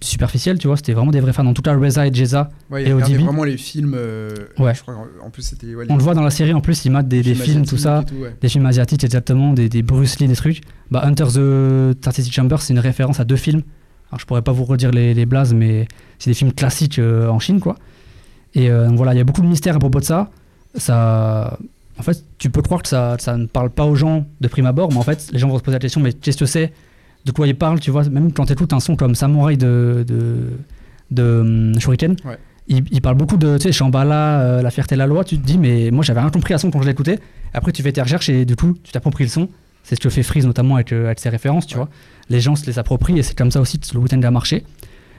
Speaker 3: du superficiel, tu vois, c'était vraiment des vrais fans. En tout cas, Reza et Jeza,
Speaker 2: Ouais,
Speaker 3: Et
Speaker 2: il regardait
Speaker 3: ODB.
Speaker 2: vraiment les films. euh,
Speaker 3: Ouais.
Speaker 2: Je crois, en- en plus, c'était. ouais, les
Speaker 3: On le voit dans la série en plus, ils matent des, des films, tout
Speaker 2: asiatiques
Speaker 3: ça,
Speaker 2: et tout, ouais.
Speaker 3: des films asiatiques exactement, des, des Bruce Lee, des trucs. Bah, Hunter the 36 Chamber, c'est une référence à deux films. Alors je pourrais pas vous redire les, les blazes, mais c'est des films classiques euh, en Chine, quoi. Et euh, donc voilà, il y a beaucoup de mystères à propos de ça. Ça, en fait, tu peux croire que ça, ça ne parle pas aux gens de prime abord, mais en fait, les gens vont se poser la question, mais qu'est-ce que c'est De quoi ils parlent Tu vois, même quand tu écoutes un son comme Samouraï de, de, de, hum, Shuriken,
Speaker 2: Ouais.
Speaker 3: il, il parle beaucoup de, tu sais, Shambhala, euh, La fierté et la loi, tu te dis, mais moi j'avais rien compris à son quand je l'écoutais. Après, tu fais tes recherches et du coup, tu t'appropries le son. C'est ce que fait Freeze notamment avec, euh, avec ses références, tu
Speaker 2: Ouais.
Speaker 3: vois. Les gens se les approprient et c'est comme ça aussi que le week-end a marché.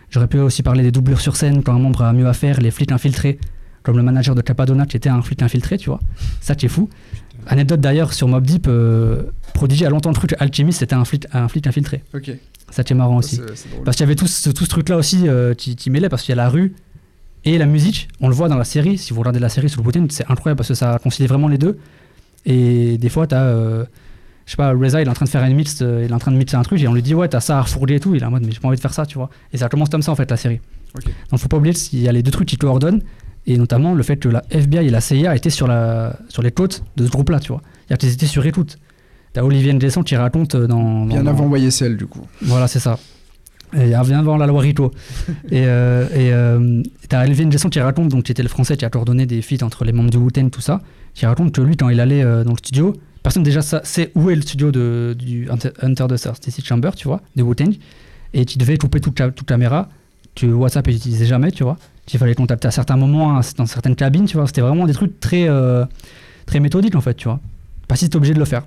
Speaker 3: J'aurais pu aussi parler des doublures sur scène quand un membre a mieux à faire, les flics infiltrés, comme le manager de Capadona qui était un flic infiltré, tu vois. Ça, c'est fou. Anecdote d'ailleurs sur Mob Deep, euh, Prodigy a longtemps cru que Alchemist c'était un flic, un flic infiltré.
Speaker 2: Ok. Ça,
Speaker 3: Ça, c'est marrant aussi.
Speaker 2: c'est- c'est drôle.
Speaker 3: Parce qu'il y avait tout ce, tout ce truc-là aussi euh, qui, qui mêlait, parce qu'il y a la rue et la musique. On le voit dans la série, si vous regardez la série sur le Putin, c'est incroyable parce que ça concilie vraiment les deux. Et des fois, t'as. euh, je sais pas, Reza, il est en train de faire une mix, euh, il est en train de mixer un truc, et on lui dit, ouais, t'as ça à refourguer et tout. Il est en mode, mais j'ai pas envie de faire ça, tu vois. Et ça commence comme ça, en fait, la série.
Speaker 2: Ok.
Speaker 3: Donc, faut pas oublier qu'il y a les deux trucs qui coordonnent, et notamment le fait que la FBI et la CIA étaient sur, la, sur les côtes de ce groupe-là, tu vois. C'est-à-dire qu'ils étaient sur écoute. T'as Olivier Ndesson qui raconte euh, dans.
Speaker 2: Bien
Speaker 3: dans-
Speaker 2: avant YSL, du coup.
Speaker 3: voilà, c'est ça. Et ah, viens voir la loi Rito. et euh, et euh, t'as Elvin Jason qui raconte, donc qui était le français qui a coordonné des feats entre les membres du wu tout ça, qui raconte que lui, quand il allait euh, dans le studio, personne déjà sa- sait où est le studio de, du Hunter- Hunter the Sarcastic Chamber, tu vois, de wu et qui devait couper toute, ca- toute caméra, que WhatsApp il utilisait jamais, tu vois, qu'il fallait contacter à certains moments, à- dans certaines cabines, tu vois, c'était vraiment des trucs très, euh, très méthodiques en fait, tu vois. Pas si t'es obligé de le faire.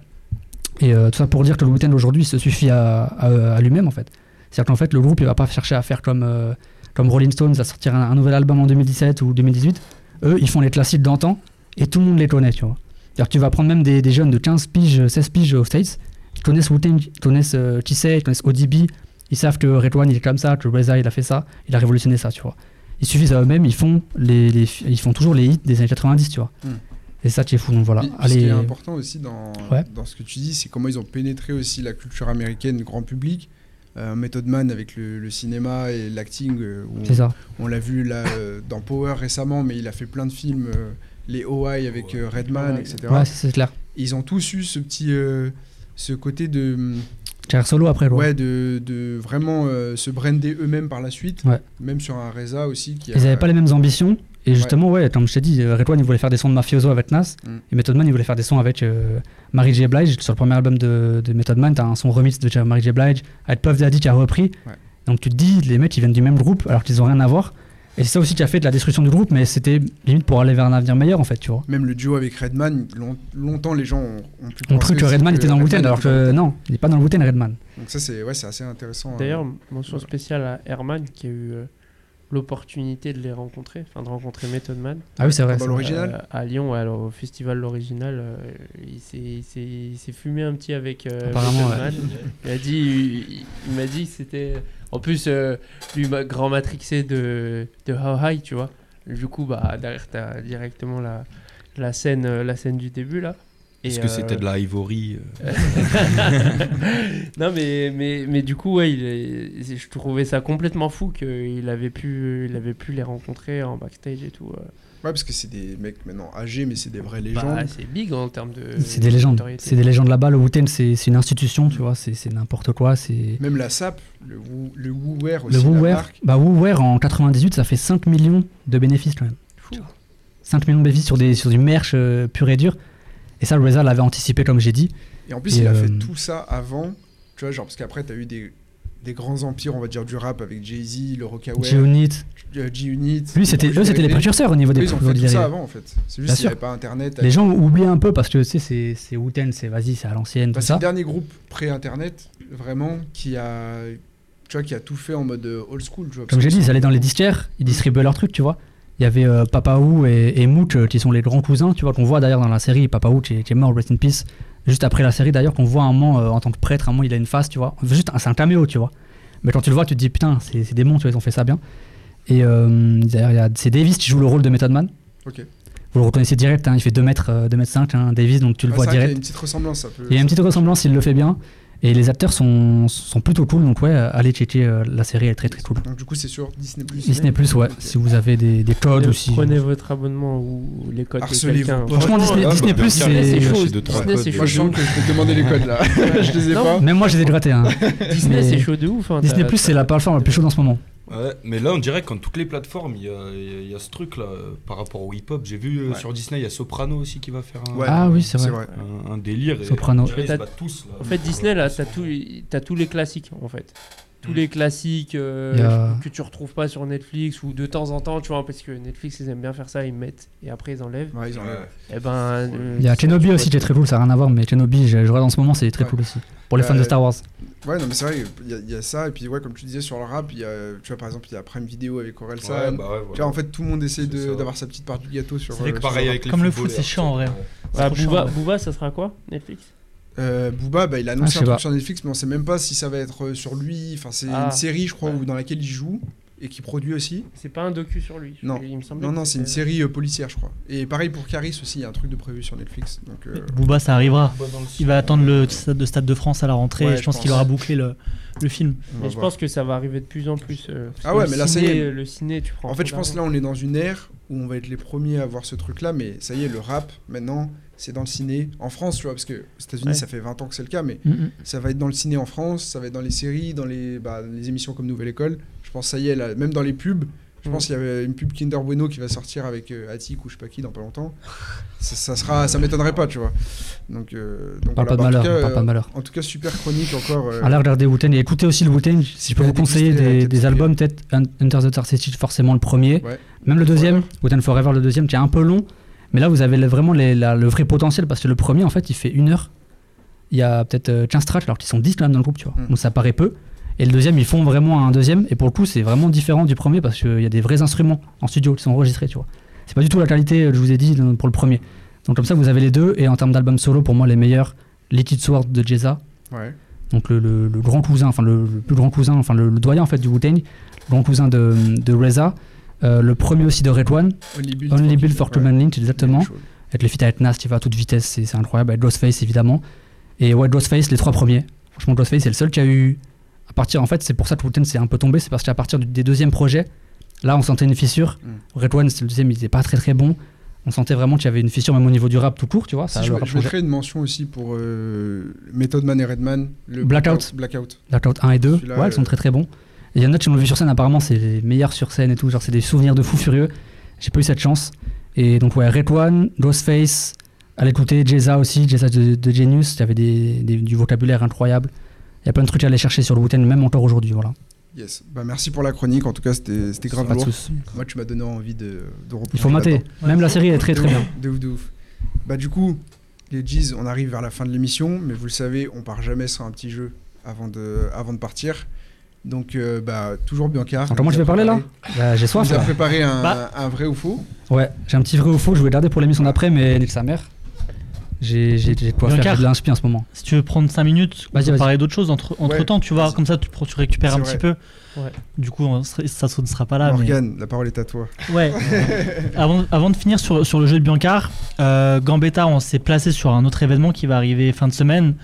Speaker 3: Et euh, tout ça pour dire que le wu aujourd'hui se suffit à- à- à lui-même en fait. C'est-à-dire qu'en fait, le groupe, il va pas chercher à faire comme, euh, comme Rolling Stones à sortir un, un nouvel album en 2017 ou 2018. Eux, ils font les classiques d'antan et tout le monde les connaît, tu vois. C'est-à-dire que tu vas prendre même des, des jeunes de 15 piges, euh, 16 piges aux States, qui connaissent Wu-Tang, qui connaissent euh, qui c'est, ils connaissent ODB, ils savent que Red One, il est comme ça, que Reza, il a fait ça, il a révolutionné ça, tu vois. Ils suffisent à eux-mêmes, ils font, les, les- ils font toujours les hits des années 90, tu vois.
Speaker 2: Hmm.
Speaker 3: Et ça, tu es fou, donc voilà.
Speaker 2: Et- puis Ce qui
Speaker 3: Bah, Allez,
Speaker 2: est important aussi dans,
Speaker 3: Ouais.
Speaker 2: dans ce que tu dis, c'est comment ils ont pénétré aussi la culture américaine, le grand public. Euh, Method Man avec le, le cinéma et l'acting, euh, où
Speaker 3: c'est ça.
Speaker 2: on l'a vu là euh, dans Power récemment, mais il a fait plein de films, euh, les OI avec euh, Redman,
Speaker 4: Ouais.
Speaker 2: etc.
Speaker 3: Ouais, c'est c'est clair.
Speaker 2: Ils ont tous eu ce petit, euh, ce côté de,
Speaker 3: Carrière solo après, quoi.
Speaker 2: ouais, de, de vraiment euh, se brander eux-mêmes par la suite,
Speaker 3: Ouais.
Speaker 2: même sur un Reza aussi qui. a-
Speaker 3: Ils n'avaient pas les mêmes ambitions. Et justement, ouais, comme je t'ai dit, euh, Red One, il voulait faire des sons de mafioso avec Nas.
Speaker 2: Mm.
Speaker 3: Et Method Man, il voulait faire des sons avec euh, Mary J. Blige. Sur le premier album de, de Method Man, t'as un son remix de Mary J. Blige, avec Puff Daddy qui a repris.
Speaker 2: Ouais.
Speaker 3: Donc tu te dis, les mecs, ils viennent du même groupe alors qu'ils ont rien à voir. Et c'est ça aussi qui a fait de la destruction du groupe, mais c'était limite pour aller vers un avenir meilleur en fait, tu vois.
Speaker 2: Même le duo avec Redman, long- longtemps les gens ont, ont pu
Speaker 3: On
Speaker 2: penser
Speaker 3: cru que
Speaker 2: aussi
Speaker 3: Redman était dans le Wu-Tang,
Speaker 2: Redman
Speaker 3: alors
Speaker 2: était dans le
Speaker 3: que non, il n'est pas dans le Wu-Tang, Redman.
Speaker 2: Donc ça c'est ouais, c'est assez intéressant. hein.
Speaker 4: D'ailleurs, mention
Speaker 2: voilà.
Speaker 4: spéciale à Herman qui a eu euh, l'opportunité de les rencontrer, enfin de rencontrer Method Man.
Speaker 3: Ah oui, c'est vrai.
Speaker 2: Ah bah,
Speaker 3: ça.
Speaker 2: l'original.
Speaker 4: Euh, à Lyon, ouais, alors, au festival l'original, euh, il s'est- il s'est- il s'est fumé un petit avec euh,
Speaker 3: Apparemment,
Speaker 4: Method Man. Il a dit, il, il- il m'a dit que c'était. En plus, euh, lui, ma- grand matrixé de, de How High, tu vois. Du coup, bah derrière, t'as directement la, la scène, euh, la scène du début là. Et,
Speaker 5: Est-ce que c'était
Speaker 4: euh,
Speaker 5: de la ivory euh,
Speaker 4: non mais, mais, mais du coup ouais, il est- c'est- je trouvais ça complètement fou qu'il avait pu il avait pu les rencontrer en backstage et tout. euh.
Speaker 2: Ouais, parce que c'est des mecs maintenant âgés, mais c'est des vraies
Speaker 4: Bah,
Speaker 2: légendes.
Speaker 4: c'est big en termes de
Speaker 3: C'est des légendes.
Speaker 4: notoriété.
Speaker 3: C'est des légendes là-bas. Le Wu-Tang, c'est c'est une institution, tu vois. C'est c'est n'importe quoi. C'est.
Speaker 2: Même la SAP, le, Wu- le WooWare aussi,
Speaker 3: Le
Speaker 2: la
Speaker 3: WooWare,
Speaker 2: marque.
Speaker 3: bah WooWare en 98, ça fait 5 millions de bénéfices quand même.
Speaker 4: Fou.
Speaker 3: 5 millions de bénéfices sur, des, sur du merch euh, pur et dur. Et ça, Reza l'avait anticipé, comme j'ai dit.
Speaker 2: Et en plus,
Speaker 3: Et,
Speaker 2: il a fait
Speaker 3: euh,
Speaker 2: tout ça avant, tu vois, genre parce qu'après, t'as eu des, des grands empires, on va dire, du rap avec Jay-Z, le Rockaway,
Speaker 3: G-Unit.
Speaker 2: euh, G-Unit.
Speaker 3: Lui, c'était, eux, c'était les
Speaker 2: précurseurs
Speaker 3: précurseurs au niveau des
Speaker 2: Ils ont fait
Speaker 3: produits
Speaker 2: tout ça
Speaker 3: dérivés.
Speaker 2: avant, en fait. C'est juste
Speaker 3: Bien
Speaker 2: qu'il n'y
Speaker 3: sûr.
Speaker 2: avait pas Internet.
Speaker 3: Les gens oublient un peu parce que, tu sais, c'est, c'est Wu-Tang, c'est vas-y, c'est à l'ancienne,
Speaker 2: Enfin,
Speaker 3: tout
Speaker 2: c'est
Speaker 3: ça.
Speaker 2: le dernier groupe pré-Internet, vraiment, qui a, tu vois, qui a tout fait en mode euh, old school, tu vois.
Speaker 3: Comme
Speaker 2: parce
Speaker 3: j'ai
Speaker 2: que
Speaker 3: dit,
Speaker 2: c'est-
Speaker 3: ils allaient dans les disquaires, ils distribuaient leurs trucs, tu vois. Il y avait euh, Papa Wu et, et Mook, euh, qui sont les grands cousins, tu vois, qu'on voit d'ailleurs dans la série. Papa Wu qui, est- qui est mort, rest in peace. Juste après la série, d'ailleurs, qu'on voit un moment euh, en tant que prêtre, un moment il a une face, tu vois. Juste, un- c'est un caméo, tu vois. Mais quand tu le vois, tu te dis, putain, c'est c'est des monstres, tu vois, ils ont fait ça bien. Et euh, d'ailleurs, il y a- c'est Davis qui joue le rôle de Method Man.
Speaker 2: Ok.
Speaker 3: Vous le reconnaissez direct, hein, il fait 2 mètres, euh, 2 mètres 5, hein, Davis, donc tu le
Speaker 2: Ah,
Speaker 3: vois
Speaker 2: c'est vrai qu'il y a
Speaker 3: direct.
Speaker 2: une petite ressemblance, ça peut.
Speaker 3: Il y a une petite ressemblance, il le fait bien. Et les acteurs sont, sont plutôt cool, donc ouais, allez checker euh, la série, elle est très très cool.
Speaker 2: Donc, du coup, c'est sur Disney+.
Speaker 3: Disney Plus, ouais.
Speaker 2: Ok.
Speaker 3: Si vous avez des, des codes
Speaker 4: Prenez-
Speaker 3: aussi.
Speaker 4: Euh,
Speaker 3: hein.
Speaker 4: Prenez votre abonnement ou les codes de
Speaker 2: Harcelez-vous
Speaker 4: quelqu'un.
Speaker 2: pas.
Speaker 3: Franchement, Disney,
Speaker 5: Ah, bah,
Speaker 3: Disney
Speaker 5: bien
Speaker 3: Plus,
Speaker 5: sûr,
Speaker 3: c'est-
Speaker 5: j'ai
Speaker 4: chaud.
Speaker 5: deux, trois
Speaker 4: Disney,
Speaker 5: codes.
Speaker 4: c'est
Speaker 2: Moi, je sens que je vais te demander les codes là. je les ai
Speaker 4: Non.
Speaker 2: pas.
Speaker 3: Même moi, je les ai grattés. hein.
Speaker 4: Disney,
Speaker 3: Mais-
Speaker 4: c'est chaud de ouf. hein,
Speaker 3: Disney
Speaker 4: t'as-
Speaker 3: Plus, c'est la plateforme la plus chaude en ce moment.
Speaker 5: Ouais, mais là, on dirait que quand toutes les plateformes, il y a, il y a- il y a ce truc-là euh, par rapport au hip-hop. J'ai vu euh,
Speaker 2: Ouais.
Speaker 5: sur Disney, il y a Soprano aussi qui va faire un,
Speaker 2: Ouais.
Speaker 3: Ah oui, c'est vrai.
Speaker 2: C'est vrai.
Speaker 5: un- un délire. et
Speaker 3: Soprano.
Speaker 5: on dirait, ils se
Speaker 4: Mais t'as-
Speaker 5: battent tous. là.
Speaker 4: En fait, Disney, là, t'as tous, les- t'as tous les classiques, en fait. Tous les classiques euh,
Speaker 3: Il y a-
Speaker 4: que tu retrouves pas sur Netflix ou de temps en temps, tu vois, parce que Netflix, ils aiment bien faire ça, ils mettent et après ils enlèvent.
Speaker 2: Ouais, ils ont
Speaker 5: Ouais.
Speaker 4: Et ben. euh,
Speaker 3: Il y a Kenobi aussi qui est très cool, ça n'a rien à voir, mais Kenobi, je, je regarde en ce moment, c'est très
Speaker 2: Ouais.
Speaker 3: cool aussi. Pour les fans
Speaker 2: Euh,
Speaker 3: de Star Wars.
Speaker 2: Ouais, non, mais c'est vrai, il y, a- il y a ça. Et puis, ouais, comme tu disais sur le rap, il y a, tu vois, par exemple, il y a Prime Video avec Aurel
Speaker 5: Ouais,
Speaker 2: San.
Speaker 5: bah ouais,
Speaker 2: Tu vois,
Speaker 5: voilà.
Speaker 2: en fait, tout le monde essaie
Speaker 5: C'est
Speaker 2: de-
Speaker 5: ça.
Speaker 2: d'avoir sa petite part du gâteau sur.
Speaker 5: C'est vrai
Speaker 2: euh,
Speaker 5: que
Speaker 2: sur
Speaker 5: pareil avec les
Speaker 1: Comme le
Speaker 5: footballeurs,
Speaker 1: foot, c'est chiant, en vrai.
Speaker 5: ouais.
Speaker 4: Bah,
Speaker 1: trop chiant,
Speaker 4: Booba,
Speaker 1: ouais.
Speaker 4: Booba, ça sera quoi Netflix
Speaker 2: Euh, Booba, bah, il a
Speaker 3: Ah, je
Speaker 2: annoncé
Speaker 3: sais
Speaker 2: un
Speaker 3: pas.
Speaker 2: truc sur Netflix, mais on sait même pas si ça va être euh, sur lui. Enfin, c'est
Speaker 4: Ah.
Speaker 2: une série, je crois,
Speaker 4: Ouais.
Speaker 2: où- dans laquelle il joue et qui produit aussi.
Speaker 4: C'est pas un docu sur lui.
Speaker 2: Non.
Speaker 4: il me semblait
Speaker 2: Non,
Speaker 4: que
Speaker 2: non, c'est une
Speaker 4: c'était-
Speaker 2: série euh, policière, je crois. Et pareil pour Caris aussi, il y a un truc de prévu sur Netflix. Donc, euh,
Speaker 1: Booba, ça arrivera.
Speaker 5: Bah, dans le-
Speaker 1: Il va attendre le stade de, Stade de France à la rentrée.
Speaker 2: Ouais,
Speaker 1: et je
Speaker 2: je
Speaker 1: pense, qu'il
Speaker 2: pense.
Speaker 1: aura bouclé le, le film.
Speaker 2: on va
Speaker 4: Mais je
Speaker 2: voir.
Speaker 4: pense que ça va arriver de plus en plus. euh, parce
Speaker 2: Bah, Ah
Speaker 4: que
Speaker 2: ouais,
Speaker 4: le
Speaker 2: mais là,
Speaker 4: ciné,
Speaker 2: c'est-
Speaker 4: euh, Le ciné, tu prends.
Speaker 2: En fait, je pense là, on est dans une ère où on va être les premiers à voir ce truc-là, mais ça y est, le rap, maintenant, c'est dans le ciné en France, tu vois, parce que aux États-Unis,
Speaker 4: Ouais.
Speaker 2: ça fait 20 ans que c'est le cas, mais
Speaker 3: Mhm.
Speaker 2: ça va être dans le ciné en France, ça va être dans les séries, dans les, bah, les émissions comme Nouvelle École. Je pense, ça y est, là, même dans les pubs. Je
Speaker 4: Mhm.
Speaker 3: Mm.
Speaker 2: pense qu'il y avait une pub Kinder Bueno qui va sortir avec euh, Attic ou je sais pas qui dans pas longtemps. Ça, ça sera, ça m'étonnerait pas, tu vois. Donc, euh, donc
Speaker 3: Parle pas de
Speaker 2: voilà. Bah,
Speaker 3: malheur,
Speaker 2: en tout cas,
Speaker 3: parle pas de
Speaker 2: euh,
Speaker 3: malheur.
Speaker 2: En tout cas, super chronique encore. euh,
Speaker 3: Allez regarder Ah, Wu-Tang et écoutez aussi le Wu-Tang. Si je peux
Speaker 2: Ouais,
Speaker 3: vous conseiller
Speaker 2: déguster,
Speaker 3: des,
Speaker 2: ouais,
Speaker 3: des
Speaker 2: déguster.
Speaker 3: albums, peut-être Un- Enter the Star City, forcément le premier.
Speaker 2: Ouais.
Speaker 3: Même le deuxième,
Speaker 2: Forever.
Speaker 3: Wu-Tang Forever, le deuxième, qui est un peu long. Mais là, vous avez le- vraiment les- la- le vrai potentiel parce que le premier, en fait, il fait une heure. Il y a peut-être euh, 15 tracks, alors qu'ils sont 10 quand même dans le groupe, tu vois.
Speaker 2: Mm.
Speaker 3: Donc ça paraît peu. Et le deuxième, ils font vraiment un deuxième. Et pour le coup, c'est vraiment différent du premier parce qu'il y a des vrais instruments en studio qui sont enregistrés, tu vois. C'est pas du tout la qualité, euh, je vous ai dit, dans- pour le premier. Donc comme ça, vous avez les deux. Et en termes d'albums solo, pour moi, les meilleurs, Liquid Sword de Jeza,
Speaker 2: ouais.
Speaker 3: donc le, le- le grand cousin, enfin le, le plus grand cousin, enfin le, le doyen en fait du Wu-Tang, le grand cousin de, de Reza, euh, le premier aussi de Red One,
Speaker 2: Only Built
Speaker 3: Only Built
Speaker 2: Kill,
Speaker 3: for
Speaker 2: ouais.
Speaker 3: Human Lynch exactement,
Speaker 2: Même chose.
Speaker 3: avec les feats avec Nas qui va à toute vitesse, c'est c'est incroyable, avec Ghostface évidemment, et ouais Ghostface les trois premiers, franchement Ghostface c'est le seul qui a eu, à partir en fait c'est pour ça que Wu-Tang s'est un peu tombé, c'est parce qu'à partir du- des deuxièmes projets, là on sentait une fissure,
Speaker 2: Mm.
Speaker 3: Red One c'est le deuxième, il était pas très très bon, on sentait vraiment qu'il y avait une fissure même au niveau du rap tout court, tu vois, ça
Speaker 2: Si, je,
Speaker 3: le
Speaker 2: me-
Speaker 3: rap
Speaker 2: je
Speaker 3: changeait.
Speaker 2: mettrais une mention aussi pour euh, Method Man et Redman. Le
Speaker 3: Blackout.
Speaker 2: Blackout.
Speaker 3: Blackout 1 et 2,
Speaker 2: Celui-là,
Speaker 3: ouais, ils sont
Speaker 2: euh,
Speaker 3: très très bons. Et Il y en a qui l'ont vu sur scène, apparemment, c'est les meilleurs sur scène et tout. Genre, c'est des souvenirs de fou furieux. J'ai pas eu cette chance. Et donc, ouais, Red One, Ghostface, à l'écouter, Jeza aussi, Jeza de, de Genius, il y avait des, des- du vocabulaire incroyable. Il y a plein de trucs à aller chercher sur le Wu-Tang, même encore aujourd'hui. Voilà.
Speaker 2: Yes. Bah, merci pour la chronique. En tout cas, c'était c'était grave
Speaker 3: Pas de
Speaker 2: lourd.
Speaker 3: soucis.
Speaker 2: Moi, tu m'as donné envie de, de
Speaker 3: Il faut
Speaker 2: replonger
Speaker 3: mater.
Speaker 2: là-dedans.
Speaker 3: Même la série est très
Speaker 2: De
Speaker 3: très
Speaker 2: ouf,
Speaker 3: bien.
Speaker 2: De ouf, de ouf. Bah, du coup, les G's, on arrive vers la fin de l'émission, mais vous le savez, on part jamais sans un petit jeu avant de, avant de partir. Donc, euh, bah, toujours Bianca.
Speaker 3: Encore moi,
Speaker 2: nous
Speaker 3: je vais
Speaker 2: a
Speaker 3: parler, là
Speaker 2: préparé-
Speaker 3: Bah, J'ai soif
Speaker 2: nous a
Speaker 3: là.
Speaker 2: préparé un,
Speaker 1: Bah.
Speaker 2: un vrai ou faux.
Speaker 3: Ouais, j'ai un petit vrai ou faux, je vais garder pour l'émission d'après, mais nique sa mère. J'ai j'ai- j'ai de quoi
Speaker 1: Biancar.
Speaker 3: faire, j'ai de l'inspi en ce moment.
Speaker 1: Si tu veux prendre 5 minutes, on
Speaker 3: Vas-y,
Speaker 1: peut
Speaker 3: vas-y.
Speaker 1: parler d'autre chose entre, entre temps, tu vois,
Speaker 2: vas-y.
Speaker 1: comme ça tu, pro- tu récupères
Speaker 2: C'est
Speaker 1: un
Speaker 2: vrai.
Speaker 1: petit peu.
Speaker 4: Ouais.
Speaker 1: Du coup, on serait- ça ne sera pas là. mais-
Speaker 2: Morgane, la parole est à toi.
Speaker 1: Ouais. avant, avant de finir sur, sur le jeu de Biancar, euh, Gambetta, on s'est placé sur un autre événement qui va arriver fin de semaine.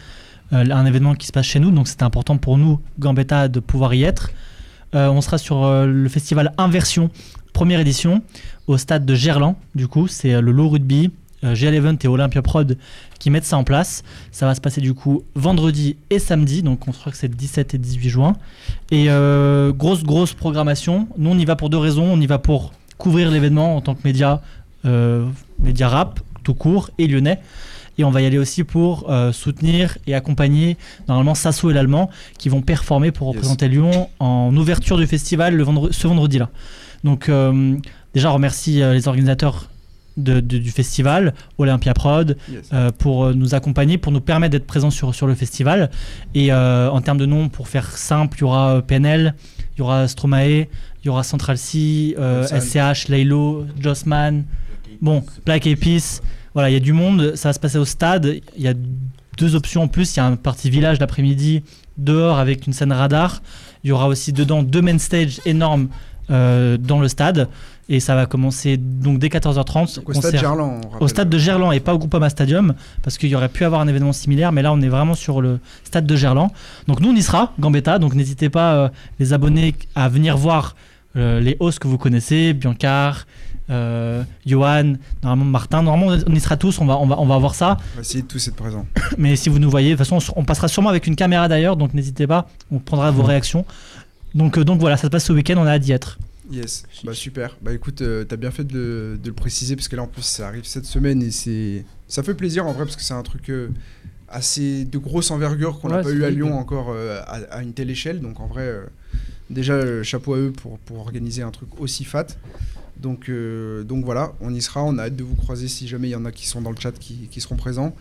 Speaker 1: euh, un événement qui se passe chez nous, donc c'était important pour nous, Gambetta, de pouvoir y être. Euh, on sera sur euh, le festival Inversion, première édition, au stade de Gerland. Du coup, c'est euh, le Low Rugby, euh, G11 et Olympia Prod qui mettent ça en place. Ça va se passer du coup vendredi et samedi, donc on croit que c'est le 17 et 18 juin. Et euh, grosse, grosse programmation. Nous, on y va pour deux raisons. On y va pour couvrir l'événement en tant que média, euh, média rap, tout court, et lyonnais. Et on va y aller aussi pour euh, soutenir et accompagner normalement Sasso et l'Allemand qui vont performer pour
Speaker 2: Yes.
Speaker 1: représenter Lyon en ouverture du festival le vendre- ce vendredi-là. Donc euh, déjà, on remercie euh, les organisateurs de- de- du festival, Olympia Prod,
Speaker 2: Yes.
Speaker 1: euh, pour euh, nous accompagner, pour nous permettre d'être présents sur, sur le festival. Et euh, en termes de noms, pour faire simple, il y aura euh, PNL, il y aura Stromae, il y aura Central C, euh,
Speaker 2: Sam.
Speaker 1: SCH, Laylo, Jossman, bon, Black Épice. Voilà, il y a du monde, ça va se passer au stade. Il y a deux options en plus. Il y a un parti village l'après-midi, dehors avec une scène radar. Il y aura aussi dedans deux main stages énormes euh, dans le stade. Et ça va commencer donc dès 14h30.
Speaker 2: Donc, au stade
Speaker 1: concert
Speaker 2: Gerland. on
Speaker 1: au
Speaker 2: rappelle.
Speaker 1: stade de Gerland et pas au Groupama Stadium parce qu'il y aurait pu avoir un événement similaire mais là on est vraiment sur le stade de Gerland donc nous on y sera Gambetta donc n'hésitez pas euh, les abonnés à venir voir euh, les hosts que vous connaissez Biancar euh, Johan normalement Martin normalement on y sera tous on va, on va, on va voir ça
Speaker 2: On va essayer de tous être présents.
Speaker 1: mais si vous nous voyez, de toute façon, on s- on passera sûrement avec une caméra d'ailleurs, donc n'hésitez pas, on prendra vos réactions. Donc, euh, donc voilà, ça se passe ce week-end, on a hâte d'y être.
Speaker 2: Yes, bah super. Bah écoute, euh, t'as bien fait de, le- de le préciser parce que là en plus ça arrive cette semaine et c'est ça fait plaisir en vrai parce que c'est un truc euh, assez de grosse envergure qu'on n'a
Speaker 4: Ouais,
Speaker 2: pas
Speaker 4: c'est
Speaker 2: eu à
Speaker 4: big.
Speaker 2: Lyon encore euh, à, à une telle échelle. Donc en vrai, euh, déjà euh, chapeau à eux pour, pour organiser un truc aussi fat. Donc, euh, donc voilà, on y sera. On a hâte de vous croiser si jamais il y en a qui sont dans le chat qui, qui seront présents.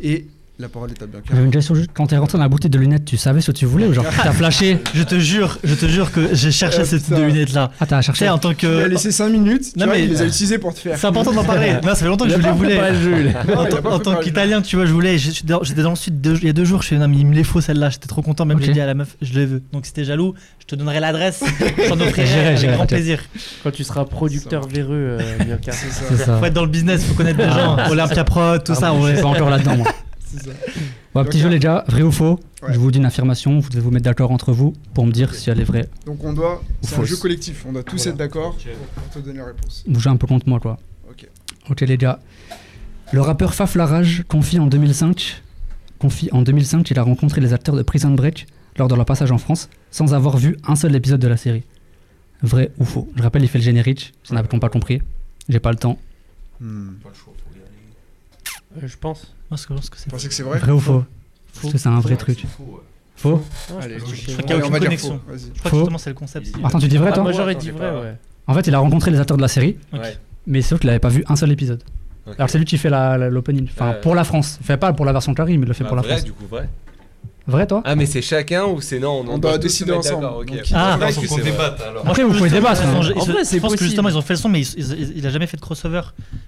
Speaker 2: Et la parole est à Bianca.
Speaker 3: J'avais une question juste, quand t'es rentré dans la boutique de lunettes, tu savais ce que tu voulais ou genre t'as flashé
Speaker 1: Je te jure, je te jure que j'ai cherché
Speaker 2: Euh,
Speaker 1: cette
Speaker 2: putain.
Speaker 1: de lunettes là.
Speaker 3: Ah, t'as
Speaker 1: Tu sais,
Speaker 3: cherché
Speaker 1: en tant que.
Speaker 2: Il a laissé 5 minutes, tu
Speaker 1: Non,
Speaker 2: vois,
Speaker 1: mais-
Speaker 2: il les a utilisés pour te faire.
Speaker 1: C'est important d'en parler. Non, ça fait longtemps que
Speaker 4: Il
Speaker 1: je
Speaker 4: a
Speaker 1: les
Speaker 4: pas
Speaker 1: voulais.
Speaker 4: préparé le jeu, il est-
Speaker 1: En, tant- en tant qu'Italien, tu vois, je voulais. je suis dans- J'étais dans le sud deux- il y a deux jours. Je suis non, mais il me les faut celle-là. J'étais trop content. Même
Speaker 3: Ok.
Speaker 1: j'ai dit à la meuf, je les veux. Donc si t'es jaloux, je te donnerai l'adresse. J'en offrirai
Speaker 3: J'irai,
Speaker 1: avec
Speaker 3: j'irai,
Speaker 1: grand
Speaker 3: t'inquiète.
Speaker 1: plaisir.
Speaker 4: Quand tu seras producteur véreux, euh, Bianca.
Speaker 2: C'est ça.
Speaker 3: C'est ça.
Speaker 1: Faut être dans le business, faut connaître des
Speaker 3: Ah.
Speaker 1: gens. Olympia Pro, tout
Speaker 3: Ah
Speaker 1: ça.
Speaker 3: bon,
Speaker 1: ouais.
Speaker 3: Je suis pas encore là-dedans, moi. Bon, petit jeu,
Speaker 2: Joker.
Speaker 3: les gars, vrai ou faux
Speaker 2: Ouais.
Speaker 3: Je vous dis une affirmation, vous devez vous mettre d'accord entre vous pour me dire si elle est vraie.
Speaker 2: Donc on doit. C'est un
Speaker 3: fausse.
Speaker 2: jeu collectif, on doit tous
Speaker 4: Voilà.
Speaker 2: être d'accord pour te donner la réponse.
Speaker 3: Bougez un peu contre moi, quoi.
Speaker 2: Ok.
Speaker 3: Ok, les gars. Le rappeur Faf Larage confie en 2005 confie en 2005 qu'il a rencontré les acteurs de Prison Break lors de leur passage en France sans avoir vu un seul épisode de la série. Vrai ou faux Je rappelle, il fait le générique, ça n'a pas compris. J'ai pas le temps.
Speaker 2: Hmm.
Speaker 4: Euh, je pense.
Speaker 1: Moi, ce que je pense que c'est
Speaker 2: Vous pensez que c'est vrai
Speaker 3: Vrai ou faux Parce que c'est un vrai truc. Faux
Speaker 2: Allez,
Speaker 4: je
Speaker 2: je-
Speaker 4: pense que c'est
Speaker 1: crois
Speaker 4: vrai.
Speaker 1: qu'il y a
Speaker 2: Allez, on
Speaker 1: aucune
Speaker 2: va dire
Speaker 1: connexion.
Speaker 2: faux, vas-y.
Speaker 1: Je crois
Speaker 3: Faux.
Speaker 1: que justement, c'est le concept.
Speaker 5: Il-
Speaker 3: Attends, tu dis vrai,
Speaker 4: Ah,
Speaker 3: toi
Speaker 4: moi j'aurais
Speaker 5: Attends,
Speaker 4: dit
Speaker 5: j'ai
Speaker 4: vrai,
Speaker 5: pas-
Speaker 4: ouais.
Speaker 3: En fait, il a rencontré les acteurs de la série,
Speaker 1: Ouais.
Speaker 3: mais sauf qu'il n'avait pas vu un seul épisode.
Speaker 6: Ok.
Speaker 3: Alors c'est lui qui fait la- la- l'opening, enfin
Speaker 6: Ouais.
Speaker 3: pour la France. Il fait pas pour la version Clary, mais il le fait
Speaker 6: Bah,
Speaker 3: pour la
Speaker 6: vrai,
Speaker 3: France.
Speaker 6: du coup, vrai.
Speaker 3: Vrai toi
Speaker 6: Ah, mais c'est chacun ou c'est non
Speaker 2: On doit
Speaker 6: tous se
Speaker 2: décider
Speaker 6: mettre
Speaker 2: ensemble.
Speaker 6: d'accord, ok.
Speaker 2: Donc,
Speaker 1: Ah,
Speaker 6: Faudrait
Speaker 1: non,
Speaker 5: faut
Speaker 6: qu'on
Speaker 5: qu'on
Speaker 6: c'est vrai.
Speaker 5: débatte alors.
Speaker 3: Après, vous pouvez débattre. hein.
Speaker 1: Ils ont-
Speaker 4: En vrai, c'est
Speaker 1: je pense que
Speaker 4: possible.
Speaker 1: justement, ils ont fait le son, mais ils- ils- il a jamais fait de crossover.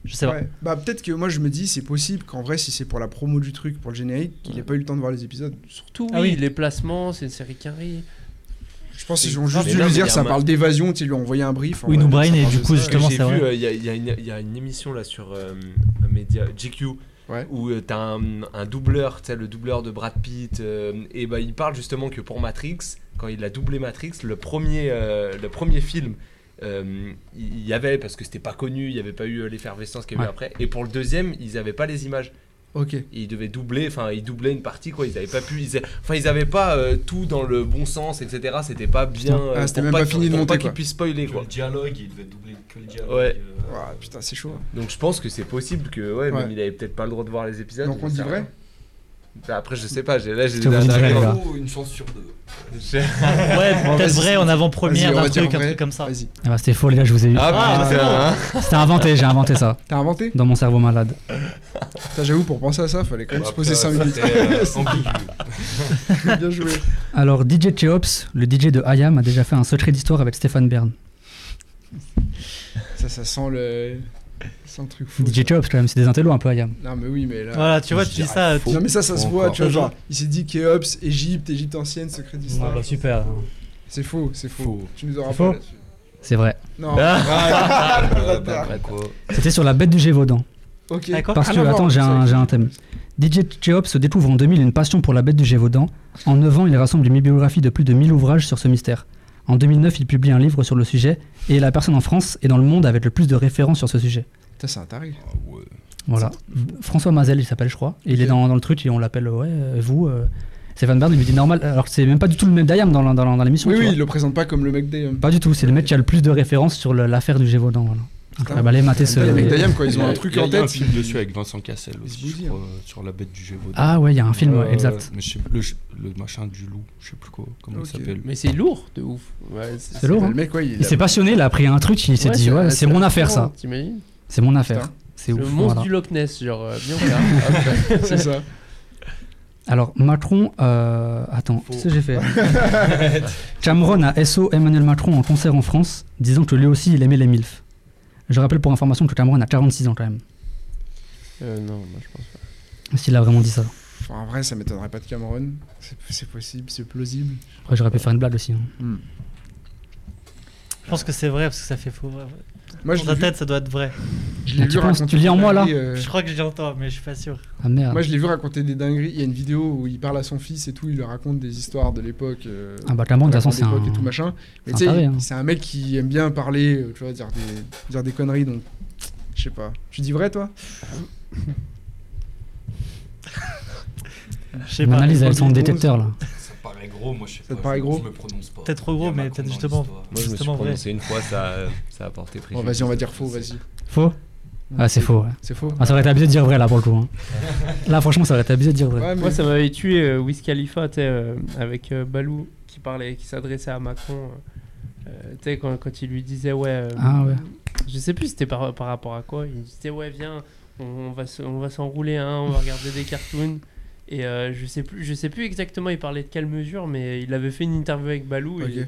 Speaker 1: Je sais pas.
Speaker 2: Ouais. Bah peut-être que moi je me dis c'est possible qu'en vrai si c'est pour la promo du truc pour le générique qu'il ait pas eu le temps de voir les épisodes.
Speaker 4: Surtout,
Speaker 1: Ah
Speaker 4: oui,
Speaker 1: oui.
Speaker 4: les placements, c'est une série carré.
Speaker 2: Je pense
Speaker 6: C'est-
Speaker 2: qu'ils ont
Speaker 6: Ah,
Speaker 2: juste
Speaker 6: mais
Speaker 2: dû lui
Speaker 6: non, mais il y
Speaker 2: dire
Speaker 6: a
Speaker 2: ça
Speaker 6: un-
Speaker 2: parle d'évasion, tu sais, ils lui ont envoyé un brief. en
Speaker 1: Oui,
Speaker 2: vrai,
Speaker 1: nous
Speaker 2: ça
Speaker 1: Brian, et
Speaker 2: parle
Speaker 1: du
Speaker 2: de
Speaker 1: coup,
Speaker 2: ça.
Speaker 1: justement,
Speaker 6: J'ai
Speaker 1: c'est vrai.
Speaker 6: vu, euh, il y, a- il y a une- il y a une émission là sur euh, un média GQ
Speaker 2: Ouais.
Speaker 6: où euh, t'as un, un doubleur, tu sais, le doubleur de Brad Pitt, euh, et bah il parle justement que pour Matrix, quand il a doublé Matrix, le premier, euh, le premier film. euh, il il y avait parce que c'était pas connu, il n'y avait pas eu euh, l'effervescence qu'il y a eu
Speaker 3: Ouais.
Speaker 6: après. Et pour le deuxième, ils n'avaient pas les images.
Speaker 2: Ok.
Speaker 6: Et ils devaient doubler, enfin ils doublaient une partie quoi. Ils n'avaient pas pu, ils a- enfin ils n'avaient pas euh, tout dans le bon sens, etc. C'était pas bien.
Speaker 2: Ah,
Speaker 6: euh,
Speaker 2: c'était
Speaker 6: pour
Speaker 2: même pas
Speaker 6: qu'ils-
Speaker 2: fini de
Speaker 6: pour
Speaker 2: monter,
Speaker 6: qu'ils
Speaker 2: quoi.
Speaker 6: puissent spoiler
Speaker 5: Que
Speaker 6: quoi.
Speaker 5: le dialogue, il devait doubler que le dialogue.
Speaker 6: Ouais.
Speaker 5: euh,
Speaker 2: Ouah, putain c'est chaud.
Speaker 6: Donc je pense que c'est possible que
Speaker 2: Ouais.
Speaker 6: ouais, même il avait peut-être pas le droit de voir les épisodes.
Speaker 2: Donc on
Speaker 6: j'en
Speaker 2: dit
Speaker 6: sais
Speaker 2: vrai
Speaker 6: rien. Bah, après je sais pas, j'ai là j'ai
Speaker 3: Je te vous dis vrai, les gars.
Speaker 5: ou une chance sur deux.
Speaker 6: J'ai-
Speaker 1: Ouais, peut-être vrai en avant-première
Speaker 2: Vas-y, on
Speaker 1: d'un
Speaker 2: va dire
Speaker 1: truc, un
Speaker 2: vrai.
Speaker 1: truc comme ça.
Speaker 2: Vas-y.
Speaker 3: Ah bah, c'était faux les gars, je vous ai eu.
Speaker 6: Ah,
Speaker 2: Ah,
Speaker 6: putain, hein.
Speaker 3: C'était inventé, j'ai inventé ça
Speaker 2: T'as inventé
Speaker 3: dans mon cerveau malade.
Speaker 2: Putain, J'avoue pour penser à ça fallait quand même se
Speaker 5: Après,
Speaker 2: poser 5 minutes.
Speaker 5: c'était, euh, ambigu.
Speaker 2: Bien joué.
Speaker 3: Alors DJ Cheops, le DJ de IAM, a déjà fait un secret d'histoire avec Stéphane Bern.
Speaker 2: Ça ça sent le. ça sent le truc fou.
Speaker 3: DJ Cheops quand même, c'est des intellos un peu IAM.
Speaker 2: Non mais oui mais là.
Speaker 1: Voilà, tu vois, tu dis ça. tu-
Speaker 2: Non mais ça ça se
Speaker 5: Faux
Speaker 2: voit,
Speaker 5: encore.
Speaker 2: tu vois genre, il s'est dit Kéops, Égypte, Égypte ancienne, secret
Speaker 5: Ah,
Speaker 2: d'histoire.
Speaker 5: bah,
Speaker 3: super.
Speaker 2: C'est faux, c'est faux.
Speaker 5: Faux.
Speaker 2: Tu nous auras
Speaker 3: C'est faux
Speaker 2: pas là-dessus.
Speaker 3: C'est vrai.
Speaker 2: Non.
Speaker 5: Ah,
Speaker 2: bâtard.
Speaker 5: bah, après, quoi.
Speaker 3: C'était sur la bête du Gévaudan.
Speaker 2: Ok.
Speaker 1: D'accord.
Speaker 3: Parce que,
Speaker 2: Rien à
Speaker 3: attends,
Speaker 2: voir,
Speaker 3: j'ai
Speaker 2: ça,
Speaker 3: un,
Speaker 2: avec-
Speaker 3: j'ai un thème. DJ Cheops se découvre en 2000 une passion pour la bête du Gévaudan. En 9 ans, il rassemble une bibliographie de plus de 1000 ouvrages sur ce mystère. En 2009, il publie un livre sur le sujet et est la personne en France et dans le monde avec le plus de références sur ce sujet.
Speaker 2: Putain, c'est un taré.
Speaker 5: Ah, ouais.
Speaker 3: Voilà. François Mazel, il s'appelle, je crois. Et Il est
Speaker 2: Ok.
Speaker 3: dans, dans le truc et on l'appelle, ouais, euh, vous. euh, Stéphane Bern, il lui dit normal. Alors que c'est même pas du tout le même Dayam dans, la- dans, la- dans l'émission.
Speaker 2: Oui,
Speaker 3: tu
Speaker 2: oui,
Speaker 3: vois.
Speaker 2: il le présente pas comme le mec d'Ayam.
Speaker 3: Pas du tout. C'est le mec qui a le plus de références sur le- l'affaire du Gévaudan. Voilà. Donc,
Speaker 2: Putain.
Speaker 3: bah, allez mater ce.
Speaker 2: Putain, Les mecs Ah. d'Ayam, quoi, ils
Speaker 5: Il y
Speaker 2: ont
Speaker 5: a-
Speaker 2: un truc
Speaker 5: il y a-
Speaker 2: en
Speaker 5: il y a un
Speaker 2: tête.
Speaker 5: film dessus avec Vincent Cassel
Speaker 2: se hein.
Speaker 5: aussi, je
Speaker 2: bousillent.
Speaker 5: crois, euh, sur la bête du Gévaudan.
Speaker 3: Ah ouais, il y a un film, ouais,
Speaker 5: Euh,
Speaker 3: exact.
Speaker 5: mais je sais- le, le machin du loup, je sais plus quoi, comment
Speaker 2: Ok.
Speaker 5: il s'appelle.
Speaker 4: Mais c'est lourd de ouf. Ouais,
Speaker 3: C'est lourd.
Speaker 2: Bah,
Speaker 3: hein.
Speaker 2: Le mec, ouais, il
Speaker 3: Il
Speaker 2: a-
Speaker 3: s'est passionné, il a appris un truc, il s'est
Speaker 4: Ouais,
Speaker 3: dit ouais, c'est mon affaire ça,
Speaker 4: T'imagines
Speaker 3: c'est mon affaire.
Speaker 2: Putain.
Speaker 3: C'est
Speaker 4: Le
Speaker 3: ouf.
Speaker 4: monstre
Speaker 3: voilà.
Speaker 4: du Loch Ness, genre, euh, bien bien.
Speaker 2: C'est ça.
Speaker 3: Alors Macron, euh, attends,
Speaker 6: Faux.
Speaker 3: qu'est-ce que j'ai fait Cameron a SO Emmanuel Macron en concert en France, disant que lui aussi il aimait les MILF. Je rappelle pour information que Cameron a 46 ans quand même,
Speaker 4: Euh, non, moi je pense pas.
Speaker 3: s'il a vraiment dit ça.
Speaker 2: Enfin, En vrai, ça m'étonnerait pas de Cameron. C'est- C'est possible, c'est plausible.
Speaker 3: Après j'aurais pu faire une blague aussi. hein.
Speaker 1: Je pense que c'est vrai parce que ça fait faux. ouais, ouais.
Speaker 2: Moi, je
Speaker 1: Dans
Speaker 2: l'ai
Speaker 1: ta
Speaker 2: vu-
Speaker 1: tête, ça doit être vrai.
Speaker 2: je l'ai
Speaker 3: Ah, Tu
Speaker 2: vu
Speaker 3: penses-
Speaker 2: raconter
Speaker 3: tu lis en
Speaker 2: des
Speaker 3: moi, là
Speaker 2: dingueries, euh,
Speaker 1: Je crois que j'ai l'entends, mais je suis pas sûr.
Speaker 3: Ah merde.
Speaker 2: Moi, je l'ai vu raconter des dingueries. Il y a une vidéo où il parle à son fils et tout. Il lui raconte des histoires de l'époque. euh,
Speaker 3: Ah bah Cameron de
Speaker 2: de la
Speaker 3: toute façon
Speaker 2: grande
Speaker 3: c'est un...
Speaker 2: époque et tout machin. Mais
Speaker 3: un
Speaker 2: tu sais,
Speaker 3: taré,
Speaker 2: il-
Speaker 3: hein.
Speaker 2: c'est un mec qui aime bien parler, euh, tu vois, dire des, dire des conneries. Donc, je sais pas. Tu dis vrai, toi
Speaker 1: Je sais
Speaker 3: Mon
Speaker 1: pas.
Speaker 3: analyse elle est
Speaker 2: Dans
Speaker 3: son
Speaker 2: le
Speaker 3: détecteur là.
Speaker 5: Ça paraît gros, moi je sais
Speaker 2: Ça te
Speaker 5: pas.
Speaker 2: paraît
Speaker 5: je,
Speaker 2: gros
Speaker 5: je me prononce pas.
Speaker 1: Peut-être trop gros,
Speaker 5: Il y a
Speaker 1: mais
Speaker 5: Macron
Speaker 1: peut-être
Speaker 5: dans
Speaker 1: justement-
Speaker 5: l'histoire.
Speaker 6: Moi je me suis
Speaker 1: Justement vrai.
Speaker 6: prononcé une fois, ça, euh, ça a porté
Speaker 2: Bon,
Speaker 6: préjudice.
Speaker 2: vas-y, on va dire faux, vas-y.
Speaker 3: Faux Ah c'est faux ouais.
Speaker 2: C'est faux
Speaker 3: Ah ça aurait été abusé de dire vrai là pour le coup. hein. Là franchement ça aurait été abusé de dire vrai.
Speaker 2: Ouais, mais
Speaker 4: Moi, ça m'avait tué euh, Wiz Khalifa, tu sais, euh, avec euh, Balou, qui parlait, qui s'adressait à Macron. euh, euh, tu sais, quand, quand il lui disait, ouais. euh,
Speaker 3: Ah ouais.
Speaker 4: Je sais plus c'était par, par rapport à quoi. Il disait, ouais, viens, on, on va se- on va s'enrouler, hein, on va regarder des cartoons. Et euh, je sais plus, je sais plus exactement, il parlait de quelle mesure, mais il avait fait une interview avec Balou.
Speaker 2: Ok,
Speaker 4: Et,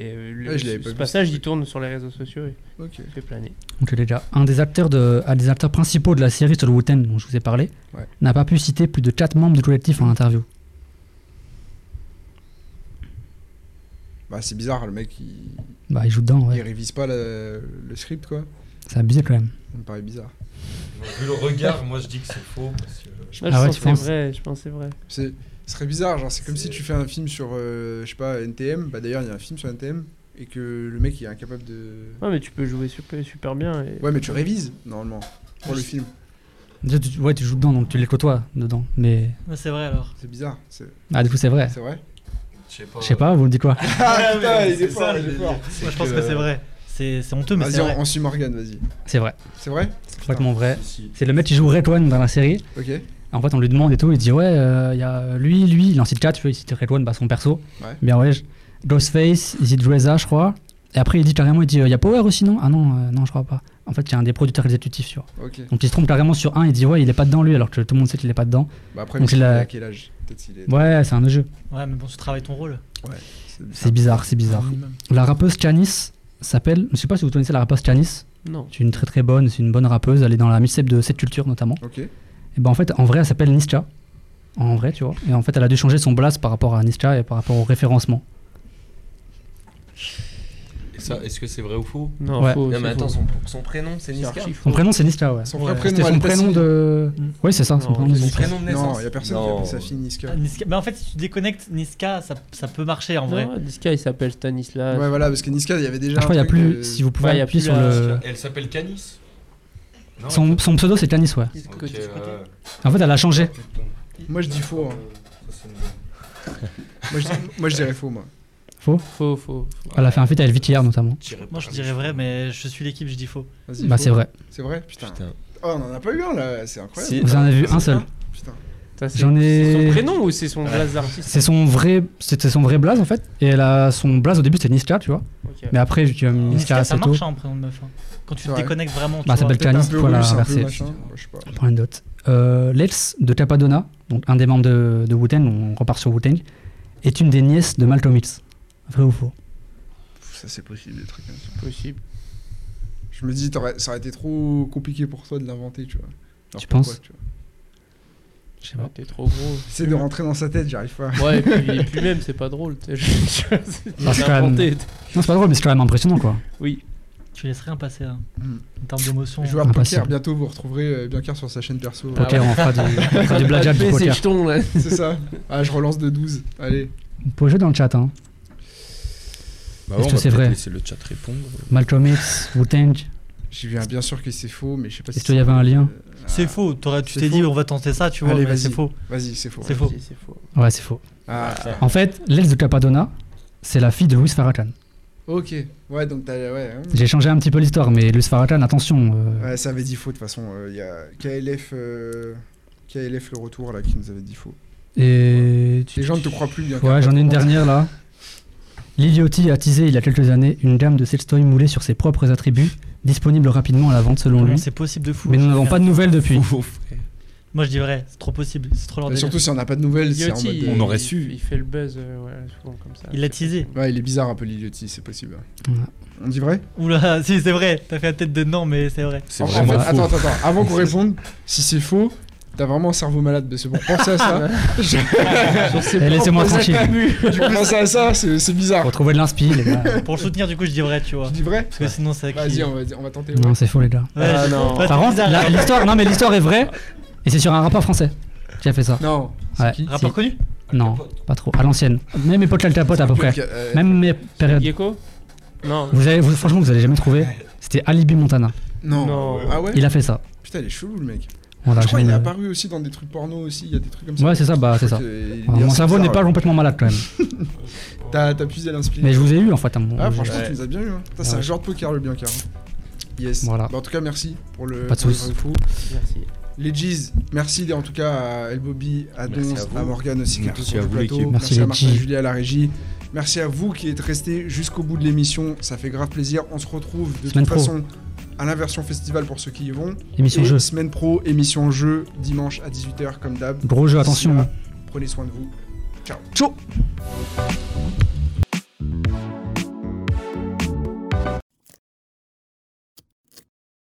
Speaker 4: et, euh, le-
Speaker 2: Ouais, je l'avais pas
Speaker 4: ce
Speaker 2: vu,
Speaker 4: passage,
Speaker 2: ce
Speaker 4: il
Speaker 2: truc.
Speaker 4: tourne sur les réseaux sociaux et
Speaker 2: ok.
Speaker 4: il fait planer.
Speaker 3: Donc les gars, un des acteurs, de, un des acteurs principaux de la série sur le Wu-Tang dont je vous ai parlé
Speaker 2: Ouais.
Speaker 3: n'a pas pu citer plus de 4 membres du collectif en interview.
Speaker 2: Bah, c'est bizarre, le mec, il,
Speaker 3: Bah ils jouent dedans,
Speaker 2: il
Speaker 3: ouais.
Speaker 2: révise pas la- le script, quoi.
Speaker 3: C'est abusé quand même.
Speaker 2: Ça me paraît bizarre.
Speaker 5: Vu le regard, moi je dis que c'est faux. Parce que...
Speaker 4: Ah,
Speaker 3: Ah ouais,
Speaker 4: je
Speaker 3: tu
Speaker 4: pense que
Speaker 3: penses
Speaker 4: c'est vrai, je pense que c'est vrai.
Speaker 2: C'est ce serait bizarre, genre c'est comme si
Speaker 5: C'est-
Speaker 2: tu fais un film sur, euh, je sais pas, NTM, bah d'ailleurs il y a un film sur NTM, et que le mec il est incapable de...
Speaker 4: Ouais, mais tu peux jouer super, super bien. Et...
Speaker 2: Ouais mais tu révises, normalement, pour le film.
Speaker 3: Déjà, tu, ouais, tu joues dedans, donc tu les côtoies dedans. Mais.
Speaker 1: Ouais, C'est vrai alors.
Speaker 2: C'est bizarre, c'est
Speaker 3: Ah, du coup, c'est vrai.
Speaker 2: c'est vrai
Speaker 5: Je sais pas.
Speaker 3: Je sais pas, vous me dites quoi
Speaker 2: Ah putain, il
Speaker 5: c'est
Speaker 2: est fort,
Speaker 5: ça,
Speaker 2: il est
Speaker 5: il-
Speaker 2: fort
Speaker 1: Moi je pense que c'est vrai. C'est c'est honteux, mais c'est
Speaker 2: Vas-y,
Speaker 1: vrai.
Speaker 2: on, on suit Morgan, vas-y.
Speaker 3: C'est vrai.
Speaker 2: C'est vrai
Speaker 3: C'est complètement vrai.
Speaker 5: Si, si.
Speaker 3: C'est le mec qui joue Red One dans la série.
Speaker 2: Ok.
Speaker 3: En fait, on lui demande et tout. Il dit Ouais, euh, il y a lui, lui. Il en cite 4, tu vois. Il cite Red One, bah, son perso.
Speaker 2: Ouais.
Speaker 3: Bien, ouais. je- Ghostface, il cite Reza, je crois. Et après, il dit carrément Il dit Il y a Power aussi, non Ah non, euh, non, je crois pas. En fait, il y a un des producteurs exécutifs, tu vois.
Speaker 2: Ok.
Speaker 3: Donc, il se trompe carrément sur un. Il dit Ouais, il est pas dedans, lui, alors que tout le monde sait qu'il est pas dedans.
Speaker 2: Bah après,
Speaker 3: Donc,
Speaker 2: mais
Speaker 3: il a-
Speaker 2: à quel âge Peut-être il est...
Speaker 3: Ouais, c'est un jeu.
Speaker 1: Ouais, mais bon, tu travailles ton rôle.
Speaker 3: C'est bizarre, c'est bizarre.
Speaker 1: minimum.
Speaker 3: La rappeuse Janice s'appelle. Je sais pas si vous connaissez la rappeuse Janice.
Speaker 4: Non.
Speaker 3: C'est une très très bonne, c'est une bonne rappeuse. Elle est dans la mixtape de cette culture notamment.
Speaker 2: Ok.
Speaker 3: Et ben en fait, en vrai, elle s'appelle Nischa. En vrai, tu vois. Et en fait, elle a dû changer son blast par rapport à Nischa et par rapport au référencement.
Speaker 6: Et ça,
Speaker 5: Est-ce que c'est vrai ou faux
Speaker 4: Non,
Speaker 3: Ouais.
Speaker 4: faux,
Speaker 6: Non,
Speaker 4: c'est
Speaker 6: mais attends,
Speaker 4: faux.
Speaker 6: son, son prénom, c'est
Speaker 4: C'est
Speaker 6: Niska
Speaker 4: archi
Speaker 3: Son
Speaker 4: faux.
Speaker 3: prénom, c'est Nischa, ouais.
Speaker 2: Son
Speaker 1: Ouais,
Speaker 2: vrai prénom,
Speaker 3: C'était son
Speaker 2: Al
Speaker 3: prénom
Speaker 2: Tassin.
Speaker 3: de.
Speaker 4: Mm.
Speaker 3: Oui, c'est ça, son
Speaker 4: Non,
Speaker 3: prénom de
Speaker 4: c'est-
Speaker 6: Son
Speaker 3: Niska.
Speaker 6: prénom de naissance.
Speaker 2: Non, il y a personne qui appelle sa fille Niska.
Speaker 1: Ah, Niska- Bah, en fait, si tu déconnectes Niska, ça, ça peut marcher en vrai.
Speaker 4: Non, Disca, il s'appelle Stanislas.
Speaker 2: Ouais, voilà, parce que Niska, il y avait déjà.
Speaker 3: Ah, je crois qu'il y a
Speaker 2: un truc euh,
Speaker 3: plus.
Speaker 2: de- Ah
Speaker 3: Si vous pouvez
Speaker 4: Ouais, il y a
Speaker 3: appuyer
Speaker 4: plus
Speaker 3: sur
Speaker 4: la-
Speaker 3: le.
Speaker 5: Elle s'appelle Canis Non,
Speaker 3: Son, son pseudo, c'est Canis, ouais.
Speaker 4: De ce
Speaker 5: ok,
Speaker 4: côté, de ce côté.
Speaker 5: euh,
Speaker 3: En fait, elle a changé.
Speaker 5: putain.
Speaker 2: Moi, je dis faux. hein.
Speaker 5: Ça, c'est une-
Speaker 2: Moi, je, moi, je dirais faux, moi.
Speaker 4: Faux, faux. faux.
Speaker 3: Elle a fait un feat avec Vicky R, notamment.
Speaker 5: Tirer
Speaker 1: Moi
Speaker 5: par
Speaker 1: je
Speaker 5: les
Speaker 1: dirais
Speaker 5: cheveux.
Speaker 1: vrai, mais je suis l'équipe, je dis faux.
Speaker 2: Vas-y,
Speaker 3: Bah,
Speaker 2: faux.
Speaker 3: c'est vrai.
Speaker 2: C'est vrai Putain.
Speaker 6: Putain.
Speaker 2: Oh, on en a pas eu un là, c'est incroyable.
Speaker 6: Si.
Speaker 3: Vous en avez vu un seul.
Speaker 2: Putain.
Speaker 4: Ça, c'est-
Speaker 3: J'en ai-
Speaker 4: C'est son prénom ou c'est son blaze d'artiste
Speaker 3: C'est son vrai, c'était son vrai blaze en fait. Et elle a son blaze au début c'était Niska, tu vois.
Speaker 4: Ok.
Speaker 3: Mais après tu
Speaker 2: Mmh.
Speaker 3: as mis Niska
Speaker 1: Niska, ça
Speaker 3: assez tôt.
Speaker 1: marche hein, en prénom de meuf. hein. Quand tu
Speaker 2: C'est
Speaker 1: te
Speaker 2: vrai.
Speaker 1: déconnectes vraiment, tu
Speaker 3: Bah, ça
Speaker 1: vois.
Speaker 3: s'appelle Canis,
Speaker 2: un peu
Speaker 3: tu vois la
Speaker 2: russe, un peu
Speaker 3: versée.
Speaker 2: machin. Ouais, je sais pas.
Speaker 3: On prend une note. Euh, Lels de Capadonna, donc un des membres de, de Wu-Tang, on repart sur Wu-Tang, est une des nièces de Malcolm X. Vrai ou faux
Speaker 2: Ça, c'est possible, des trucs comme ça.
Speaker 4: Possible.
Speaker 2: Je me dis, t'aurais- ça aurait été trop compliqué pour toi de l'inventer, tu vois. Alors
Speaker 3: Tu
Speaker 2: pourquoi,
Speaker 3: penses
Speaker 2: tu vois.
Speaker 3: Je sais
Speaker 4: Ouais, T'es trop gros.
Speaker 2: J'essaie de rentrer dans sa tête, j'arrive pas.
Speaker 4: Ouais, et puis, et puis même, c'est pas drôle. t'es- tu vois, c'est-
Speaker 3: Parce
Speaker 4: c'est
Speaker 3: que-
Speaker 4: inventé.
Speaker 3: Non, c'est pas drôle, mais c'est quand même impressionnant quoi.
Speaker 4: Oui.
Speaker 1: Tu laisses rien passer hein,
Speaker 2: Hmm.
Speaker 1: en termes d'émotion.
Speaker 2: Joueur de
Speaker 3: Impossible.
Speaker 2: poker, bientôt vous retrouverez euh, Biancar sur sa chaîne perso.
Speaker 4: Ah ouais.
Speaker 3: Poker, on fera du, on fera du
Speaker 4: T'as
Speaker 3: blackjack du
Speaker 4: tapé ses
Speaker 3: poker.
Speaker 4: jetons, là.
Speaker 2: C'est ça. Ah, je relance de 12. Allez.
Speaker 3: On peut jouer dans le chat, hein.
Speaker 6: Bah,
Speaker 3: Est-ce
Speaker 6: on
Speaker 3: que
Speaker 6: va
Speaker 3: c'est
Speaker 6: peut-être
Speaker 3: vrai
Speaker 6: laisser le chat répondre.
Speaker 3: Malcolm X, Wu-Tang.
Speaker 2: J'ai vu un bien sûr que c'est faux, mais je sais pas
Speaker 3: Est-ce qu'il y avait un lien
Speaker 2: Euh,
Speaker 1: C'est
Speaker 2: ah,
Speaker 1: faux, t'aurais- tu
Speaker 2: C'est
Speaker 1: t'es dit
Speaker 2: faux.
Speaker 1: on va tenter ça, tu vois,
Speaker 2: Allez,
Speaker 1: mais c'est
Speaker 2: vas-y.
Speaker 1: faux.
Speaker 2: Vas-y, c'est faux.
Speaker 1: C'est faux.
Speaker 4: Si, C'est faux.
Speaker 3: Ouais, c'est faux.
Speaker 2: Ah,
Speaker 3: En fait, Lels de Capadonna, c'est la fille de Louis Farrakhan.
Speaker 2: ok. Ouais, donc t'as. Ouais, hein.
Speaker 3: J'ai changé un petit peu l'histoire, mais Louis Farrakhan, attention. euh,
Speaker 2: Ouais, ça avait dit faux de toute façon. euh, Il y a KLF, euh, KLF le retour là qui nous avait dit faux.
Speaker 3: Et tu-
Speaker 2: Les gens ne te croient plus bien.
Speaker 3: Ouais, j'en ai une dernière là. Liliotti a teasé il y a quelques années une gamme de sextoys moulés sur ses propres attributs, disponible rapidement à la vente selon
Speaker 1: Comment
Speaker 3: lui.
Speaker 1: C'est possible de fou.
Speaker 3: Mais nous n'avons pas de nouvelles depuis.
Speaker 1: Moi je dis vrai, c'est trop possible, c'est trop leur
Speaker 2: Et
Speaker 1: délire.
Speaker 2: Bah, surtout si on n'a pas de nouvelles, c'est en
Speaker 4: Liotti,
Speaker 2: mode.
Speaker 4: il-
Speaker 2: euh,
Speaker 6: On aurait
Speaker 4: il-
Speaker 6: su.
Speaker 4: Il fait le buzz, euh, ouais, souvent comme ça.
Speaker 1: Il l'a teasé.
Speaker 2: Ouais, il est bizarre un peu l'idiotie, c'est possible.
Speaker 3: Ouais.
Speaker 2: On dit vrai
Speaker 1: Oula, si c'est vrai, t'as fait la tête de non, mais c'est vrai.
Speaker 6: C'est
Speaker 2: En- en
Speaker 6: vraiment
Speaker 2: fait,
Speaker 6: faux.
Speaker 2: Attends, attends, attends. Avant qu'on réponde, si c'est faux, t'as vraiment un cerveau malade. Mais c'est bon, pensez à ça.
Speaker 4: Sur ses
Speaker 3: Eh, Laissez-moi tranquille.
Speaker 2: du coup, pensez à ça, c'est c'est bizarre.
Speaker 3: Retrouver de l'inspi, les gars.
Speaker 1: Pour le soutenir, du coup, je dis vrai, tu vois.
Speaker 2: Tu dis vrai
Speaker 1: Parce que sinon, c'est à qui
Speaker 2: Vas-y, on va, on va tenter.
Speaker 3: Non, c'est faux, les gars.
Speaker 1: Ouais,
Speaker 4: Ah,
Speaker 1: je-
Speaker 4: non.
Speaker 1: Ouais,
Speaker 3: Par
Speaker 1: c'est
Speaker 3: contre,
Speaker 1: bizarre,
Speaker 3: la-
Speaker 1: hein.
Speaker 3: l'histoire, non, mais l'histoire est vraie. Et c'est sur un rappeur français qui a fait ça.
Speaker 2: Non.
Speaker 3: Ouais,
Speaker 1: Rapport
Speaker 3: si.
Speaker 1: connu
Speaker 3: non, pas trop. À l'ancienne. Même époque Al Capote à peu près.
Speaker 2: Euh,
Speaker 3: Même mes périodes.
Speaker 4: Gecko Non.
Speaker 3: Vous avez, vous- franchement, vous allez jamais trouver. C'était Alibi Montana.
Speaker 2: Non.
Speaker 4: Non.
Speaker 2: Ah ouais
Speaker 3: Il a fait ça.
Speaker 2: Putain, il est chelou le mec.
Speaker 3: Voilà,
Speaker 2: je crois
Speaker 3: je
Speaker 2: qu'il est
Speaker 3: me-
Speaker 2: apparu aussi dans des trucs porno aussi, il y a des trucs comme ça.
Speaker 3: Ouais, c'est ça, bah, c'est ça.
Speaker 2: Euh,
Speaker 3: Mon cerveau n'est pas
Speaker 2: bizarre,
Speaker 3: complètement malade quand même.
Speaker 2: ouais. T'as t'as puisé à l'inspiration.
Speaker 3: Mais je vous ai eu en fait. à un moment.
Speaker 2: Ah,
Speaker 3: Je-
Speaker 2: franchement, tu nous as bien eu. Hein. Putain, C'est
Speaker 3: Ouais.
Speaker 2: un genre de poker le Bianca. hein. Yes.
Speaker 3: Voilà.
Speaker 2: Bah, en tout cas, merci pour le.
Speaker 3: Pas de
Speaker 2: pour le
Speaker 3: soucis.
Speaker 2: vrai faux.
Speaker 4: Merci.
Speaker 2: Les G's, merci en tout cas à El Bobby, à
Speaker 6: Merci
Speaker 2: Donz,
Speaker 6: à vous.
Speaker 2: à, Morgan aussi qui
Speaker 6: Merci
Speaker 2: était sur
Speaker 6: à
Speaker 2: le
Speaker 6: vous,
Speaker 2: plateau.
Speaker 3: Merci,
Speaker 6: l'équipe.
Speaker 2: Merci, à
Speaker 3: les
Speaker 2: Martin
Speaker 3: G's.
Speaker 2: et Julie à la régie. Merci à vous qui êtes restés jusqu'au bout de l'émission. Ça fait grave plaisir. On se retrouve de
Speaker 3: Semaine
Speaker 2: toute
Speaker 3: pro.
Speaker 2: façon à l'inversion festival pour ceux qui y vont.
Speaker 3: Émission
Speaker 2: Et
Speaker 3: jeu.
Speaker 2: Semaine pro, émission jeu, dimanche à 18h comme d'hab.
Speaker 3: Gros jeu,
Speaker 2: D'ici
Speaker 3: attention.
Speaker 2: là, Prenez soin de vous.
Speaker 3: Ciao